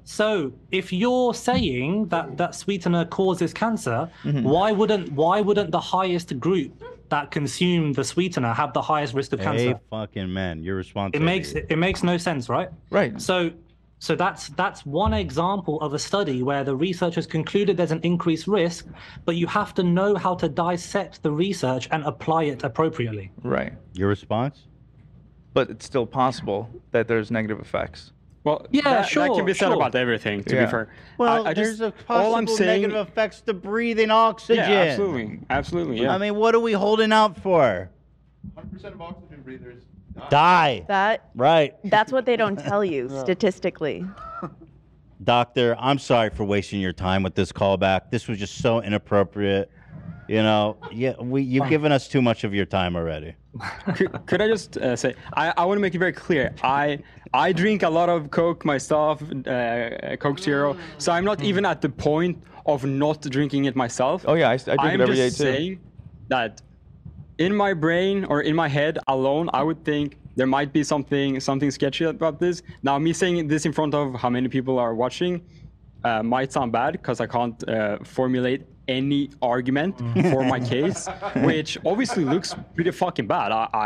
So if you're saying that that sweetener causes cancer, Mhm. why wouldn't why wouldn't the highest group that consume the sweetener have the highest risk of Hey, cancer? fucking man, your response. It makes it, it makes no sense, right? Right. So so that's that's one example of a study where the researchers concluded there's an increased risk, but you have to know how to dissect the research and apply it appropriately. Right. Your response? But it's still possible that there's negative effects. Well, Yeah, that, that sure, can be said sure. about everything. To Yeah. be fair, Well, I, I just, there's a all possible I'm saying, negative effects to breathing oxygen. yeah, absolutely, absolutely, yeah. I mean, what are we holding out for? 100% of oxygen breathers. Die. That Right. that's what they don't tell you Yeah. statistically. Doctor, I'm sorry for wasting your time with this callback. This was just so inappropriate. You know, yeah, we you've given us too much of your time already. could, could I just uh, say I, I want to make it very clear I I drink a lot of Coke myself, uh, Coke Ah. Zero, so I'm not even at the point of not drinking it myself. Mm. Oh yeah, I, I drink I'm it every day just too. saying that in my brain or in my head alone, I would think there might be something something sketchy about this. Now, me saying this in front of how many people are watching uh, might sound bad because I can't uh, formulate any argument for my case, which obviously looks pretty fucking bad. I I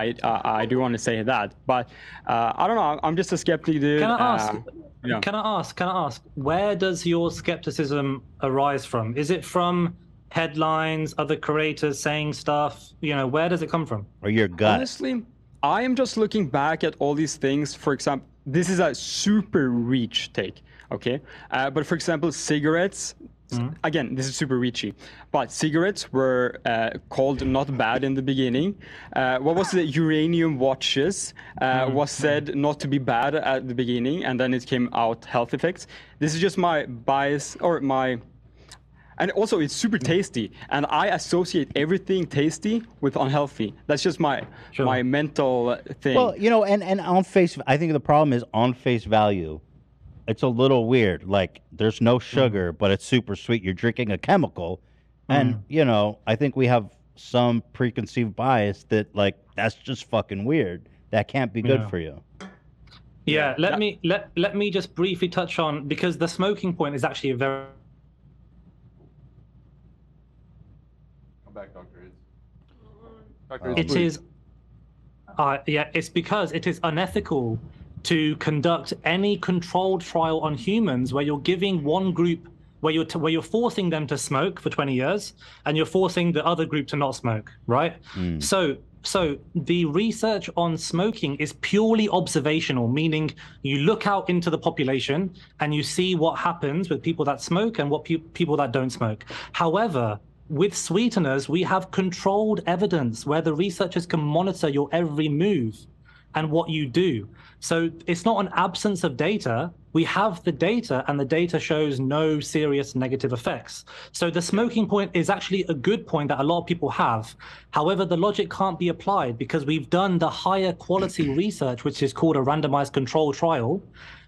I, I, I do want to say that, but uh, I don't know. I'm just a skeptic, dude. Can I ask? Uh, yeah. Can I ask? Can I ask? Where does your skepticism arise from? Is it from headlines, other creators saying stuff? You know, where does it come from? Or your gut. Honestly, I am just looking back at all these things. For example, this is a super reach take, okay? Uh, but for example, cigarettes. s- Mm-hmm. Again, this is super reachy, but cigarettes were uh, called not bad in the beginning. Uh, what was the uranium watches Mm-hmm. uh, was said not to be bad at the beginning, and then it came out health effects. This is just my bias or my and also, it's super Hmm. tasty, and I associate everything tasty with unhealthy. That's just my my mental thing. Well, you know, and, and on face, I think the problem is on face value, it's a little weird. Like, there's no sugar, but it's super sweet. You're drinking a chemical. And, you know, I think we have some preconceived bias that, like, that's just fucking weird. That can't be good Yeah. for you. Yeah, let me let let me just briefly touch on because the smoking point is actually a very Come back, Doctor. It's- Doctor, Oh. it's it blue. is uh, yeah it's because it is unethical to conduct any controlled trial on humans where you're giving one group where you're t- where you're forcing them to smoke for 20 years and you're forcing the other group to not smoke right so so the research on smoking is purely observational meaning you look out into the population and you see what happens with people that smoke and what pe- people that don't smoke however with sweeteners, we have controlled evidence where the researchers can monitor your every move and what you do. So it's not an absence of data. We have the data, and the data shows no serious negative effects. So the smoking point is actually a good point that a lot of people have. However, the logic can't be applied because we've done the higher quality research, which is called a randomized control trial,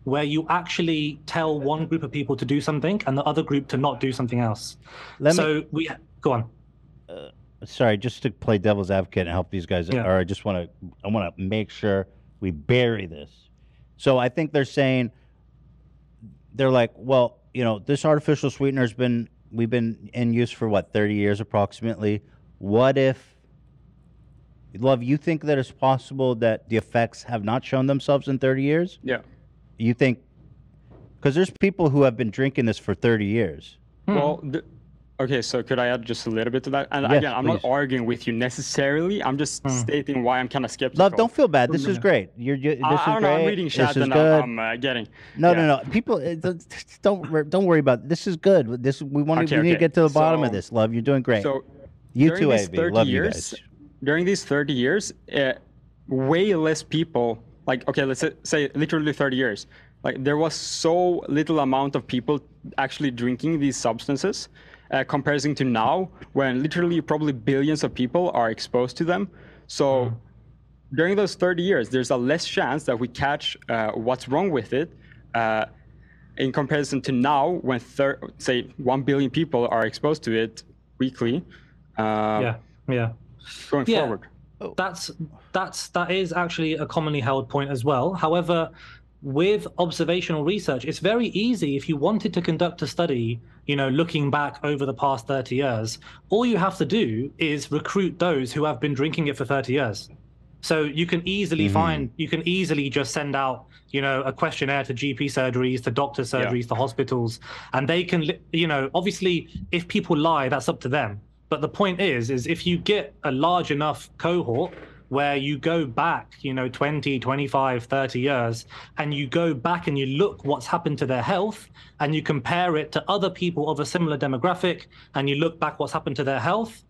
where you actually tell one group of people to do something and the other group to not do something else. Let me- so we go on. Uh, Sorry, just to play devil's advocate and help these guys, Yeah. or I just want to, I want to make sure we bury this. So I think they're saying, they're like, well, you know, this artificial sweetener's been we've been in use for what thirty years approximately. What if, love, you think that it's possible that the effects have not shown themselves in thirty years? Yeah. You think, because there's people who have been drinking this for thirty years. Well, the, okay, so could I add just a little bit to that? And Yes, again, I'm not please. Hmm. arguing with you necessarily. I'm just stating why I'm kind of skeptical. Love, don't feel bad. This is great. You're, you this I, is I don't know. great. I'm reading this chat is and good. I'm, I'm uh, getting. No, yeah. no, no. People, uh, don't- don't wor- don't worry about it. this. Is good. This we want. Okay, we need okay. to get to the bottom of So- this. Love, you're doing great. So you during too, these AB. Love you years, guys. During these 30 years, uh, way less people, like, okay, let's say, say literally 30 years, like, there was so little amount of people actually drinking these substances uh, comparison to now, when literally probably billions of people are exposed to them. So Mm-hmm. during those 30 years, there's a less chance that we catch uh, what's wrong with it. Uh, in comparison to now, when thir- say 1 billion people are exposed to it weekly, uh, yeah, yeah. going Yeah. forward. That's that's that is actually a commonly held point as well. However, with observational research, it's very easy if you wanted to conduct a study, you know, looking back over the past 30 years, all you have to do is recruit those who have been drinking it for 30 years. So you can easily find you can easily just send out, you know, a questionnaire to GP surgeries, to doctor surgeries, to hospitals, and they can li- you know, obviously if people lie, that's up to them. But the point is, is if you get a large enough cohort where you go back, you know, 20, 25, 30 years, and you go back and you look what's happened to their health and you compare it to other people of a similar demographic and you look back what's happened to their health.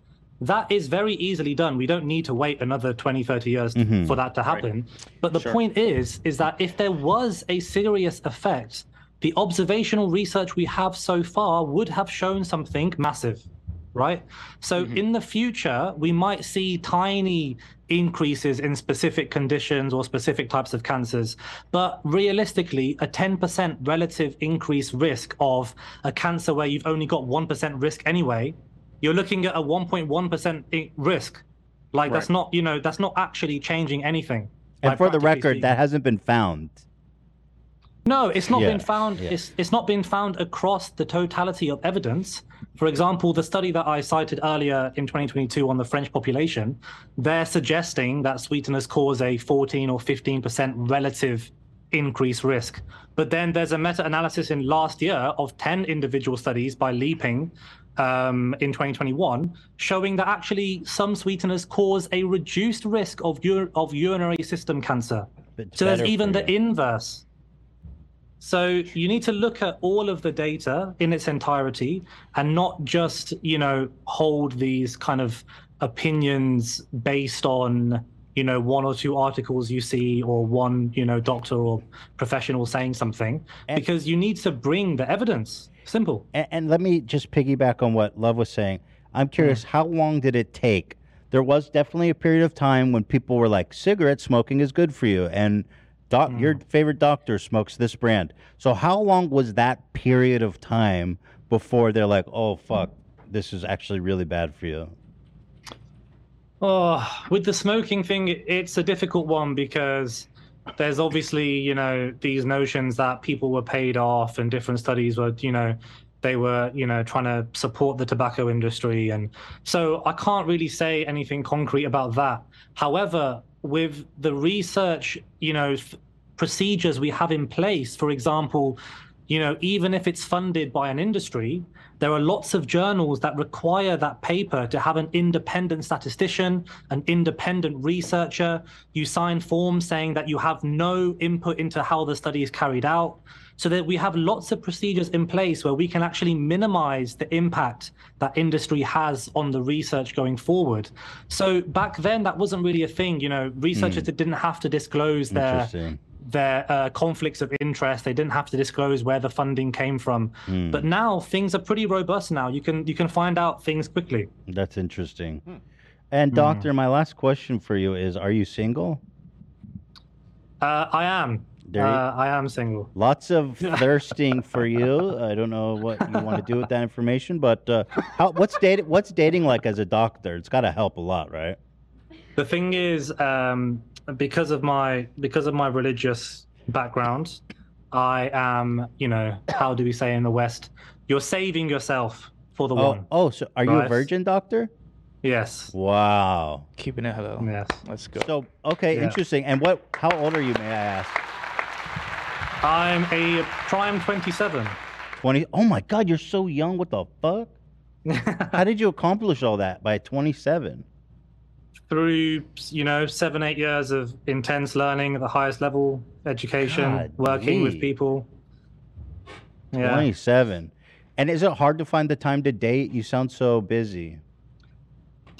That is very easily done. We don't need to wait another 20, 30 years Mhm. for that to happen. But the Sure. point is, is that if there was a serious effect, the observational research we have so far would have shown something massive right? So in the future, we might see tiny increases in specific conditions or specific types of cancers, but realistically, a 10% relative increase risk of a cancer where you've only got 1% risk anyway, you're looking at a 1.1% i- risk. Like that's Right. not, you know, that's not actually changing anything. And like, for the practically record, that speaking. hasn't been found. No, it's not Yeah, been found. yeah. It's it's not been found across the totality of evidence. For example, the study that I cited earlier in 2022 on the French population, they're suggesting that sweeteners cause a 14 or 15 percent relative increased risk. But then there's a meta-analysis in last year of 10 individual studies by Leaping um, in 2021 showing that actually some sweeteners cause a reduced risk of ur- of urinary system cancer. so there's better even for the inverse. So you need to look at all of the data in its entirety and not just, you know, hold these kind of opinions based on, you know, one or two articles you see or one, you know, doctor or professional saying something because you need to bring the evidence. Simple. And, and let me just piggyback on what Love was saying. Mm. I'm curious, how long did it take? There was definitely a period of time when people were like, cigarette smoking is good for you, and doc- Mm. your favorite doctor smokes this brand. So, how long was that period of time before they're like, oh, fuck, this is actually really bad for you? Oh, with the smoking thing, it's a difficult one because there's obviously, you know, these notions that people were paid off and different studies were, you know, they were, you know, trying to support the tobacco industry. And so I can't really say anything concrete about that. However, with the research, you know, f- procedures we have in place, for example, you know, even if it's funded by an industry, there are lots of journals that require that paper to have an independent statistician, an independent researcher. You sign forms saying that you have no input into how the study is carried out. So that we have lots of procedures in place where we can actually minimize the impact that industry has on the research going forward. So back then, that wasn't really a thing. You know, researchers didn't have to disclose their Interesting. their uh, conflicts of interest. They didn't have to disclose where the funding came from. Hmm. But now things are pretty robust. Now you can you can find out things quickly. That's interesting. And, doctor, my last question for you is Are you single? Uh, I am. There you- uh, I am single. Lots of thirsting for you. I don't know what you want to do with that information, but uh, how, what's dating? What's dating like as a doctor? It's got to help a lot, right? The thing is, um, because of my because of my religious background, I am you know how do we say in the West? You're saving yourself for the oh, one. oh, so are you a Right. virgin, doctor? Yes. Wow. Keeping it hello. Yes. Let's go. So okay, Yeah. interesting. And what? How old are you, may I ask? I'm a prime 27. Twenty. Oh my God, you're so young. What the fuck? how did you accomplish all that by twenty-seven? through you know seven eight years of intense learning at the highest level education God, working gee. with people yeah 27. And is it hard to find the time to date? You sound so busy.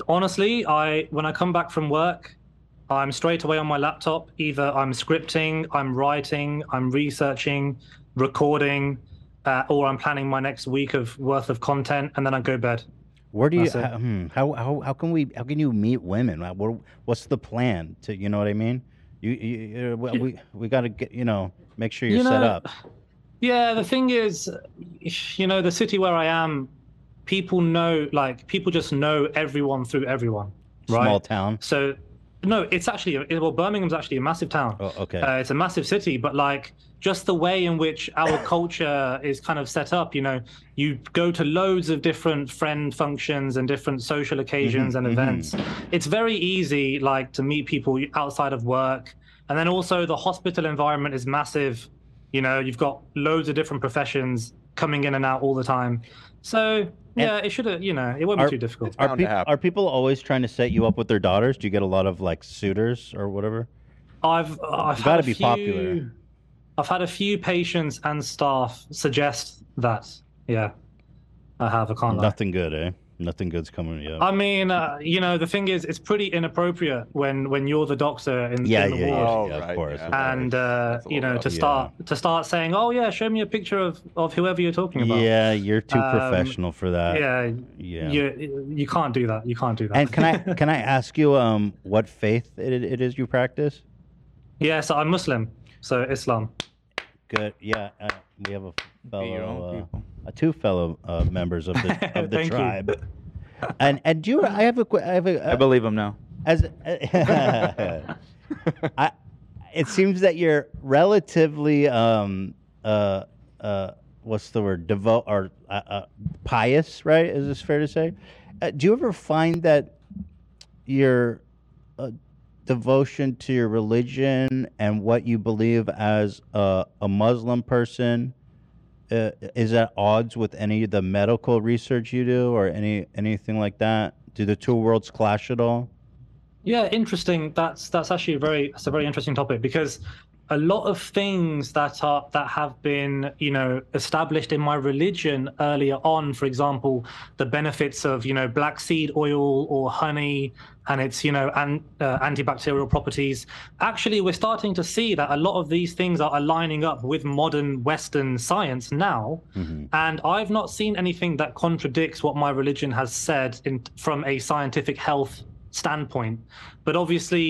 honestly i when i come back from work i'm straight away on my laptop either i'm scripting i'm writing i'm researching recording uh, or i'm planning my next week of worth of content and then i go to bed Where do you? That's it. How, hmm, how how how can we? How can you meet women? Like, What, what's the plan? To you know what I mean? You, you, you we- we we got to get you know make sure you're You set know- up. Yeah, the thing is, you know, the city where I am, people know, like, people just know everyone through everyone. Right? Small town. So, no, it's actually, a- well, Birmingham's actually a massive town. Oh, okay. Uh, it's a massive city, but like, just the way in which our culture is kind of set up, you know, you go to loads of different friend functions and different social occasions Mm-hmm, Mhm, and events. It's very easy, like, to meet people outside of work. And then also, the hospital environment is massive you know you've got loads of different professions coming in and out all the time. So yeah, it should have. You know, it won't be too difficult. Are, peop- are people always trying to set you up with their daughters? Do you get a lot of like suitors or whatever? I've uh, I've You got gotta to be popular. I've had a few patients and staff suggest that. Yeah, I have. I can't. Lie. Nothing good, eh? Nothing good's coming. Yeah. I mean, uh, you know, the thing is, it's pretty inappropriate when when you're the doctor in, Yeah, in the yeah, yeah, ward, yeah, of Right, course, yeah. of and uh, you know, to rough. start to start saying, "Oh yeah, show me a picture of of whoever you're talking about." yeah, you're too Um, professional for that. yeah, Yeah. You you can't do that. You can't do that. And can I can I ask you um what faith it, it is you practice? yeah, so I'm Muslim, so Islam. Good. Yeah, uh, we have a your fellow, own uh, uh, two fellow uh, members of the of the Thank you. tribe. And and do you, I have a que- I have a I believe him now. as uh, I, it seems that you're relatively um uh uh what's the word devout or uh, uh, pious right is this fair to say uh, do you ever find that your uh, devotion to your religion and what you believe as a, a muslim person uh, is at odds with any of the medical research you do or any anything like that do the two worlds clash at all Yeah, interesting. That's that's actually a very that's a very interesting topic because a lot of things that are that have been you know established in my religion earlier on, for example, the benefits of you know black seed oil or honey and its you know an, uh, antibacterial properties. Actually, we're starting to see that a lot of these things are aligning up with modern Western science now. Mm-hmm, And I've not seen anything that contradicts what my religion has said in, from a scientific health standpoint. But obviously,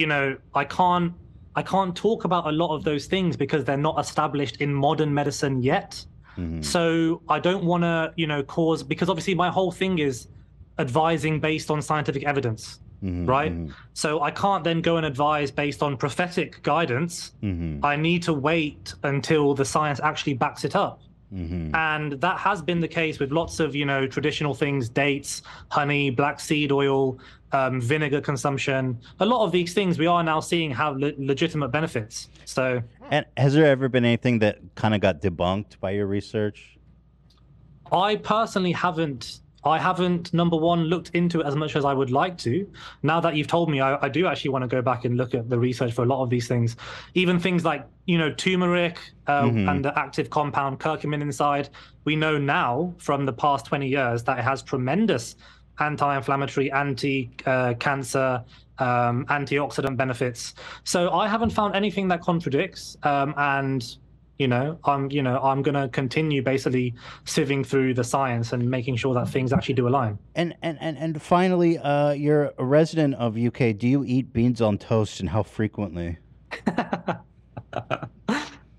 you know, I can't I can't talk about a lot of those things because they're not established in modern medicine yet. mm-hmm, Hmm. So I don't want to, you know, cause because obviously my whole thing is advising based on scientific evidence, right? So I can't then go and advise based on prophetic guidance. mm-hmm, Hmm. I need to wait until the science actually backs it up. Mm. mm-hmm. And that has been the case with lots of, you know, traditional things, dates, honey, black seed oil, um, vinegar consumption. A lot of these things we are now seeing have le- legitimate benefits. So And has there ever been anything that kind of got debunked by your research? I personally haven't. I haven't number one looked into it as much as I would like to. Now that you've told me, I, I do actually want to go back and look at the research for a lot of these things, even things like you know turmeric uh, Mhm. and the active compound curcumin inside. We know now from the past twenty years that it has tremendous anti-inflammatory, anti-cancer, um, antioxidant benefits. So I haven't found anything that contradicts, um, and you know i'm you know i'm going to continue basically sieving through the science and making sure that things actually do align And and and, and finally, uh, you're a resident of UK. Do you eat beans on toast, and how frequently?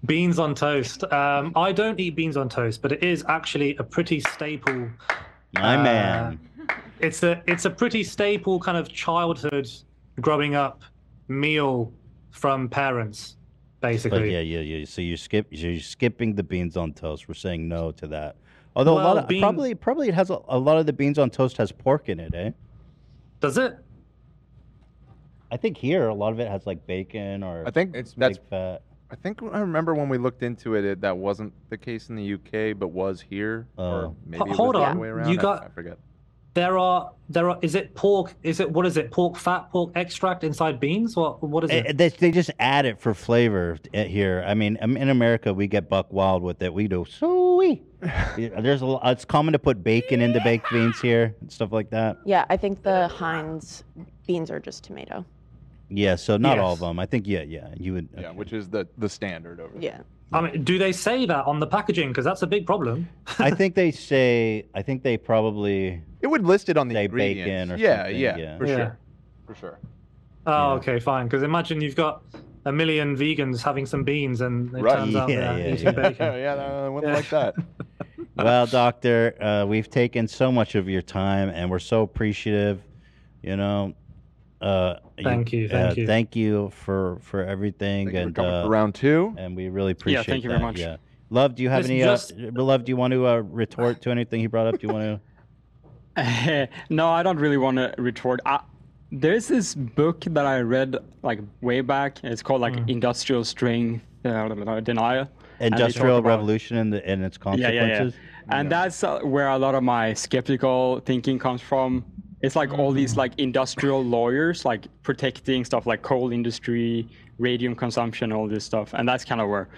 beans on toast um i don't eat beans on toast but it is actually a pretty staple My uh, man. it's a it's a pretty staple kind of childhood growing up meal from parents basically But yeah, yeah, yeah. So you skip, you're skipping the beans on toast. We're saying no to that. Although a Well, lot of bean- probably probably it has a, a lot of the beans on toast has pork in it, eh? Does it? I think here a lot of it has like bacon or I think it's that's- big fat. I think I remember when we looked into it, it that wasn't the case in the UK, but was here. Oh. Or maybe it was hold the on. other way around. You I- got- I forget. there are there are is it pork is it what is it pork fat pork extract inside beans what what is Eh, it eh, They, they just add it for flavor eh, here. I mean, um, in America, we get buck wild with it. We do sooey. Yeah, There's a, lo- it's common to put bacon in the baked beans here and stuff like that. Yeah, I think the Heinz beans are just tomato. Yeah, so not all of Yes. them. I think yeah, yeah. You would. Yeah, which is the the standard over. Yeah. I mean, do they say that on the packaging? Because that's a big problem. I think they say. I think they probably. It would list it on the say ingredients. bacon or yeah, something. yeah, for Yeah. sure, for sure. Oh, okay, fine. Because imagine you've got a million vegans having some beans, and it Right. turns out Yeah, they're yeah, eating yeah. bacon. yeah, no, I wouldn't like that. well, doctor, uh, we've taken so much of your time, and we're so appreciative. You know. Uh, Thank you, thank uh, you. Thank you for for everything. Thank you for and coming uh, for round two. And we really appreciate. thank you very that, much. Yeah. Love, do you have Listen, any? Uh, just- Love, do you want to uh, retort to anything he brought up? Do you want to? no, I don't really want to retort. I, there's this book Hmm. that I read like way back. It's called like Industrial Strength uh, Denial, And they talk Industrial about- Revolution and, the, and its consequences. And that's uh, where a lot of my skeptical thinking comes from. It's like all these like industrial lawyers like protecting stuff like coal industry, radium consumption, all this stuff. And that's kind of where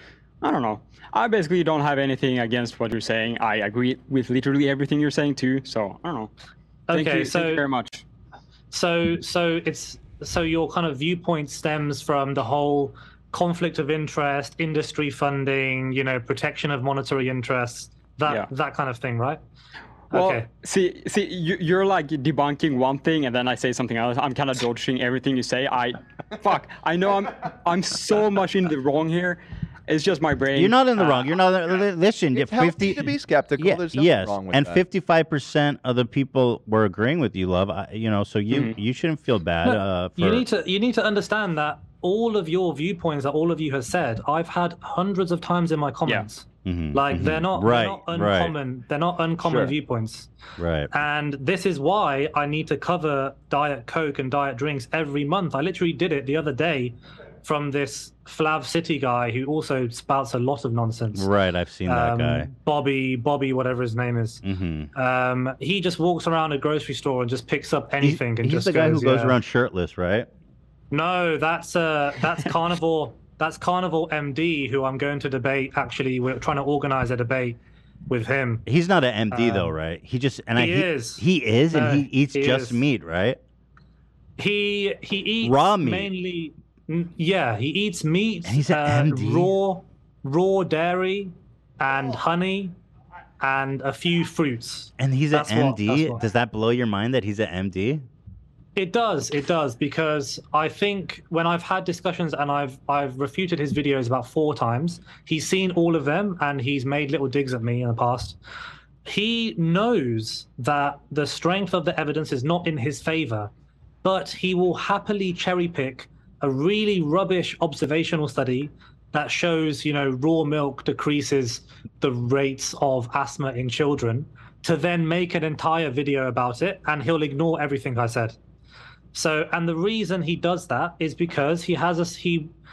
I don't know. I basically don't have anything against what you're saying. I agree with literally everything you're saying too. So I don't know. Thank Okay, you, thank so- you very much. So so it's so your kind of viewpoint stems from the whole conflict of interest, industry funding, you know, protection of monetary interests, that that kind of thing, right? Well, okay. see, see, you, you're like debunking one thing, and then I say something else. I'm kind of dodging everything you say. I, fuck, I know I'm, I'm so much in the wrong here. It's just my brain. You're not in the Uh, wrong. You're not. li- Listen, if fifty to be skeptical. Yeah, There's nothing yes, wrong with and that. fifty-five percent of the people were agreeing with you, love. I, you know, so you Mm-hmm. you shouldn't feel bad. No, uh, for, you need to you need to understand that all of your viewpoints that all of you have said, I've had hundreds of times in my comments. Mhm, Like they're mhm. not, right, they're not uncommon. They're not uncommon Sure. viewpoints. Right, right. And this is why I need to cover diet coke and diet drinks every month. I literally did it the other day from this Flav City guy who also spouts a lot of nonsense. Right, I've seen that Um, guy. Bobby, Bobby, whatever his name is. hmm Um, he just walks around a grocery store and just picks up anything and He's just the guy goes, who goes "Yeah." around shirtless, right? No, that's uh, that's Carnival. That's Carnival MD, who I'm going to debate. Actually, we're trying to organize a debate with him. He's not an MD though, Um, right? He just and I he he, is. he is, and No, he eats he just is. meat, right? He he eats Raw meat. mainly. n- Yeah, he eats meat, he's an uh, MD? raw raw dairy, and honey, and a few fruits. And he's an That's what- MD. that's what- Does that blow your mind that he's an MD? It does, it does, because I think when I've had discussions and I've I've refuted his videos about four times, he's seen all of them and he's made little digs at me in the past. He knows that the strength of the evidence is not in his favor, but he will happily cherry pick a really rubbish observational study that shows, you know, raw milk decreases the rates of asthma in children to then make an entire video about it and he'll ignore everything I said. So, and the reason he does that is because he has a he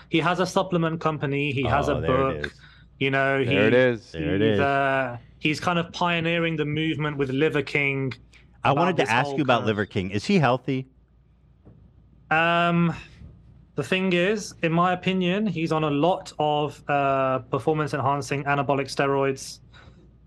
he has a supplement company. He has Oh, a there it book. You know, There he, it is. There it he's, is. Uh, he's kind of pioneering the movement with Liver King. I about wanted to this ask whole you kind about of- Liver King. Is he healthy? Um, the thing is, in my opinion, he's on a lot of uh, performance-enhancing anabolic steroids.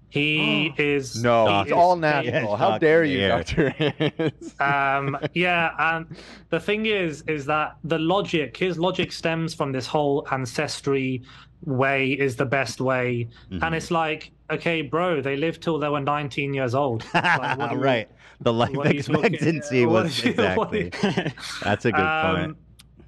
He is No, he it's is- all he- natural. How dare you, Doctor? um, yeah, and the thing is, is that the logic, his logic stems from this whole ancestry way is the best way, Mm-hmm. and it's like, okay, bro, they lived till they were 19 years old. Like, what are you- right. The life what are you talking- expectancy what was are you- what are you- exactly. That's a good point. Um,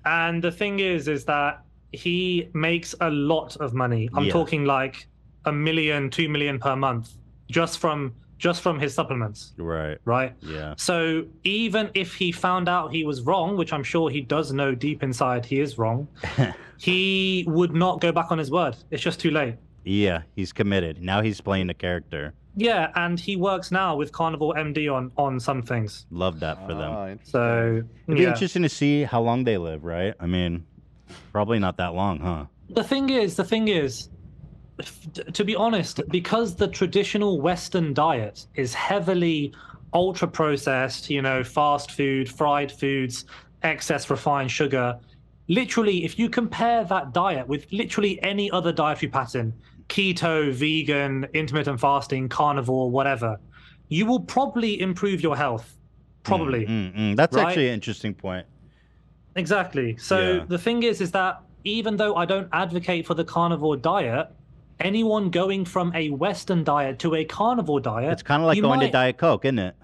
And the thing is, is that he makes a lot of money. I'm Yeah. talking like a million, two million per month, just from just from his supplements. Right. Right. Yeah. So even if he found out he was wrong, which I'm sure he does know deep inside he is wrong, he would not go back on his word. It's just too late. Yeah, he's committed. Now he's playing the character. Yeah, and he works now with Carnival MD on on some things. Love that for them. So It'd be Ah, yeah. interesting to see how long they live, right? I mean, probably not that long, huh? The thing is, the thing is, f- t- to be honest, because the traditional Western diet is heavily ultra processed, you know, fast food, fried foods, excess refined sugar. Literally, if you compare that diet with literally any other dietary pattern, keto, vegan, intermittent fasting, carnivore, whatever, you will probably improve your health. Probably. Mm, mm, mm. That's Right? actually an interesting point. Exactly. So Yeah. the thing is, is that even though I don't advocate for the carnivore diet, anyone going from a Western diet to a carnivore diet, It's kind of like you going to might- Diet Coke, isn't it?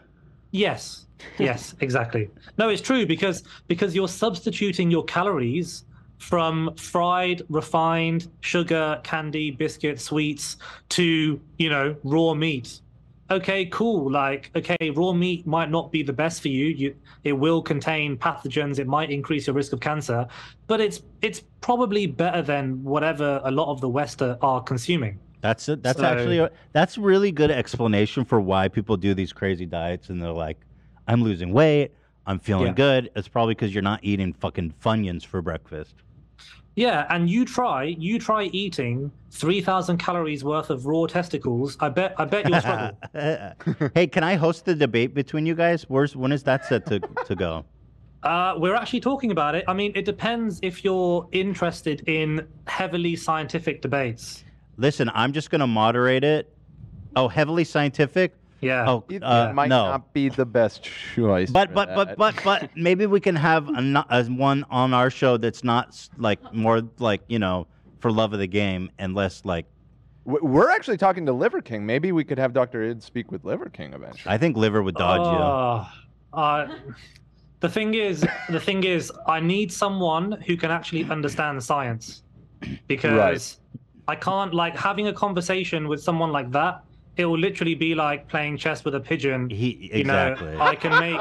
Yes. Yes. exactly. No, it's true because because you're substituting your calories from fried, refined sugar, candy, biscuits, sweets to you know raw meat. Okay, cool. Like, okay, raw meat might not be the best for you. You, it will contain pathogens. It might increase your risk of cancer, but it's it's probably better than whatever a lot of the West are- are consuming. That's it. That's So- actually a, that's really good explanation for why people do these crazy diets and they're like, I'm losing weight, I'm feeling Yeah. good. It's probably because you're not eating fucking funyuns for breakfast. Yeah, and you try you try eating three thousand calories worth of raw testicles. I bet I bet you'll struggle. hey, can I host the debate between you guys? Where's when is that set to, to go? Uh, we're actually talking about it. I mean, it depends if you're interested in heavily scientific debates. Listen, I'm just gonna moderate it. Oh, heavily scientific. Yeah. Oh, It uh, might no. not be the best choice. But for but but that. but but maybe we can have a, no- a one on our show that's not s- like more like you know for love of the game and less like W- We're actually talking to Liver King. Maybe we could have Dr. Id speak with Liver King eventually. I think liver would dodge Oh, uh, the thing is, the thing is, I need someone who can actually understand science, because I can't like having a conversation with someone like that. It will literally be like playing chess with a pigeon. He, You exactly. know, I can make.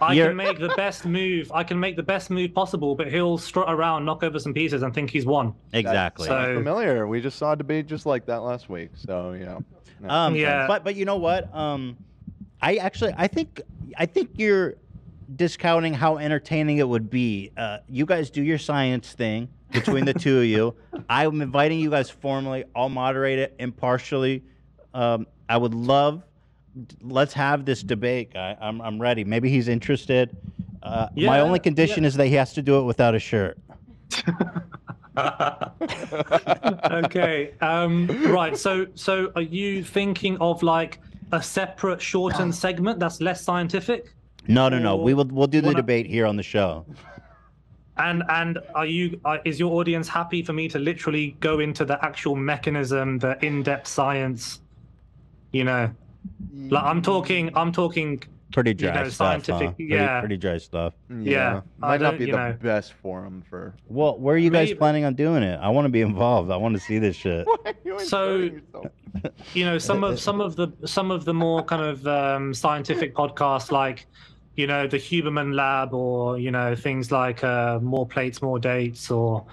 I You're- can make the best move. I can make the best move possible, but he'll strut around, knock over some pieces, and think he's won. Exactly. Sounds So, familiar. We just saw a debate just like that last week. So yeah. you. Um, But but you know what? Um, I actually I think I think you're discounting how entertaining it would be. Uh, you guys do your science thing between the two of you. I'm inviting you guys formally. I'll moderate it impartially. Um, I would love. Let's have this debate, guy. I'm I'm ready. Maybe he's interested. Uh, my Yeah, only condition yeah. is that he has to do it without a shirt. okay. Um, right. So, so are you thinking of like a separate shortened segment that's less scientific? No, no, no. We Or will we'll do the wanna- debate here on the show. And and are you uh, is your audience happy for me to literally go into the actual mechanism, the in-depth science? You know, like I'm talking, I'm talking. Pretty you dry know, stuff. huh? scientific. Pretty- Yeah. pretty dry stuff. Yeah, I Might not don't- be the you know. best forum for. Well, where are you guys Maybe- planning on doing it? I want to be involved. I want to see this shit. so you know some of some of the some of the more kind of um, scientific podcasts like you know the huberman lab or you know things like uh, more plates more dates or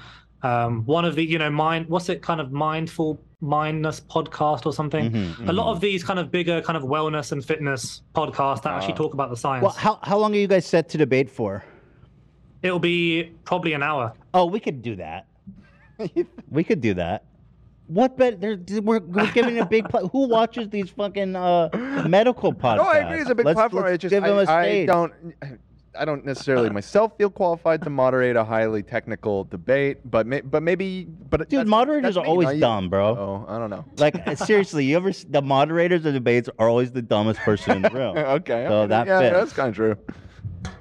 um, one of the you know mind what's it kind of mindful mindness podcast or something Mhm, a lot of these kind of bigger kind of wellness and fitness podcasts that actually Ah. talk about the science Well, how how long are you guys set to debate for? it'll be probably an hour Oh, we could do that. we could do that. What bet? There, we're, we're giving a big. Pl- who watches these fucking uh, medical podcasts? No, I agree. It's a big Let's- platform. let's It's just give them a I, I stage. don't. I don't necessarily myself feel qualified to moderate a highly technical debate, but may, but maybe but Dude, moderators are always dumb, bro. Oh, I don't know. Like uh, seriously, you ever s- the moderators of debates are always the dumbest person in the room. Uh, okay, so okay, that yeah, fits. that's kind of true.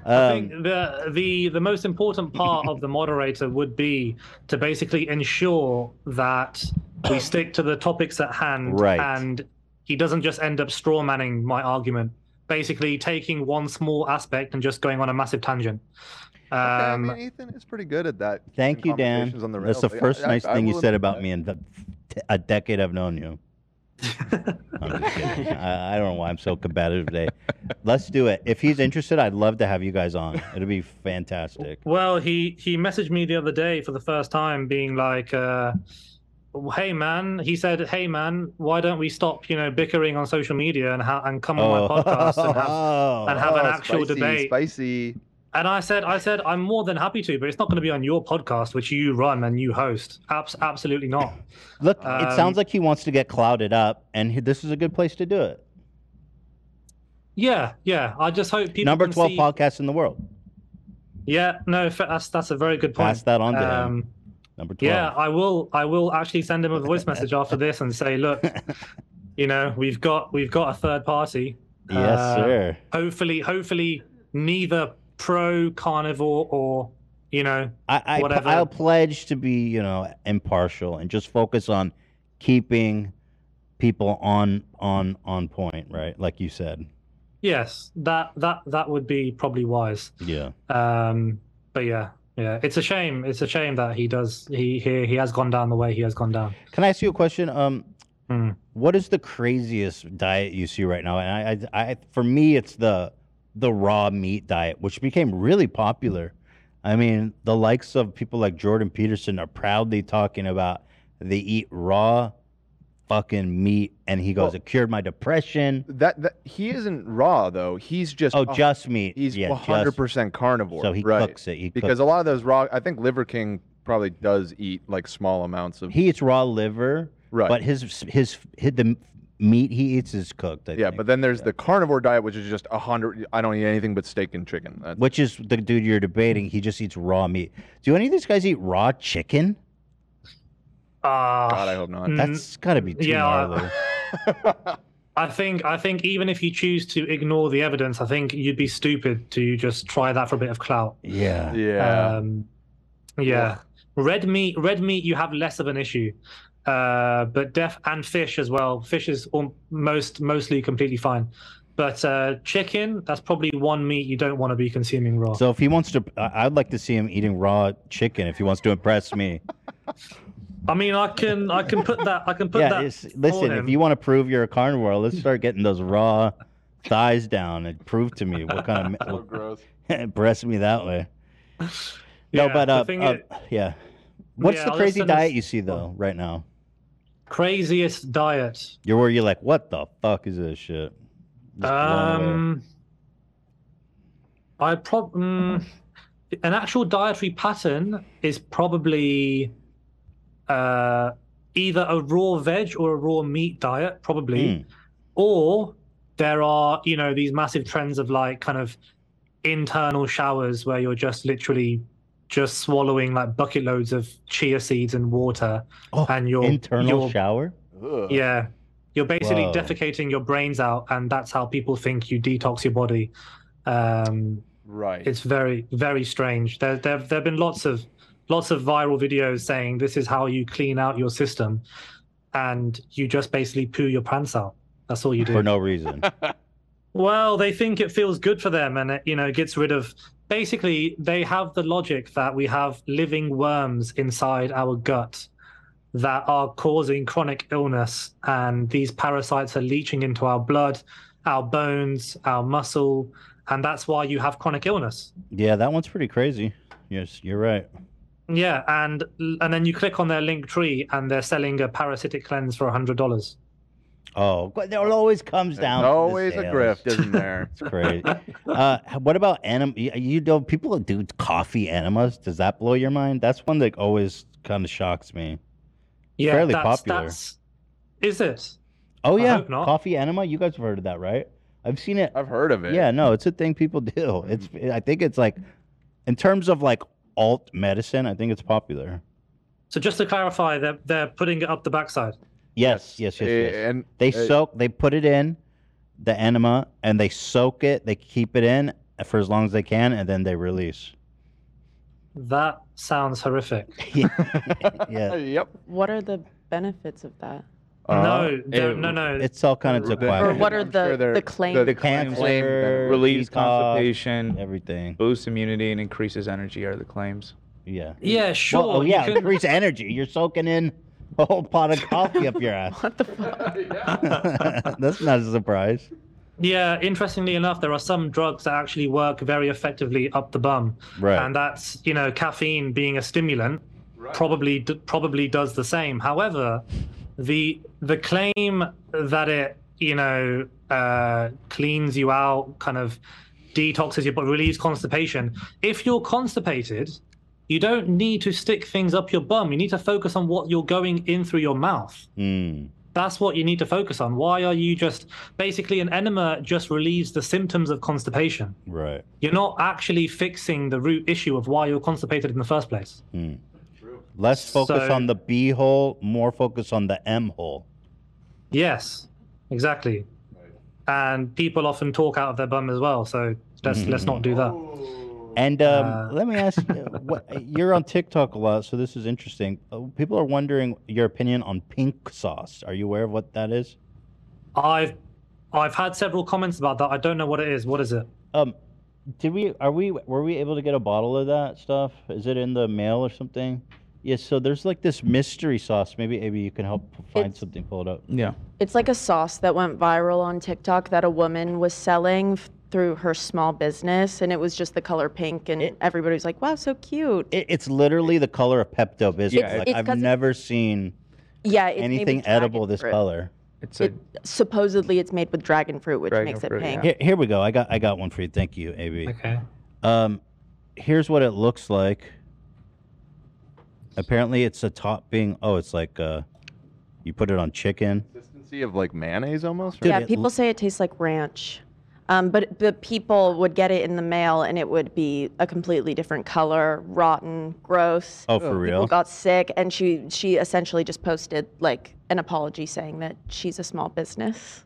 I Um, think the the the most important part of the moderator would be to basically ensure that we stick to the topics at hand, Right. and he doesn't just end up straw manning my argument. Basically, taking one small aspect and just going on a massive tangent. Yeah, Um, I mean, Ethan is pretty good at that. Thank keeping you, Dan. conversations on the That's the rails. I- first I- nice I thing you will said admit about that. me in the, t- a decade I've known you. I'm just kidding. I, I don't know why I'm so combative today. Let's do it. If he's interested, I'd love to have you guys on. It'd be fantastic. Well, he he messaged me the other day for the first time, being like, uh, "Hey man," he said, "Hey man, why don't we stop, you know, bickering on social media and ha- and come on my podcast and have and have an Oh, actual spicy, debate?" Spicy. And I said, "I said I'm more than happy to, but it's not going to be on your podcast, which you run and you host. Abs- absolutely not." Look, it Um, sounds like he wants to get clouded up, and he, this is a good place to do it. Yeah, yeah. I just hope people Number can 12 see- podcast in the world. Yeah, no, fa- that's that's a very good point. Pass that on to him. Um, Number 12. Yeah, I will. I will actually send him a voice message after this and say, look, you know, we've got we've got a third party. Uh, Yes, sir. Hopefully, hopefully, neither pro carnivore or you know I, I, whatever. I'll pledge to be, you know, impartial and just focus on keeping people on on on point, right? Like you said. Yes, that that that would be probably wise. Yeah. Um, but yeah, yeah, it's a shame. It's a shame that he does. He he he has gone down the way he has gone down. Can I ask you a question? Um, Hmm. what is the craziest diet you see right now? And I, I, I, for me, it's the the raw meat diet, which became really popular. I mean, the likes of people like Jordan Peterson are proudly talking about they eat raw fucking meat, and he goes, "It cured my depression." That, that he isn't raw though. He's just Oh, just meat. He's Yeah, just- 100 percent carnivore. So he right. cooks it. He because cooks- a lot of those raw. I think Liver King probably does eat like small amounts of. He eats raw liver, Right. But his his, his the meat he eats is cooked. I yeah, but then there's the carnivore diet, which is just a hundred. I don't eat anything but steak and chicken. That's, which is the dude you're debating. He just eats raw meat. Do any of these guys eat raw chicken? Ah, God, I hope not. That's gotta be too Mm, yeah. gnarly. I think I think even if you choose to ignore the evidence, I think you'd be stupid to just try that for a bit of clout. Yeah. Yeah. Um, yeah. Red meat, red meat, you have less of an issue, uh, but def and fish as well. Fish is al- most mostly completely fine, but uh, chicken, that's probably one meat you don't want to be consuming raw. So if he wants to, I- I'd like to see him eating raw chicken if he wants to impress me. I mean, I can I can put that I can put yeah, that. it's- listen, for if him. you want to prove you're a carnivore, let's start getting those raw thighs down and prove to me what kind of what- gross. impress me that way. no, Yeah, but the uh, thing uh, is- yeah. What's Yeah, the I'll crazy send us- diet you see though right now? craziest diet. You're where you're like, what the fuck is this shit? Just blown away. Um, I prob mm, an actual dietary pattern is probably uh, either a raw veg or a raw meat diet, Hmm, probably, or there are you know these massive trends of like kind of internal showers where you're just literally just swallowing like bucket loads of chia seeds and water, and you're Oh, internal you're- shower. yeah. You're basically Whoa. defecating your brains out, and that's how people think you detox your body. Um, right. It's very, very strange. There, there, there have been lots of, lots of viral videos saying this is how you clean out your system, and you just basically poo your pants out. That's all you do for no reason. well, they think it feels good for them, and it, you know, it gets rid of. Basically, they have the logic that we have living worms inside our gut that are causing chronic illness, and these parasites are leaching into our blood, our bones, our muscle, and that's why you have chronic illness. yeah, that one's pretty crazy. Yes, you're right. Yeah, and and then you click on their link tree, and they're selling a parasitic cleanse for a hundred dollars. Oh, but it always comes down. to the always a sales. grift, isn't there? it's crazy. Uh, what about anim? You, you know, people that do coffee enemas. Does that blow your mind? That's one that always kind of shocks me. Yeah, fairly that's, popular. That's, is it? Oh I yeah, hope not. coffee enema. You guys have heard of that, right? I've seen it. I've heard of it. Yeah, no, it's a thing people do. It's. I think it's like, in terms of like alt medicine, I think it's popular. So just to clarify, they're they're putting it up the backside. Yes, yes, yes, Uh, yes. and- they uh, soak. They put it in the enema, and they soak it. They keep it in for as long as they can, and then they release. That sounds horrific. yeah. Yep. What are the benefits of that? no, there- no, no. It's all kind of Or what are the the claims? The claims Cancer, relieves detox, constipation, everything. Boosts immunity and increases energy are the claims. Yeah. Yeah, sure. Well, oh, you yeah, can- increase energy. You're soaking in a whole pot of coffee up your ass. what the fuck? That's not a surprise. Yeah, interestingly enough, there are some drugs that actually work very effectively up the bum. Right. And that's, you know, caffeine being a stimulant probably d- probably does the same. However, the the claim that it, you know, uh, cleans you out, kind of detoxes your body, relieves constipation. If you're constipated, you don't need to stick things up your bum. You need to focus on what you're going in through your mouth. Mm. That's what you need to focus on. Why are you just basically an enema just relieves the symptoms of constipation? Right. You're not actually fixing the root issue of why you're constipated in the first place. Hmm. Less focus So- on the B hole, more focus on the M hole. Yes, exactly. And people often talk out of their bum as well. So let's Hmm. let's not do that. And um, Uh. let me ask you, uh, what, you're on TikTok a lot, so this is interesting. Uh, people are wondering your opinion on pink sauce. Are you aware of what that is? I've I've had several comments about that. I don't know what it is. What is it? Um, did we are we were we able to get a bottle of that stuff? Is it in the mail or something? Yeah, so there's like this mystery sauce. Maybe maybe you can help find something, pull it up. Yeah. It's like a sauce that went viral on TikTok that a woman was selling f- through her small business, and it was just the color pink, and everybody was like, "Wow, so cute." It, it's literally the color of Pepto Bismol. It's- like it's 'cause I've it's- never seen Yeah, it's made with Anything dragon edible this fruit. color? It's It, supposedly, it's made with dragon fruit, which Dragon makes it fruit, pink. Here, here we go. I got I got one for you. Thank you, AB. Okay. Um, here's what it looks like. Apparently, it's a top being. Oh, it's like uh, you put it on chicken. Consistency of like mayonnaise almost. yeah, people say it tastes like ranch, um, but but people would get it in the mail and it would be a completely different color, rotten, gross. Oh, for real? People got sick, and she she essentially just posted like an apology saying that she's a small business,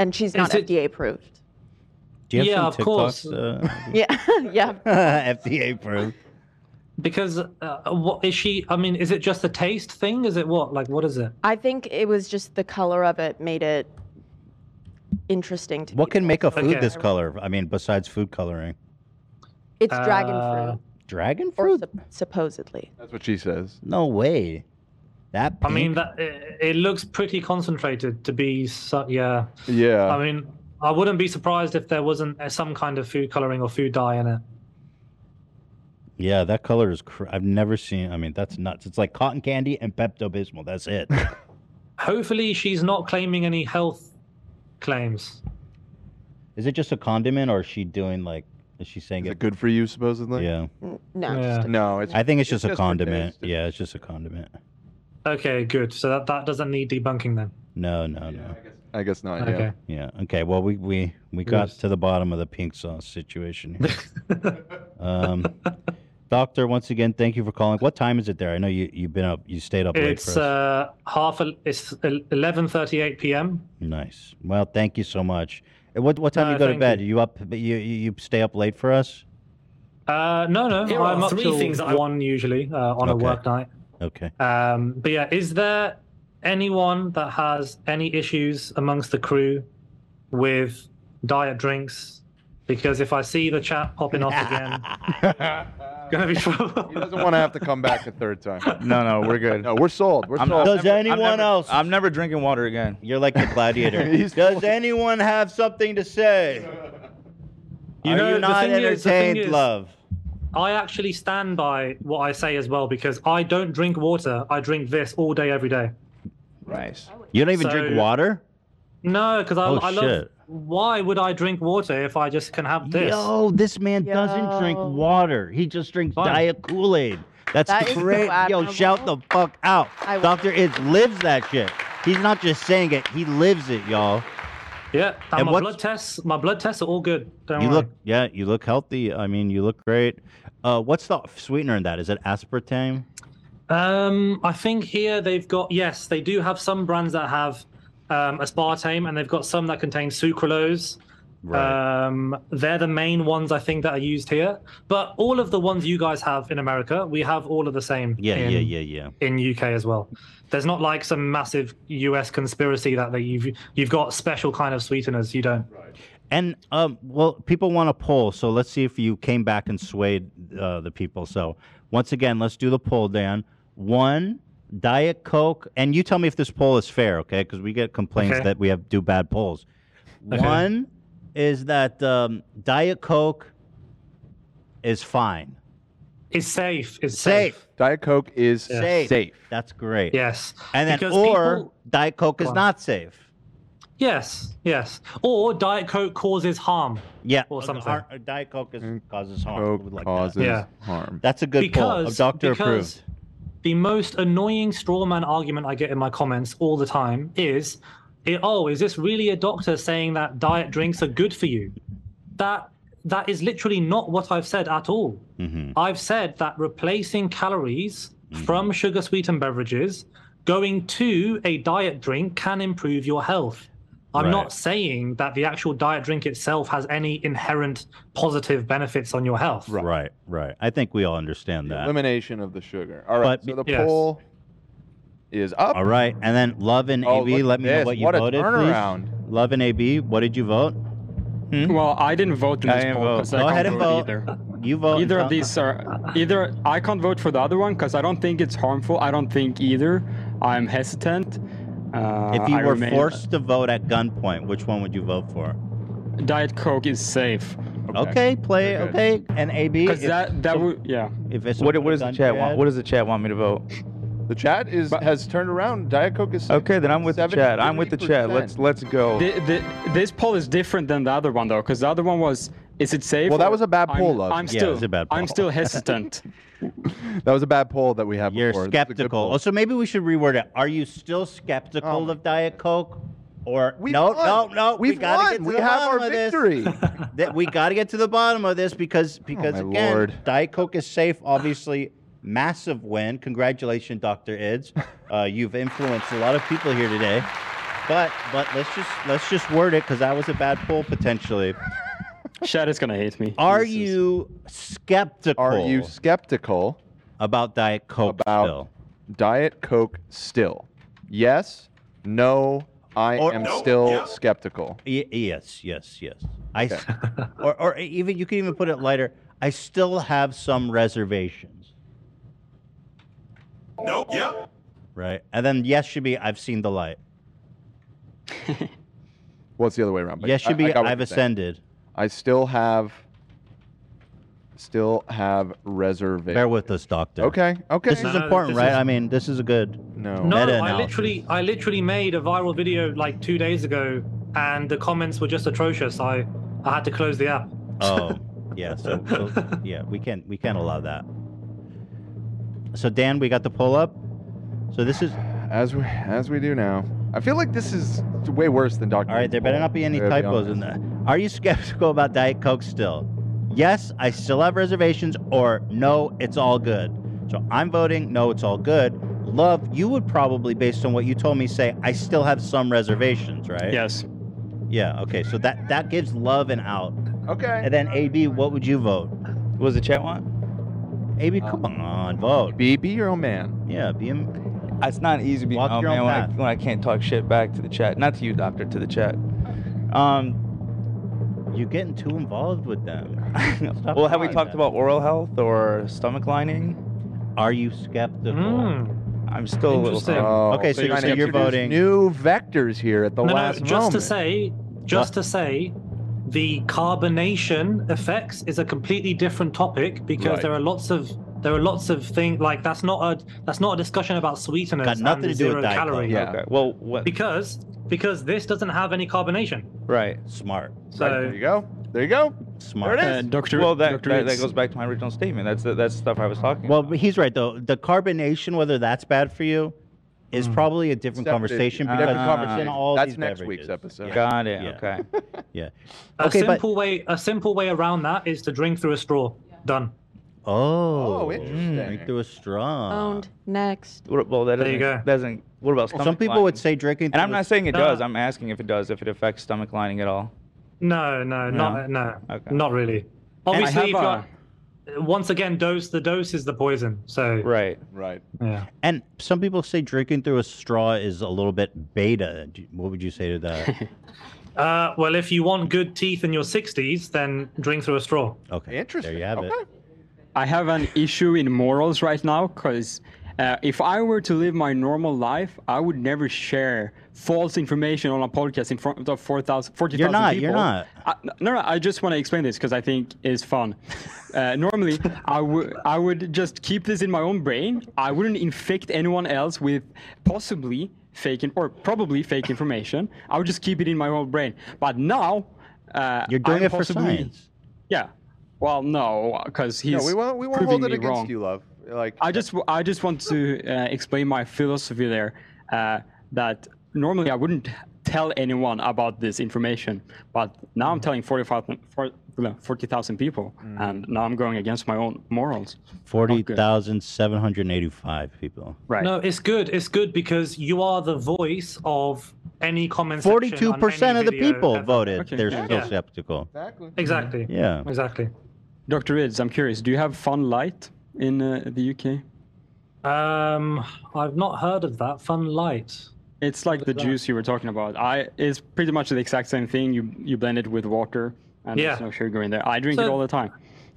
and she's not Is it- FDA approved. Do you have Yeah, some uh, of TikToks? course. Uh, Yeah, yeah. FDA approved. Because uh, what is she? I mean, is it just a taste thing? Is it what? Like, what is it? I think it was just the color of it made it interesting to. What can make a food Okay. this color? I mean, besides food coloring, It's Uh, dragon fruit, dragon or sup- supposedly. That's what she says. No way. That Hmm? I mean, that it, it looks pretty concentrated to be. So, yeah. Yeah. I mean, I wouldn't be surprised if there wasn't uh, some kind of food coloring or food dye in it. Yeah, that color is. Cr- I've never seen. I mean, that's nuts. It's like cotton candy and Pepto Bismol. That's it. Hopefully, she's not claiming any health claims. is it just a condiment, or is she doing like? Is she saying it's good for you supposedly? Yeah. No. No, it's. I think it's, just, a just for condiment. Yeah, it's just a condiment. Okay, good. So that, that doesn't need debunking then. No, no, no. I guess not. yeah. Okay. Yeah. Okay. Well, we we we got Yes. to the bottom of the pink sauce situation. here. um, doctor, once again, thank you for calling. What time is it there? I know you you've been up. You stayed up late It's for us. uh, half. el- It's eleven thirty-eight p.m. nice. Well, thank you so much. And what what time No, you go to thank bed? You up? You you you stay up late for us? Uh, no, no, Here I'm are up three till things that I- one usually uh, on a Okay. work night. Okay. Um, but yeah, is there anyone that has any issues amongst the crew with diet drinks? Because if I see the chat popping off again, it's gonna be trouble. He doesn't want to have to come back a third time. No, no, we're good. No, we're sold. We're sold. Does anyone never, else? I'm never drinking water again. You're like the gladiator. Does anyone have something to say? You Are know, you the not thing is- the thing entertained, is- love? I actually stand by what I say as well because I don't drink water. I drink this all day, every day. Nice. You don't even So- drink water? No, because I, Oh, I love. shit. Why would I drink water if I just can have this? Yo, this man doesn't drink Yo. water. He just drinks Diet Kool Aid. That's That is so great. Yo, admirable. shout the fuck out. I will. Dr. Iz lives that shit. He's not just saying it, he lives it, y'all. Yeah, and And my what's- blood tests, my blood tests are all good. Don't you worry. look, yeah, you look healthy. I mean, you look great. Uh, what's the sweetener in that? Is it aspartame? Um, I think here they've got yes, they do have some brands that have um, aspartame, and they've got some that contain sucralose. Um, they're the main ones I think that are used here. But all of the ones you guys have in America, we have all of the same. Yeah, in, yeah, yeah, yeah. In UK as well. There's not like some massive US conspiracy that they, you've you've got special kind of sweeteners. You don't. And um, well, people want a poll, so let's see if you came back and swayed uh, the people. So once again, let's do the poll, Dan. One Diet Coke, and you tell me if this poll is fair, okay? Because we get complaints Okay. that we have do bad polls. Okay. One is that um, Diet Coke is fine. It's safe. It's safe. Diet Coke is safe. safe. That's great. Yes. And then, Because or people- Diet Coke Go is on. not safe. Yes, yes. Or Diet Coke causes harm. Yeah. Or something. Har- Diet Coke is, causes harm. Coke Like that. causes Yeah. harm. That's a good because, poll. Doctor because approved. The most annoying straw man argument I get in my comments all the time is, it, "Oh, is this really a doctor saying that diet drinks are good for you?" That that is literally not what I've said at all. Mm-hmm. I've said that replacing calories from sugar sweetened beverages, going to a diet drink can improve your health. I'm Right. not saying that the actual diet drink itself has any inherent positive benefits on your health. Right. right, I think we all understand that. Elimination of the sugar. All right. But so the be- Yes. poll is up. All right, and then Love and Oh, look AB, at let me know this. what you What a voted. please. turnaround. Love and AB, what did you vote? Well, I didn't vote in I this didn't poll. vote. 'cause I Go can't ahead and vote. Either. You vote. Either Tom. of these are either I can't vote for the other one because I don't think it's harmful. I don't think either. I'm hesitant. Uh, if you I were remain- forced to vote at gunpoint, which one would you vote for? Diet Coke is safe. Okay, play. Okay, and AB. Because that that would yeah. If it's What, what does done the chat bad- want? What does the chat want me to vote? The chat is has turned around. Diet Coke is Okay, then I'm with the chat. I'm with the chat. Let's 70%. let's go. The, the, this poll is different than the other one though, because the other one was, is it safe? Well, that or- was a bad I'm- poll, love. I'm Yeah, still, it was a bad I'm poll. still hesitant. that was a bad poll that we have. You're before. This is a good skeptical. poll. Oh, so maybe we should reword it. Are you still skeptical of Diet Coke? Or no, Um, won. no, no. we We've gotta won. get to We the have bottom our of this. victory. Oh, That we got to get to the bottom of this because because my again, Lord. Diet Coke is safe. Obviously, massive win. Congratulations, Doctor Ids. Uh, you've influenced a lot of people here today. But but let's just let's just word it because that was a bad poll potentially. Shad is gonna hate me. Are you skeptical? Are you skeptical about Diet Coke about still? Diet Coke still? Yes, no, I Or- am No, still yeah. skeptical. Y- yes, yes, yes. I s- or or even you could even put it lighter. I still have some reservations. Nope. Yep. Right, and then yes should be I've seen the light. Well, it's the other way around. but Yes should I- I be got what I've you're saying. ascended. I still have, still have reservations. Bear with us, doctor. Okay, okay. This is No, important, this right? is- I mean, this is a good no. No, meta I analysis. literally, I literally made a viral video like two days ago, and the comments were just atrocious. I, I had to close the app. Oh, yeah. So, so yeah, we can't we can't allow that. So Dan, we got the pull up. So this is As we as we do now, I feel like this is way worse than Doctor. All right, there better not be any typos in there. Are you skeptical about Diet Coke still? Yes, I still have reservations, or no, it's all good. So I'm voting no, it's all good. Love, you would probably, based on what you told me, say I still have some reservations, right? Yes. Yeah. Okay. So that that gives love an out. Okay. And then AB, what would you vote? What does the chat want? AB, come on, vote. Be Uh, be your own man. Yeah, be. A, It's not easy being Walk oh, your man, own when, I, path. when I can't talk shit back to the chat. Not to you, doctor, to the chat. Um, you're getting too involved with them. Stop well, have we doing talked that. about oral health or stomach lining? Are you skeptical? Hmm. I'm still a little. Interesting. Oh, Okay, so they're you're- trying to so you're introduce voting- new vectors here at the No, no, last just moment. to say, just to say, the carbonation effects is a completely different topic because Right. there are lots of there are lots of things like that's not a that's not a discussion about sweeteners Got nothing and to do with zero Diet Coke. calorie. Yeah. Okay. Well, what? Because because this doesn't have any carbonation. Right. Smart. So Right, there you go. There you go. Smart. There it is. Uh, Doctor. well, that, Dr. that, that Ritz. goes back to my original statement. That's the, that's the stuff I was talking. Well, but he's right though. The carbonation, whether that's bad for you, is probably Mm-hmm. a different Separate- conversation uh, because different it's in conversation. all That's these next beverages. week's episode. Yeah. Got it. Yeah. Okay. Yeah. a Okay, but simple way a simple way around that is to drink through a straw. Done. oh, Oh, interesting. drink through a straw. Owned. Next. What- well, that There you doesn't, go. that doesn't. What about stomach Some people lining? would say drinking. And I'm through a- not saying it No, does. no. I'm asking if it does, if it affects stomach lining at all. No, no, No? not no, Okay. not really. I have Obviously, if a- you're- once again, dose the dose is the poison. So Right. Right. yeah. And some people say drinking through a straw is a little bit beta. Do- What would you say to that? Uh, well, if you want good teeth in your 60s, then drink through a straw. Okay. Interesting. There you have okay. it. I have an issue in morals right now because uh, if I were to live my normal life, I would never share false information on a podcast in front of 4,000 40,000 You're not, people. you're not. I, no, no, I just want to explain this because I think it's fun. Uh, normally, I would I would just keep this in my own brain. I wouldn't infect anyone else with possibly fake in, or probably fake information. I would just keep it in my own brain. But now, uh, You're doing I'm it for possibly- science. Yeah. Well, no, because he's No, we won't. We won't proving hold it me against wrong. you, love. Like I just w- I just want to uh, explain my philosophy there. Uh, that normally I wouldn't tell anyone about this information, but now Mm. I'm telling 45 for- no, 40,000 people, and now I'm going against my own morals. Forty thousand seven hundred eighty-five people. Right. No, it's good. It's good because you are the voice of any comment section on any Forty-two percent of the video people ever. voted. Okay. They're Yeah. still Yeah. skeptical. exactly. Exactly. Yeah. Exactly. Dr. Ids, I'm curious. Do you have fun light in uh, the UK? Um, I've not heard of that. Fun light. It's like the uh, that? juice you were talking about. I it's pretty much the exact same thing. You you blend it with water and there's Yeah. no sugar in there. I drink it So- all the time.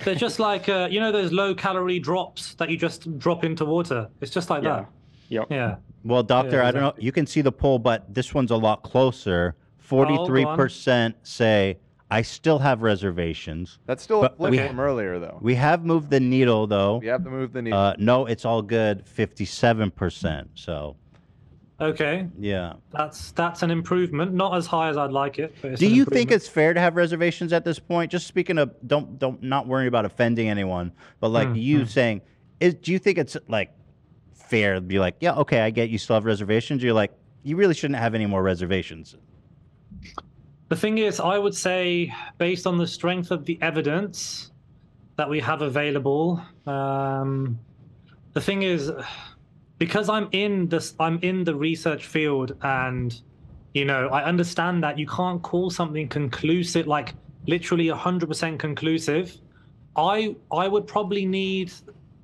They're just like uh, you know those low calorie drops that you just drop into water. It's just like Yeah. Yep. that. Yeah. Well, doctor, Yeah, I don't know. Oh, You can see the poll, but this one's a lot closer. Forty-three percent say I still have reservations. That's still a But flip we- from earlier, though. We have moved the needle, though. We have to move the needle. Uh, no, it's all good. Fifty-seven percent. So, Okay, yeah. that's that's an improvement. Not as high as I'd like it. But it's Do an you think improvement. it's fair to have reservations at this point? Just speaking of, don't don't not worrying about offending anyone, but like Hmm, you saying, is do you think it's like fair to be like, yeah, okay, I get you still have reservations. You're like, you really shouldn't have any more reservations. The thing is, I would say, based on the strength of the evidence that we have available, um, the thing is, because I'm in this, I'm in the research field, and you know, I understand that you can't call something conclusive, like literally 100% conclusive. I I would probably need,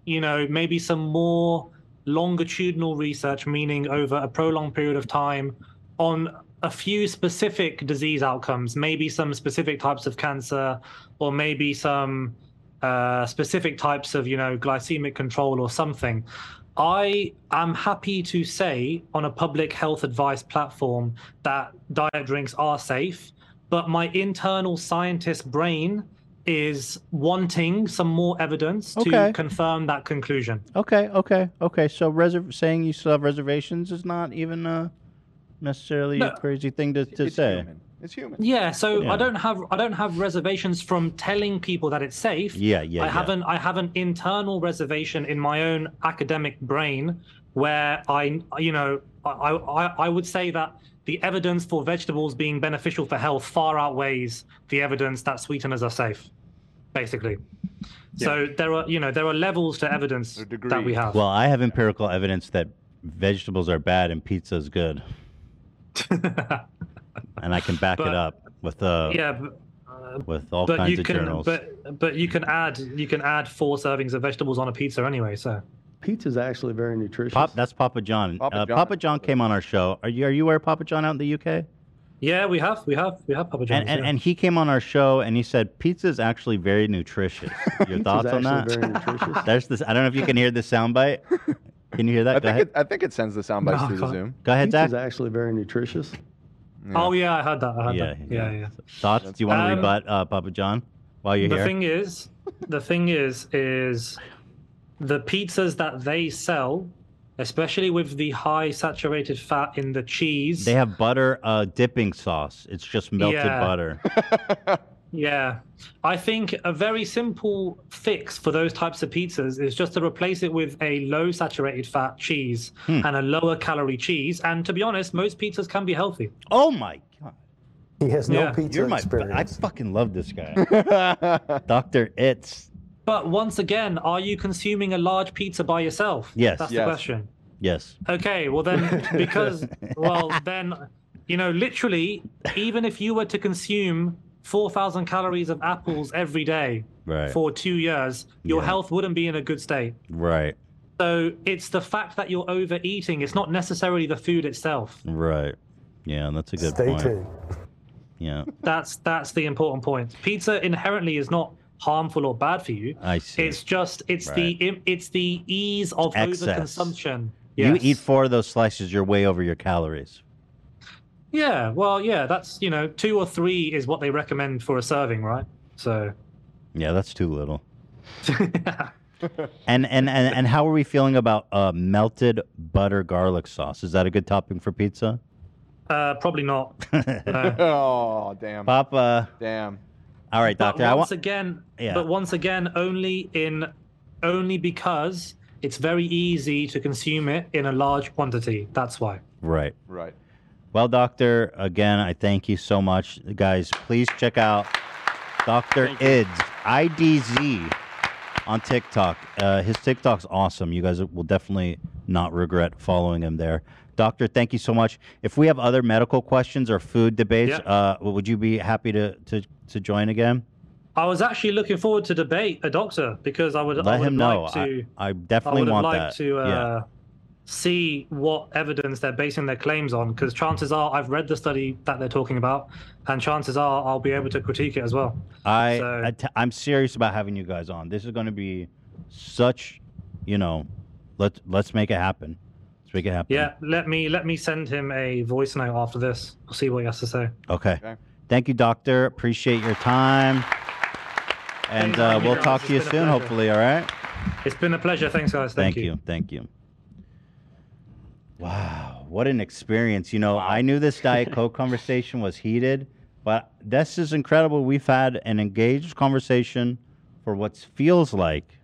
you know, maybe some more longitudinal research, meaning over a prolonged period of time, on a few specific disease outcomes, maybe some specific types of cancer, or maybe some uh, specific types of, you know, glycemic control or something. I am happy to say on a public health advice platform that diet drinks are safe, but my internal scientist brain is wanting some more evidence Okay. to confirm that conclusion. Okay, okay, okay. So reser- saying you still have reservations is not even a necessarily a No. crazy thing to, to say. It's human. Yeah, so Yeah. I don't have I don't have reservations from telling people that it's safe. Yeah, yeah, I yeah. have an I have an internal reservation in my own academic brain where I you know I I, I would say that the evidence for vegetables being beneficial for health far outweighs the evidence that sweeteners are safe, basically. So there are you know there are levels to evidence that we have. Well, I have empirical evidence that vegetables are bad and pizza is good. and I can back it But- up with uh, yeah, but, uh, with all but kinds you of can journals. but but you can add you can add four servings of vegetables on a pizza anyway. So Pizza's actually very nutritious. Pop, that's Papa John. Papa uh, John. Papa John came on our show. Are you are you aware of Papa John out in the UK? yeah, we have we have we have Papa John's. and, and, yeah. and he came on our show and he said pizza is actually very nutritious. Your thoughts on that? actually very nutritious. There's this. I don't know if you can hear this soundbite. Can you hear that? I Go think ahead. it, I think it sends the sound bites through the Zoom. Go ahead, Zach. Pizza's actually very nutritious. Oh yeah, I heard that. I heard Yeah, that. Yeah, yeah. Thoughts? Do you want to Um, rebut uh, Papa John while you're the here? thing is, the thing is, is the pizzas that they sell, especially with the high saturated fat in the cheese. They have butter uh, dipping sauce. It's just melted Yeah. butter. Yeah, I think a very simple fix for those types of pizzas is just to replace it with a low saturated fat cheese Hmm. and a lower calorie cheese. And to be honest, most pizzas can be healthy. Oh my god. He has no Yeah. pizza You're my, I fucking love this guy. Dr. Itz. But once again, are you consuming a large pizza by yourself? Yes. that's yes. the question. Yes. Okay, well then, because well then, you know, literally, even if you were to consume four thousand calories of apples every day Right. for two years, your Yeah. health wouldn't be in a good state. Right. So it's the fact that you're overeating. It's not necessarily the food itself. Right. Yeah, that's a good Stay point. tuned. Yeah. That's that's the important point. Pizza inherently is not harmful or bad for you. I see. It's just it's Right. the im- it's the ease of Excess. overconsumption. Yes. You eat four of those slices, you're way over your calories. Yeah, well, yeah, that's you know, two or three is what they recommend for a serving, right? So Yeah, that's too little. and, and and and how are we feeling about uh, melted butter garlic sauce? Is that a good topping for pizza? uh, probably not. Uh, No. oh damn. Papa. Damn. All right, But doctor. I once want. again, Yeah. but once again, only in only because it's very easy to consume it in a large quantity. That's why. Right. Right. Well, Doctor, again, I thank you so much. Guys, please check out Dr. IDS, IDZ, on TikTok. Uh, his TikTok's awesome. You guys will definitely not regret following him there. Doctor, thank you so much. If we have other medical questions or food debates, Yeah. uh, would you be happy to, to, to join again? I was actually looking forward to debate a doctor because I would I Let would him like know. I- to I definitely would have want liked that. to uh, Yeah. see what evidence they're basing their claims on because chances are I've read the study that they're talking about and chances are I'll be able to critique it as well. I, I t- I'm serious about having you guys on. This is going to be such, you know, let's let's make it happen. Let's make it happen. Yeah, let me let me send him a voice note after this. We'll see what he has to say. Okay. Thank you, doctor. Appreciate your time. And Anytime, uh, you we'll guys. talk It's to you been a soon, pleasure. hopefully. All right. It's been a pleasure. Thanks, guys. Thank, Thank you. Thank you. Wow, what an experience! You know, I knew this diet coke conversation was heated, but this is incredible. We've had an engaged conversation for what feels like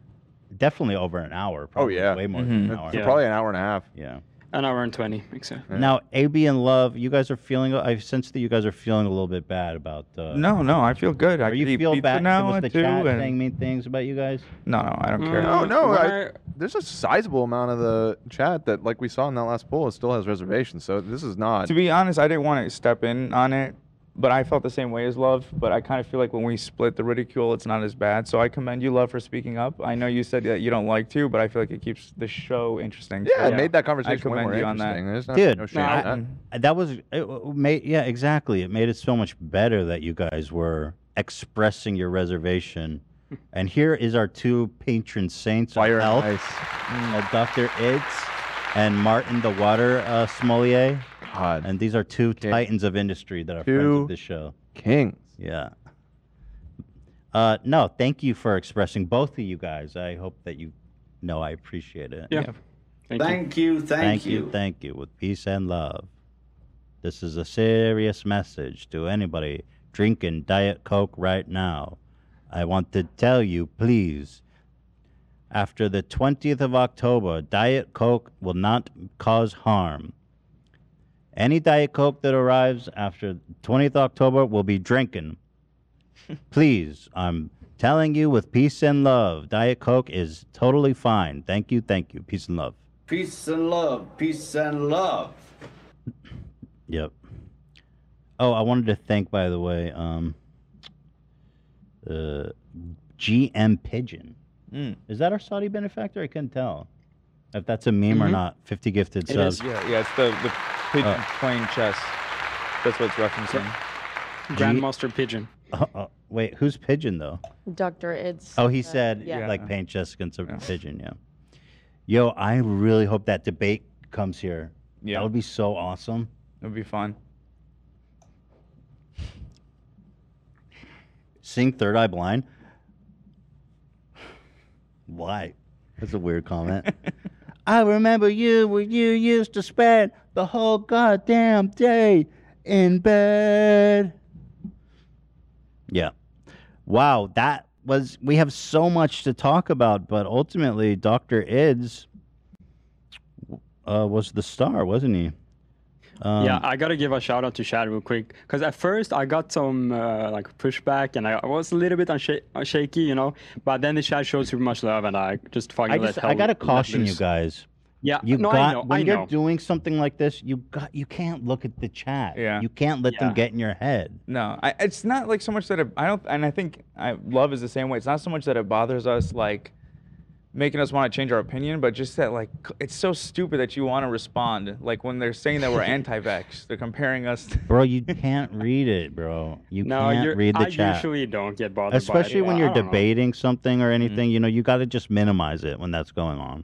definitely over an hour. Probably, Oh, yeah. way more Mm-hmm. than an Mhm. hour. For probably an hour and a half. Yeah. An hour and 20, I think so. Now, AB and Love, you guys are feeling. I sense that you guys are feeling a little bit bad about. Uh, No, no, I feel good. I Are you could eat feel pizza bad? now was the and two chat and- saying mean things about you guys? No, no, I don't care. Mm, No, no. I, there's a sizable amount of the chat that, like we saw in that last poll, it still has reservations. So this is not. to be honest, I didn't want to step in on it, but I felt the same way as Love. But I kind of feel like when we split the ridicule, it's not as bad. So I commend you, Love, for speaking up. I know you said that you don't like to, but I feel like it keeps the show interesting. Yeah, So it made that conversation I way commend more you on that. interesting. There's not- Dude, no shame in I- that. I- that was it, w- made. Yeah, exactly. It made it so much better that you guys were expressing your reservation. And here is our two patron saints of health, uh, Doctor Itz and Martin the Water uh, Sommelier. God. And these are two titans of industry that are friends Two of this show. Kings. Yeah. Uh, no, thank you for expressing both of you guys. I hope that you know I appreciate it. Yeah. Thank you. Thank you, thank you. Thank you. With peace and love. This is a serious message to anybody drinking Diet Coke right now. I want to tell you, please, after the 20th of October, Diet Coke will not cause harm. Any Diet Coke that arrives after 20th October will be drinking. Please, I'm telling you with peace and love, Diet Coke is totally fine. Thank you, thank you. Peace and love. Peace and love. Peace and love. Yep. Oh, I wanted to thank, by the way, um, uh, GM Pigeon. Mm, Is that our Saudi benefactor? I couldn't tell if that's a meme or Mhm. not. 50 gifted It subs. is, yeah, yeah. It's the the pigeon Uh, playing chess. That's what it's referencing. Grandmaster Pigeon. Uh, uh, wait, who's Pigeon, though? Dr. Ids. Oh, he uh, said yeah. like paint Jessica and some pigeon. Yeah. Yo, I really hope that debate comes here. Yeah. That would be so awesome. It would be fun. Sing Third Eye Blind. Why? That's a weird comment. I remember you when you used to spend the whole goddamn day in bed. Yeah. Wow, that was we have so much to talk about, but ultimately Dr. Ids uh, was the star, wasn't he? Um, yeah, I gotta give a shout out to Chad real quick because at first I got some uh, like pushback and I, I was a little bit unsha- uh, shaky, you know. But then the Chad showed super much love and I just fucking I let just hell- I gotta let caution you loose. guys. Yeah, you no, I got know, when I you're know. doing something like this, you got you can't look at the chat. Yeah. you can't let Yeah. them get in your head. No, I, it's not like so much that it, I don't, and I think I, love is the same way. It's not so much that it bothers us, like making us want to change our opinion, but just that, like, c- it's so stupid that you want to respond. Like when they're saying that we're anti-vax, they're comparing us. To, Bro, you can't read it, bro. You No, you're, can't read the I chat. usually don't get bothered. by it, Especially when but you're I don't know. Mm-hmm. debating something or anything, you know, you got to just minimize it when that's going on.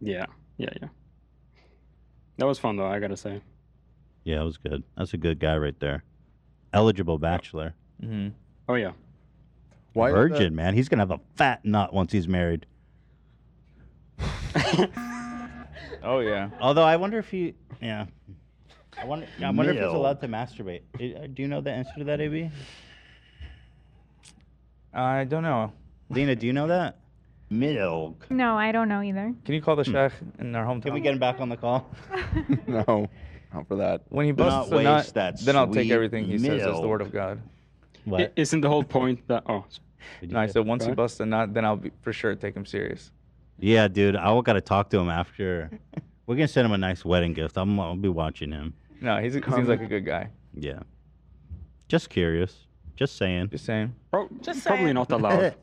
Yeah, yeah, yeah. That was fun though. I gotta say. Yeah, it was good. That's a good guy right there. Eligible bachelor. Mm-hmm. Oh yeah. Why is Virgin, that- man. He's going to have a fat nut once he's married. oh yeah. Although I wonder if he, yeah. I wonder, I wonder if he's Neil. allowed to masturbate. I- uh, Do you know the answer to that, AB? I don't know. Lena, do you know that? Milk. No, I don't know either. Can you call the sheikh in their hometown? Can we get him back on the call? no, not for that. When he Do busts not the waste nut, that then I'll take sweet everything he says as the word milk. of God. What? is isn't the whole point that oh. No, I said once he Right? busts a nut, then I'll be, for sure take him serious. Yeah, dude. I got to talk to him after. We're going to send him a nice wedding gift. I'm, I'll be watching him. No, he's, he seems like a good guy. Yeah. Just curious. Just saying. Just saying. Pro- probably not allowed.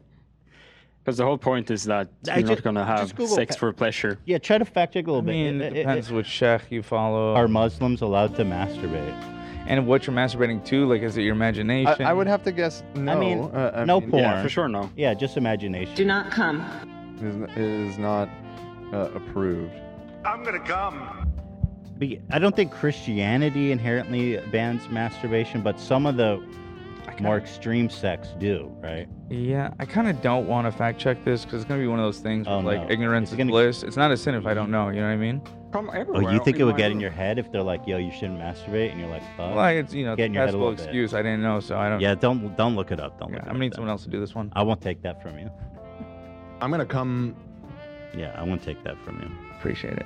Because the whole point is that I you're ju- not gonna have just Google sex pa- for pleasure. Yeah, try to fact check a little I mean, bit. it depends which sheikh you follow. Are Muslims allowed to masturbate? And what you're masturbating to, like, is it your imagination? I, I would have to guess no. I mean, uh, I no mean- porn. no. Yeah, just imagination. Do not come. Is, is not uh, approved. I'm gonna come. But I don't think Christianity inherently bans masturbation, but some of the more extreme sects do, right? Yeah, I kind of don't want to fact check this because it's gonna be one of those things with, Oh, like no. ignorance is bliss. It's not a sin if I don't know. You know what I mean? From Oh, you think it would get in your head if they're like, "Yo, you shouldn't masturbate," and you're like, "Fuck." Like it's you know Get it's a in your head a passable little bit. excuse. I didn't know, so I don't. Yeah, don't don't look it up. Don't look it I'm up. gonna need someone else to do this one. I won't take that from you. I'm gonna come. Yeah, I won't take that from you. Appreciate it.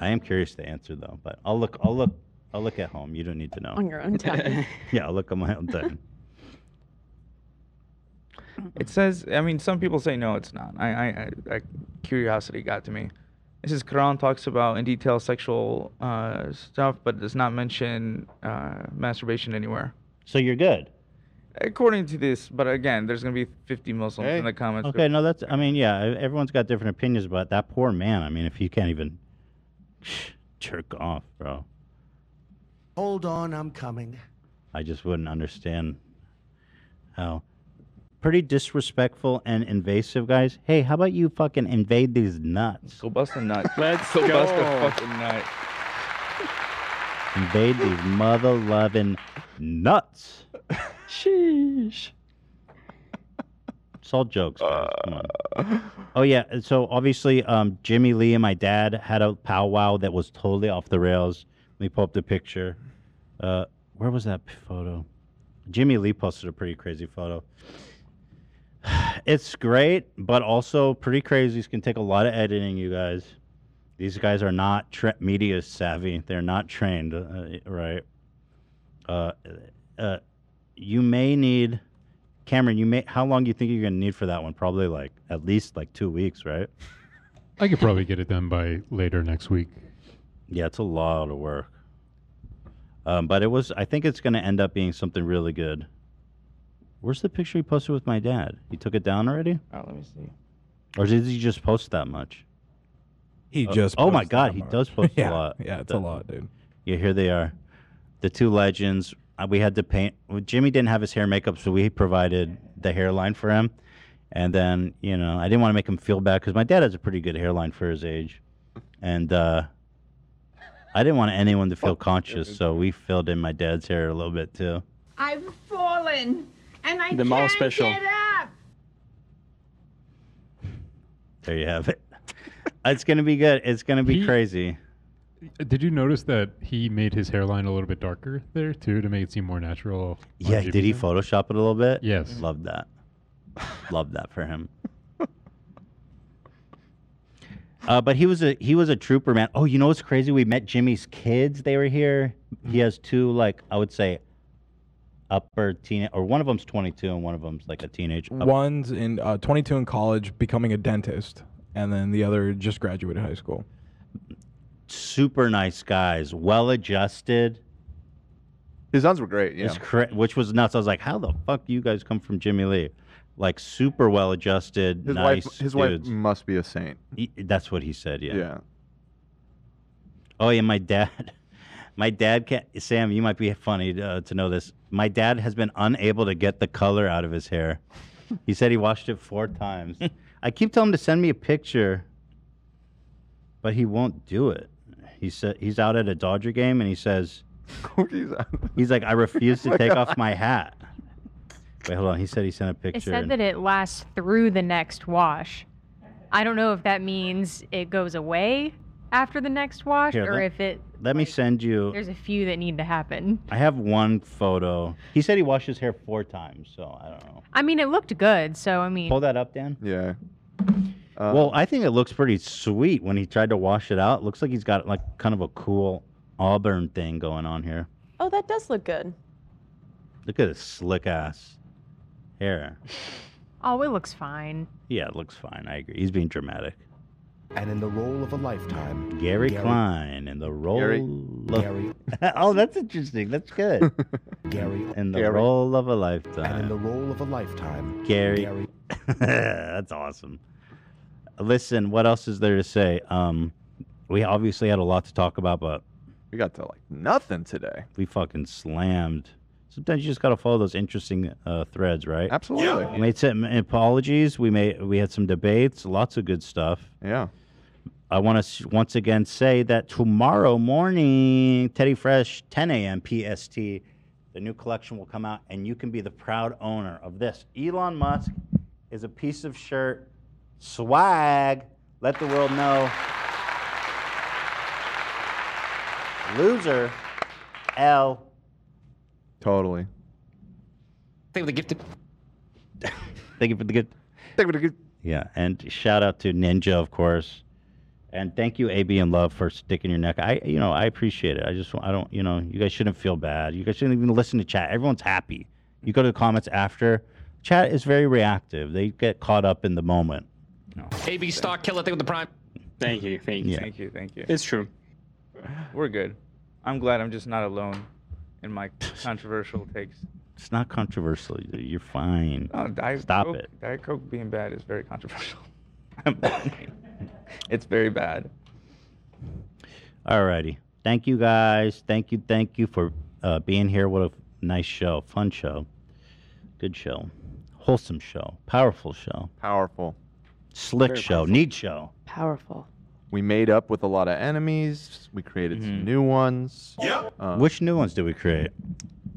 I am curious to answer though, but I'll look. I'll look. I'll look at home. You don't need to know. On your own time. yeah, I'll look on my own time. It says. I mean, some people say no, it's not. I, I, I, I curiosity got to me. This is Quran talks about in detail sexual uh, stuff, but does not mention uh, masturbation anywhere. So you're good. According to this, but again, there's gonna be 50 Muslims in the comments. Okay, no, that's. I mean, yeah, e- everyone's got different opinions about that poor man. I mean, if you can't even jerk off, bro, Hold on, I'm coming. I just wouldn't understand how. Pretty disrespectful and invasive, guys. Hey, how about you fucking invade these nuts? Go bust a nut. Let's go bust a go. fucking nut. Invade these mother loving nuts. Sheesh. It's all jokes, guys. Come on. Oh yeah. and So obviously, um, Jimmy Lee and my dad had a powwow that was totally off the rails. Let me pull up the picture. Uh, where was that p- photo? Jimmy Lee posted a pretty crazy photo. It's great, but also pretty crazy. It's gonna take a lot of editing, you guys. These guys are not tra- media savvy. They're not trained, uh, right? Uh, uh, you may need Cameron, you may how long do you think you're gonna need for that one? Probably like at least like two weeks, right? I could probably get it done by later next week. Yeah, it's a lot of work. Um, but it was I think it's gonna end up being something really good. Where's the picture you posted with my dad? You took it down already? Oh, let me see. Or did he just post that much? He Oh- just Oh my posts god, that he much. does post Yeah, a lot. yeah, it's a lot, dude. Yeah, here they are. The two legends. Uh, We had to paint. well, Jimmy didn't have his hair and makeup, so we provided the hairline for him. And then, you know, I didn't want to make him feel bad because my dad has a pretty good hairline for his age. And uh, I didn't want anyone to feel conscious, so we filled in my dad's hair a little bit too. I've fallen and I The Mao can't special. get up. There you have it. it's going to be good. It's going to be He- crazy. Uh, Did you notice that he made his hairline a little bit darker there too to make it seem more natural? Yeah, on did he Jupiter? Photoshop it a little bit? Yes. Love that. Love that for him. Uh, but he was a he was a trooper, man. Oh, you know what's crazy? We met Jimmy's kids. They were here. He has two, like I would say, upper teen, or one of them's 22 and one of them's like a teenage. up- One's in uh, 22 in college, becoming a dentist, and then the other just graduated high school. super nice guys, well adjusted. His sons were great. Yeah. It's cra- which was nuts. I was like, how the fuck do you guys come from Jimmy Lee? Like super well adjusted, His nice. wife. His dudes. wife must be a saint. He- that's what he said. Yeah. Yeah. Oh yeah, my dad. My dad can Sam. You might be funny uh, to know this. My dad has been unable to get the color out of his hair. he said he washed it four times. I keep telling him to send me a picture, but he won't do it. He said he's out at a Dodger game and he says, He's like, I refuse to Oh my take God. off my hat. Wait, hold on. He said he sent a picture. It said and- that it lasts through the next wash. I don't know if that means it goes away after the next wash Here, Oh. or let- if it Let me send you. there's a few that need to happen. I have one photo. He said he washed his hair four times, so I don't know. I mean, it looked good, so I mean, Pull that up, Dan. Yeah. Uh, well, I think it looks pretty sweet when he tried to wash it out. Looks like he's got like kind of a cool auburn thing going on here. Oh, that does look good. Look at his slick ass hair. oh, it looks fine. Yeah, it looks fine. I agree. He's being dramatic. And in the role of a lifetime, Gary, Gary- Klein in the role Gary- of Gary- oh, that's interesting. That's good. Gary in the Gary- role of a and in lifetime. the role of a lifetime, Gary. That's awesome. Listen, what else is there to say? Um, we obviously had a lot to talk about, but we got to like nothing today. We fucking slammed. Sometimes you just gotta follow those interesting uh, threads, right? Absolutely. We made some apologies. We made we had some debates. Lots of good stuff. Yeah. I want to once again say that tomorrow morning, Teddy Fresh, 10 a.m. PST, The new collection will come out, and you can be the proud owner of this. Elon Musk is a piece of shirt swag. Let the world know. Loser, L. Totally. Thank you for the gift. Thank you for the good. Thank you for the good. Yeah, and shout out to Ninja, of course, and thank you, AB and Love, for sticking your neck. I, you know, I appreciate it. I just, I don't, you know, you guys shouldn't feel bad. You guys shouldn't even listen to chat. Everyone's happy. You go to the comments after. Chat is very reactive. They get caught up in the moment. AB stock killer thing with the prime. Thank you. Thank you. Yeah. Thank you. Thank you. It's true. We're good. I'm glad I'm just not alone in my controversial takes. It's not controversial. You're fine. No, Diet Stop Coke, it. Diet Coke being bad is very controversial. it's very bad. Alrighty. Thank you guys. Thank you. Thank you for uh, being here. What a f- nice show. Fun show. Good show. Wholesome show. Powerful show. Powerful. Slick Very show. Neat show. Powerful. We made up with a lot of enemies. We created some new ones. Yep. Mm-hmm. Which new ones did we create?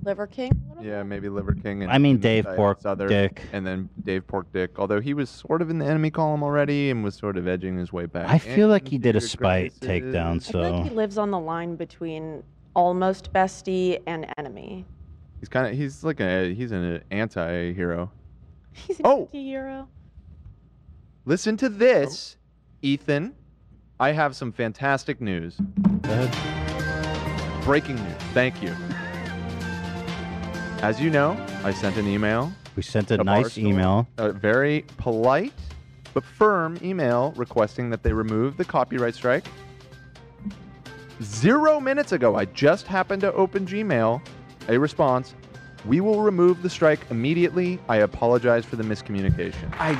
Liver King? Yeah, maybe Liver King. And, I mean and then Dave Diet Pork Souther, Dick. And then Dave Pork Dick, although he was sort of in the enemy column already and was sort of edging his way back. I feel in. like he did a Peter spite Graces. takedown, I feel like he so lives on the line between almost bestie and enemy. He's kind of he's like a he's an anti-hero. He's an anti-hero. Listen to this, Ethan. I have some fantastic news. Breaking news. Thank you. As you know, I sent an email. we sent a to nice Barstool, email. A very polite but firm email requesting that they remove the copyright strike. Zero minutes ago, I just happened to open Gmail. A response We will remove the strike immediately. I apologize for the miscommunication. I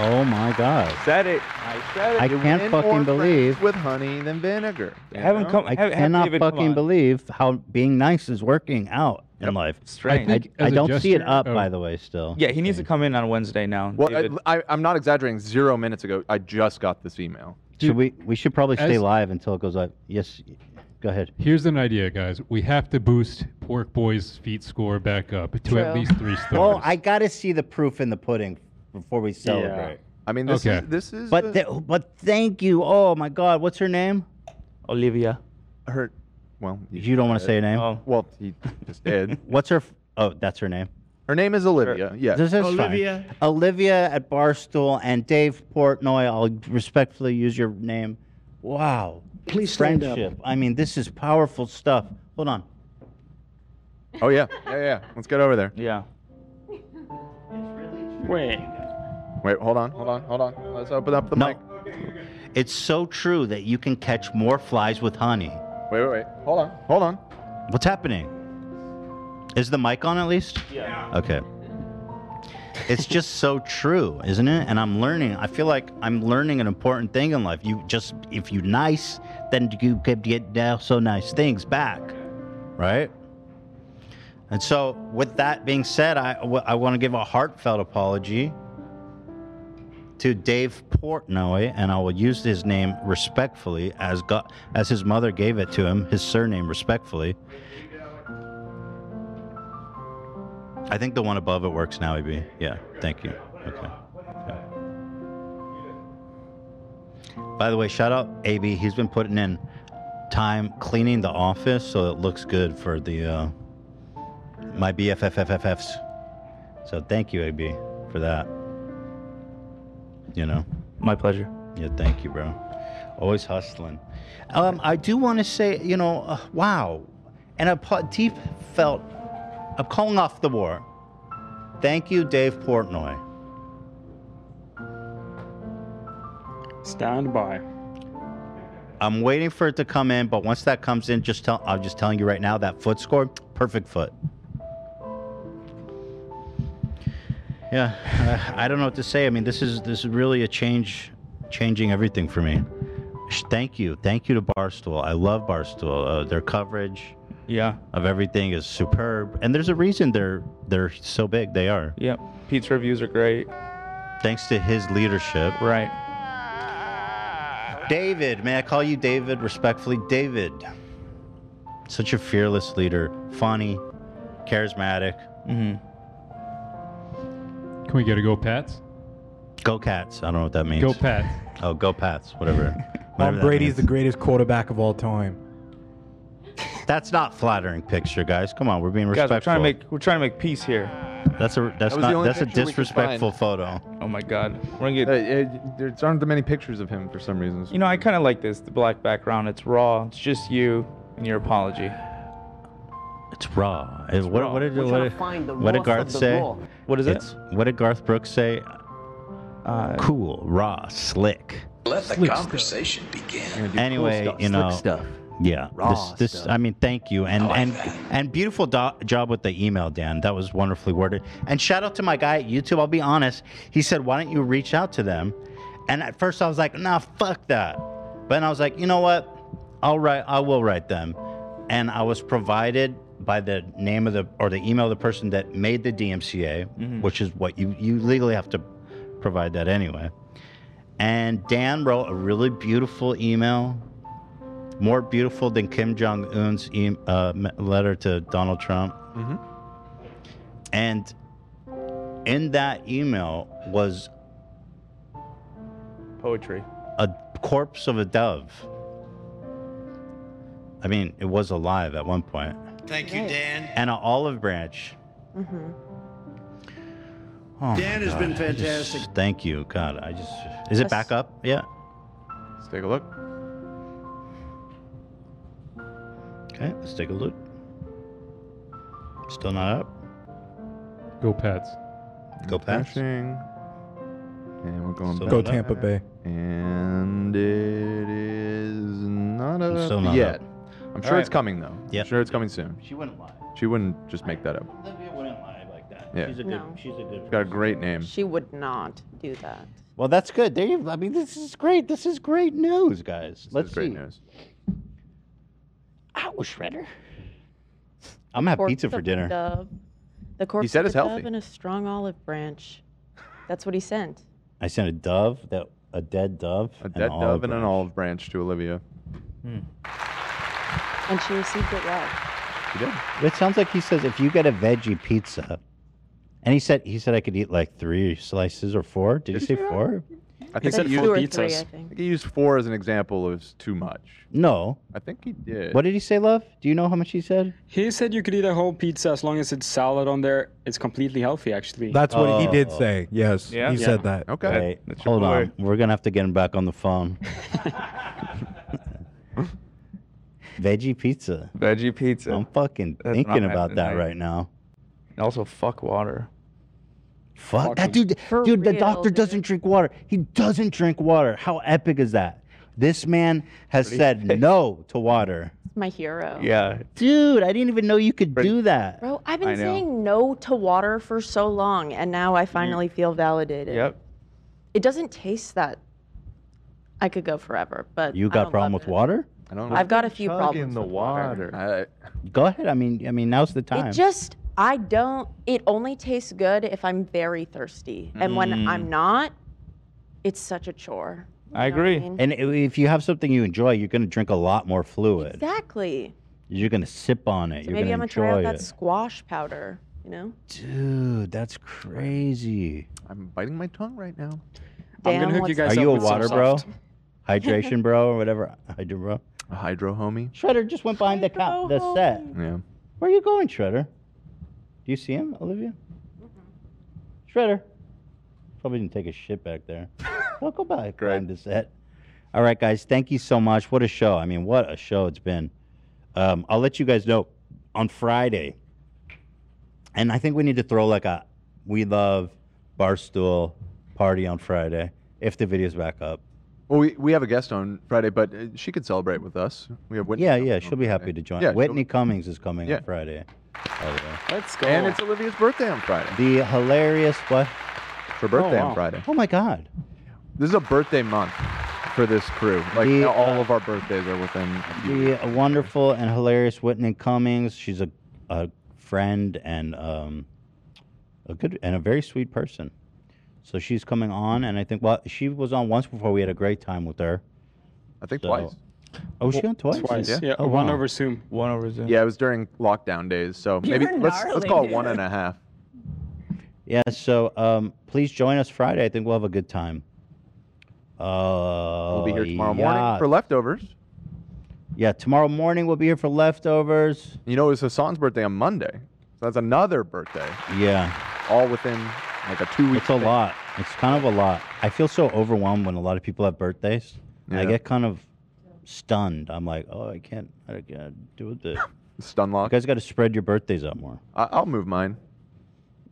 Oh my god. said it. I said it. I can't fucking believe With honey than vinegar. I haven't come. I have- have cannot David come fucking on. believe how being nice is working out in life. strange. I, I think I as a don't see it gesture up, of- by the way, still. Yeah, he needs to come in on Wednesday now. Well, David. I, I, I'm not exaggerating. Zero minutes ago, I just got this email. Should we, we should probably stay as- live until it goes live. Yes, go ahead. Here's an idea, guys. We have to boost Pork Boy's feet score back up to at True. least three stars. Well, I got to see the proof in the pudding before we celebrate. I mean, this Okay. is this is. But the- th- but thank you. Oh my God, what's her name? Olivia. her. Well, You don't want to say her name. Oh, Well, he just did. What's her? F- oh, that's her name. Her name is Olivia. Yeah. This is fine. Olivia at Barstool and Dave Portnoy. I'll respectfully use your name. Wow. Please stand up. friendship. I mean, this is powerful stuff. Hold on. Oh yeah. Yeah yeah. Let's get over there. Yeah. Wait. Wait. Hold on. Hold on. Hold on. Let's open up the No. mic. It's so true that you can catch more flies with honey. Wait. Wait. Wait. Hold on. Hold on. What's happening? Is the mic on at least? Yeah. Okay. It's just so true, isn't it? And I'm learning. I feel like I'm learning an important thing in life. You just, if you nice, then you could get now so nice things back, right? And so, with that being said, I, want to give a heartfelt apology to Dave Portnoy, and I will use his name respectfully as God, as his mother gave it to him, his surname respectfully. I think the one above it works now, EB. Yeah, thank you. Okay. Yeah. By the way, shout out AB. He's been putting in time cleaning the office, so it looks good for the uh, my BFFFFs. So thank you, AB, for that. You know. My pleasure. Yeah, thank you, bro. Always hustling. Um, I do want to say, you know, uh, wow, and I po- deep felt I'm calling off the war. Thank you, Dave Portnoy. Stand by. I'm waiting for it to come in, but once that comes in, just tell I'm just telling you right now that foot score, perfect foot. Yeah, I, I don't know what to say. I mean, this is this is really a change, changing everything for me. Sh- Thank you, thank you to Barstool. I love Barstool. Uh, their coverage Yeah. of everything is superb, and there's a reason they're they're so big. They are Yep. Pizza reviews are great. thanks to his leadership. Right. David, may I call you David respectfully? David, such a fearless leader, funny, charismatic. Mm-hmm. Can we get a go Pats? Go Cats. I don't know what that means. Go Pats. Oh, go Pats. Whatever. Whatever Tom that Brady's means. the greatest quarterback of all time. That's not flattering picture, guys. Come on, we're being Guys, respectful. we're trying to make we're trying to make peace here. That's a that's not that's a disrespectful photo. Oh my God, we're gonna get. Uh, there aren't that many pictures of him for some reason. You know, I kind of like this. The black background. It's raw. It's just you and your apology. It's raw. It's what, raw. what did We're what trying did- to find the what did loss Garth of the say? raw. What is it? Uh, It's- What did Garth Brooks say? cool, raw, slick. Let the Slick conversation begin. Anyway, you know. Yeah. Raw this this stuff. I mean, Oh, thank you. And and and beautiful do- job with the email, Dan. That was wonderfully worded. And shout out to my guy at YouTube. I'll be honest. He said, "Why don't you reach out to them?" And at first I was like, "Nah, fuck that." But then I was like, "You know what? I'll write I will write them." And I was provided by the name of the or the email of the person that made the DMCA, Mhm. which is what you you legally have to provide that anyway. And Dan wrote a really beautiful email, more beautiful than Kim Jong Un's e- uh, m- letter to Donald Trump. Mm-hmm. And in that email was Poetry. a corpse of a dove. I mean, it was alive at one point, Thank you, Dan. and an olive branch. Mm-hmm. Oh my Dan has God, been I just- fantastic. thank you, God. I just is it Let's- back up? Yeah. Let's take a look. Okay, let's take a look. Still not up. Go Pats. Go Pats. Crashing. And we're going Still back. Go Tampa Bay. And it is not I'm up still not yet. up. I'm All sure right. it's coming though. Yeah. I'm sure it's coming soon. She wouldn't lie. She wouldn't just make that up. Olivia wouldn't lie like that. Yeah. She's a good. She's a good. Got a great name. She would not do that. Well, that's good. There you. I mean, this is great. This is great news, guys. Let's great see. news. Ow, Shredder. I'm gonna have Corpse pizza for of a dinner. dove. The corpse said of it's a dove healthy. and a strong olive branch. That's what he sent. I sent a dove that a dead dove. A dead dove and an olive branch to Olivia. And she received it well. She did. It sounds like he says if you get a veggie pizza, and he said he said I could eat like three slices or four. Did he say four? I think he used, he used four as an example of too much. No. I think he did. What did he say, love? Do you know how much he said? He said you could eat a whole pizza as long as it's salad on there. It's completely healthy, actually. That's what he did say. Yes, Oh. Yeah? he Yeah. said that. Okay. Wait, That's your Oh. hold on. boy. We're gonna have to get him back on the phone. Veggie pizza. Veggie pizza. I'm fucking That's thinking not about that happening. right now. And also, fuck water. Fuck, that dude. dude, the doctor doesn't drink water. He doesn't drink water. How epic is that? This man has Pretty said no to water. It's my hero. Yeah. Dude, I didn't even know you could do that. Bro, I've been I know. saying no to water for so long, and now Mm-hmm. I finally feel validated. It doesn't taste that. I could go forever, but You I got don't a problem with water? I don't know. I've got a few Chugging problems the with water. Go ahead. I mean, I mean, now's the time. It just, I don't, it only tastes good if I'm very thirsty. And when Mm. I'm not, it's such a chore. I agree. mean? And i- if you have something you enjoy, you're gonna drink a lot more fluid. Exactly. You're gonna sip on it. So you're maybe I'm going gonna to enjoy try out it. that squash powder, you know? Dude, that's crazy. I'm biting my tongue right now. I'm gonna Damn, hook you what's- guys Are you up a with some water bro? soft. Hydration bro or whatever? Hydro bro? A hydro homie. Shredder just went behind the cap, Oh. the set. Oh. Yeah. Where are you going, Shredder? Do you see him, Olivia? Shredder. Probably didn't take a shit back there. I'll go back. Climb the set. All right, guys. Thank you so much. What a show. I mean, what a show it's been. Um, I'll let you guys know on Friday. And I think we need to throw like a we love barstool party on Friday if the video's back up. Well, we, we have a guest on Friday, but uh, she could celebrate with us. We have Whitney. yeah, coming yeah. on She'll be happy Friday. to join. Yeah, she'll- Whitney Cummings is coming Yeah. on Friday. by the way. Let's go. And it's Olivia's birthday on Friday. The hilarious what? Her birthday Oh, wow. on Friday. Oh my God. This is a birthday month for this crew. Like all uh, of our birthdays are within. a few The wonderful and hilarious Whitney Cummings. She's a, a friend and um, a good and a very sweet person. So she's coming on, and I think well, she was on once before. We had a great time with her. I think so twice. Oh, was she on twice? Twice, yeah. Oh, one wow. over Zoom. One over Zoom. Yeah, it was during lockdown days, so You're maybe let's let's gnarly, call it dude. one and a half. Yeah, so um, please join us Friday. I think we'll have a good time. Uh, We'll Oh, be here tomorrow morning for leftovers. Yeah, tomorrow morning we'll be here for leftovers. You know, it was Hassan's birthday on Monday, so that's another birthday. Yeah. All within like a two week. It's a lot. It's kind of a lot. I feel so overwhelmed when a lot of people have birthdays. I Yeah. get kind of stunned. I'm like, oh, I can't, I can't do it. Stun lock. You guys got to spread your birthdays out more. I- I'll move mine.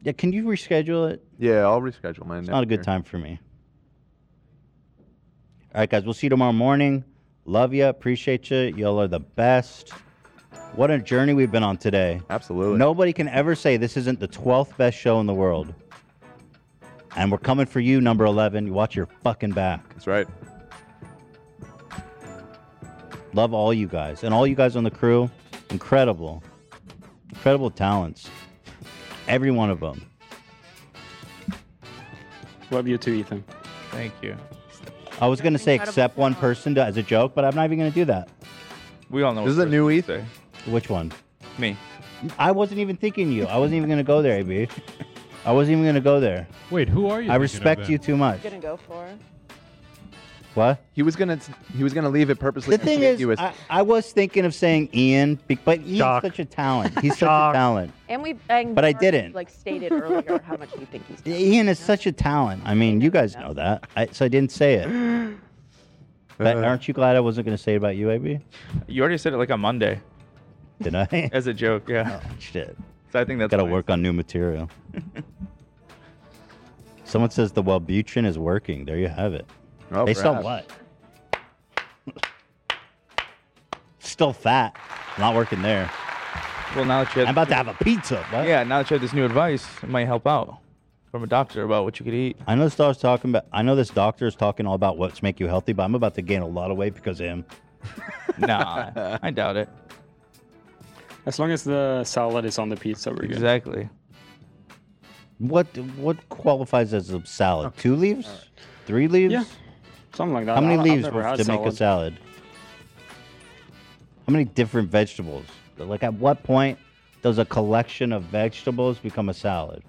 Yeah, can you reschedule it? Yeah, I'll reschedule mine. It's not a good time for me. All right, guys, we'll see you tomorrow morning. Love you. Appreciate you. Y'all are the best. What a journey we've been on today. Absolutely. Nobody can ever say this isn't the 12th best show in the world. And we're coming for you, number 11. You watch your fucking back. That's right. Love all you guys and all you guys on the crew. Incredible. Incredible talents. Every one of them. Love you too, Ethan. Thank you. I was going to say except one person to, as a joke, but I'm not even going to do that. We all know. This what is a new Thursday Ethan. Which one? Me. I wasn't even thinking you. I wasn't even going to go there, AB. I wasn't even going to go there. Wait, who are you thinking I of respect then? you too much. gonna go for it. What? He was gonna he was gonna leave it purposely. The thing is, ambiguous. I, I was thinking of saying Ian, be- but Ian's Shock. such a talent. He's such a Shock. talent. And we and But I Mark, didn't. Like stated earlier, how much you think he's. Ian is such a talent. I mean, you guys know that. I, so I didn't say it. But Uh. aren't you glad I wasn't going to say it about you, AB? You already said it like on Monday. Did I? Oh, As a joke, yeah. shit. So I think that's Got to why. work on new material. Someone says the Wellbutrin is working. There you have it. Oh, Based on perhaps. what? Still fat. Not working there. Well, now that you have I'm about to have a pizza. What? Yeah, now that you have this new advice, it might help out from a doctor about what you could eat. I know this doctor's talking about. I know this doctor is talking all about what's make you healthy, but I'm about to gain a lot of weight because of him. nah, I doubt it. As long as the salad is on the pizza, we're Exactly. What what qualifies as a salad? Oh. Two leaves, three leaves. Yeah, something like that. I- How many I've leaves never to had make a salad? How many different vegetables? Like at what point does a collection of vegetables become a salad?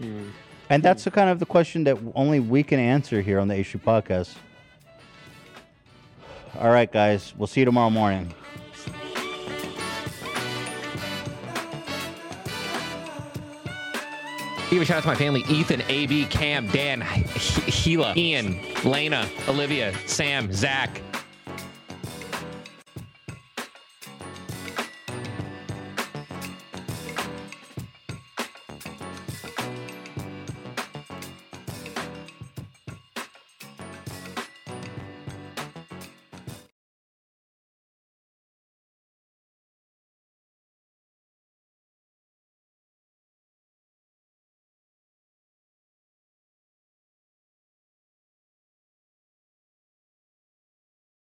good. Hmm. And that's the kind of the question that only we can answer here on the Issue Podcast. All right, guys. We'll see you tomorrow morning. Give a shout out to my family Ethan, AB, Cam, Dan, H- Gila, Ian, Lena, Olivia, Sam, Zach,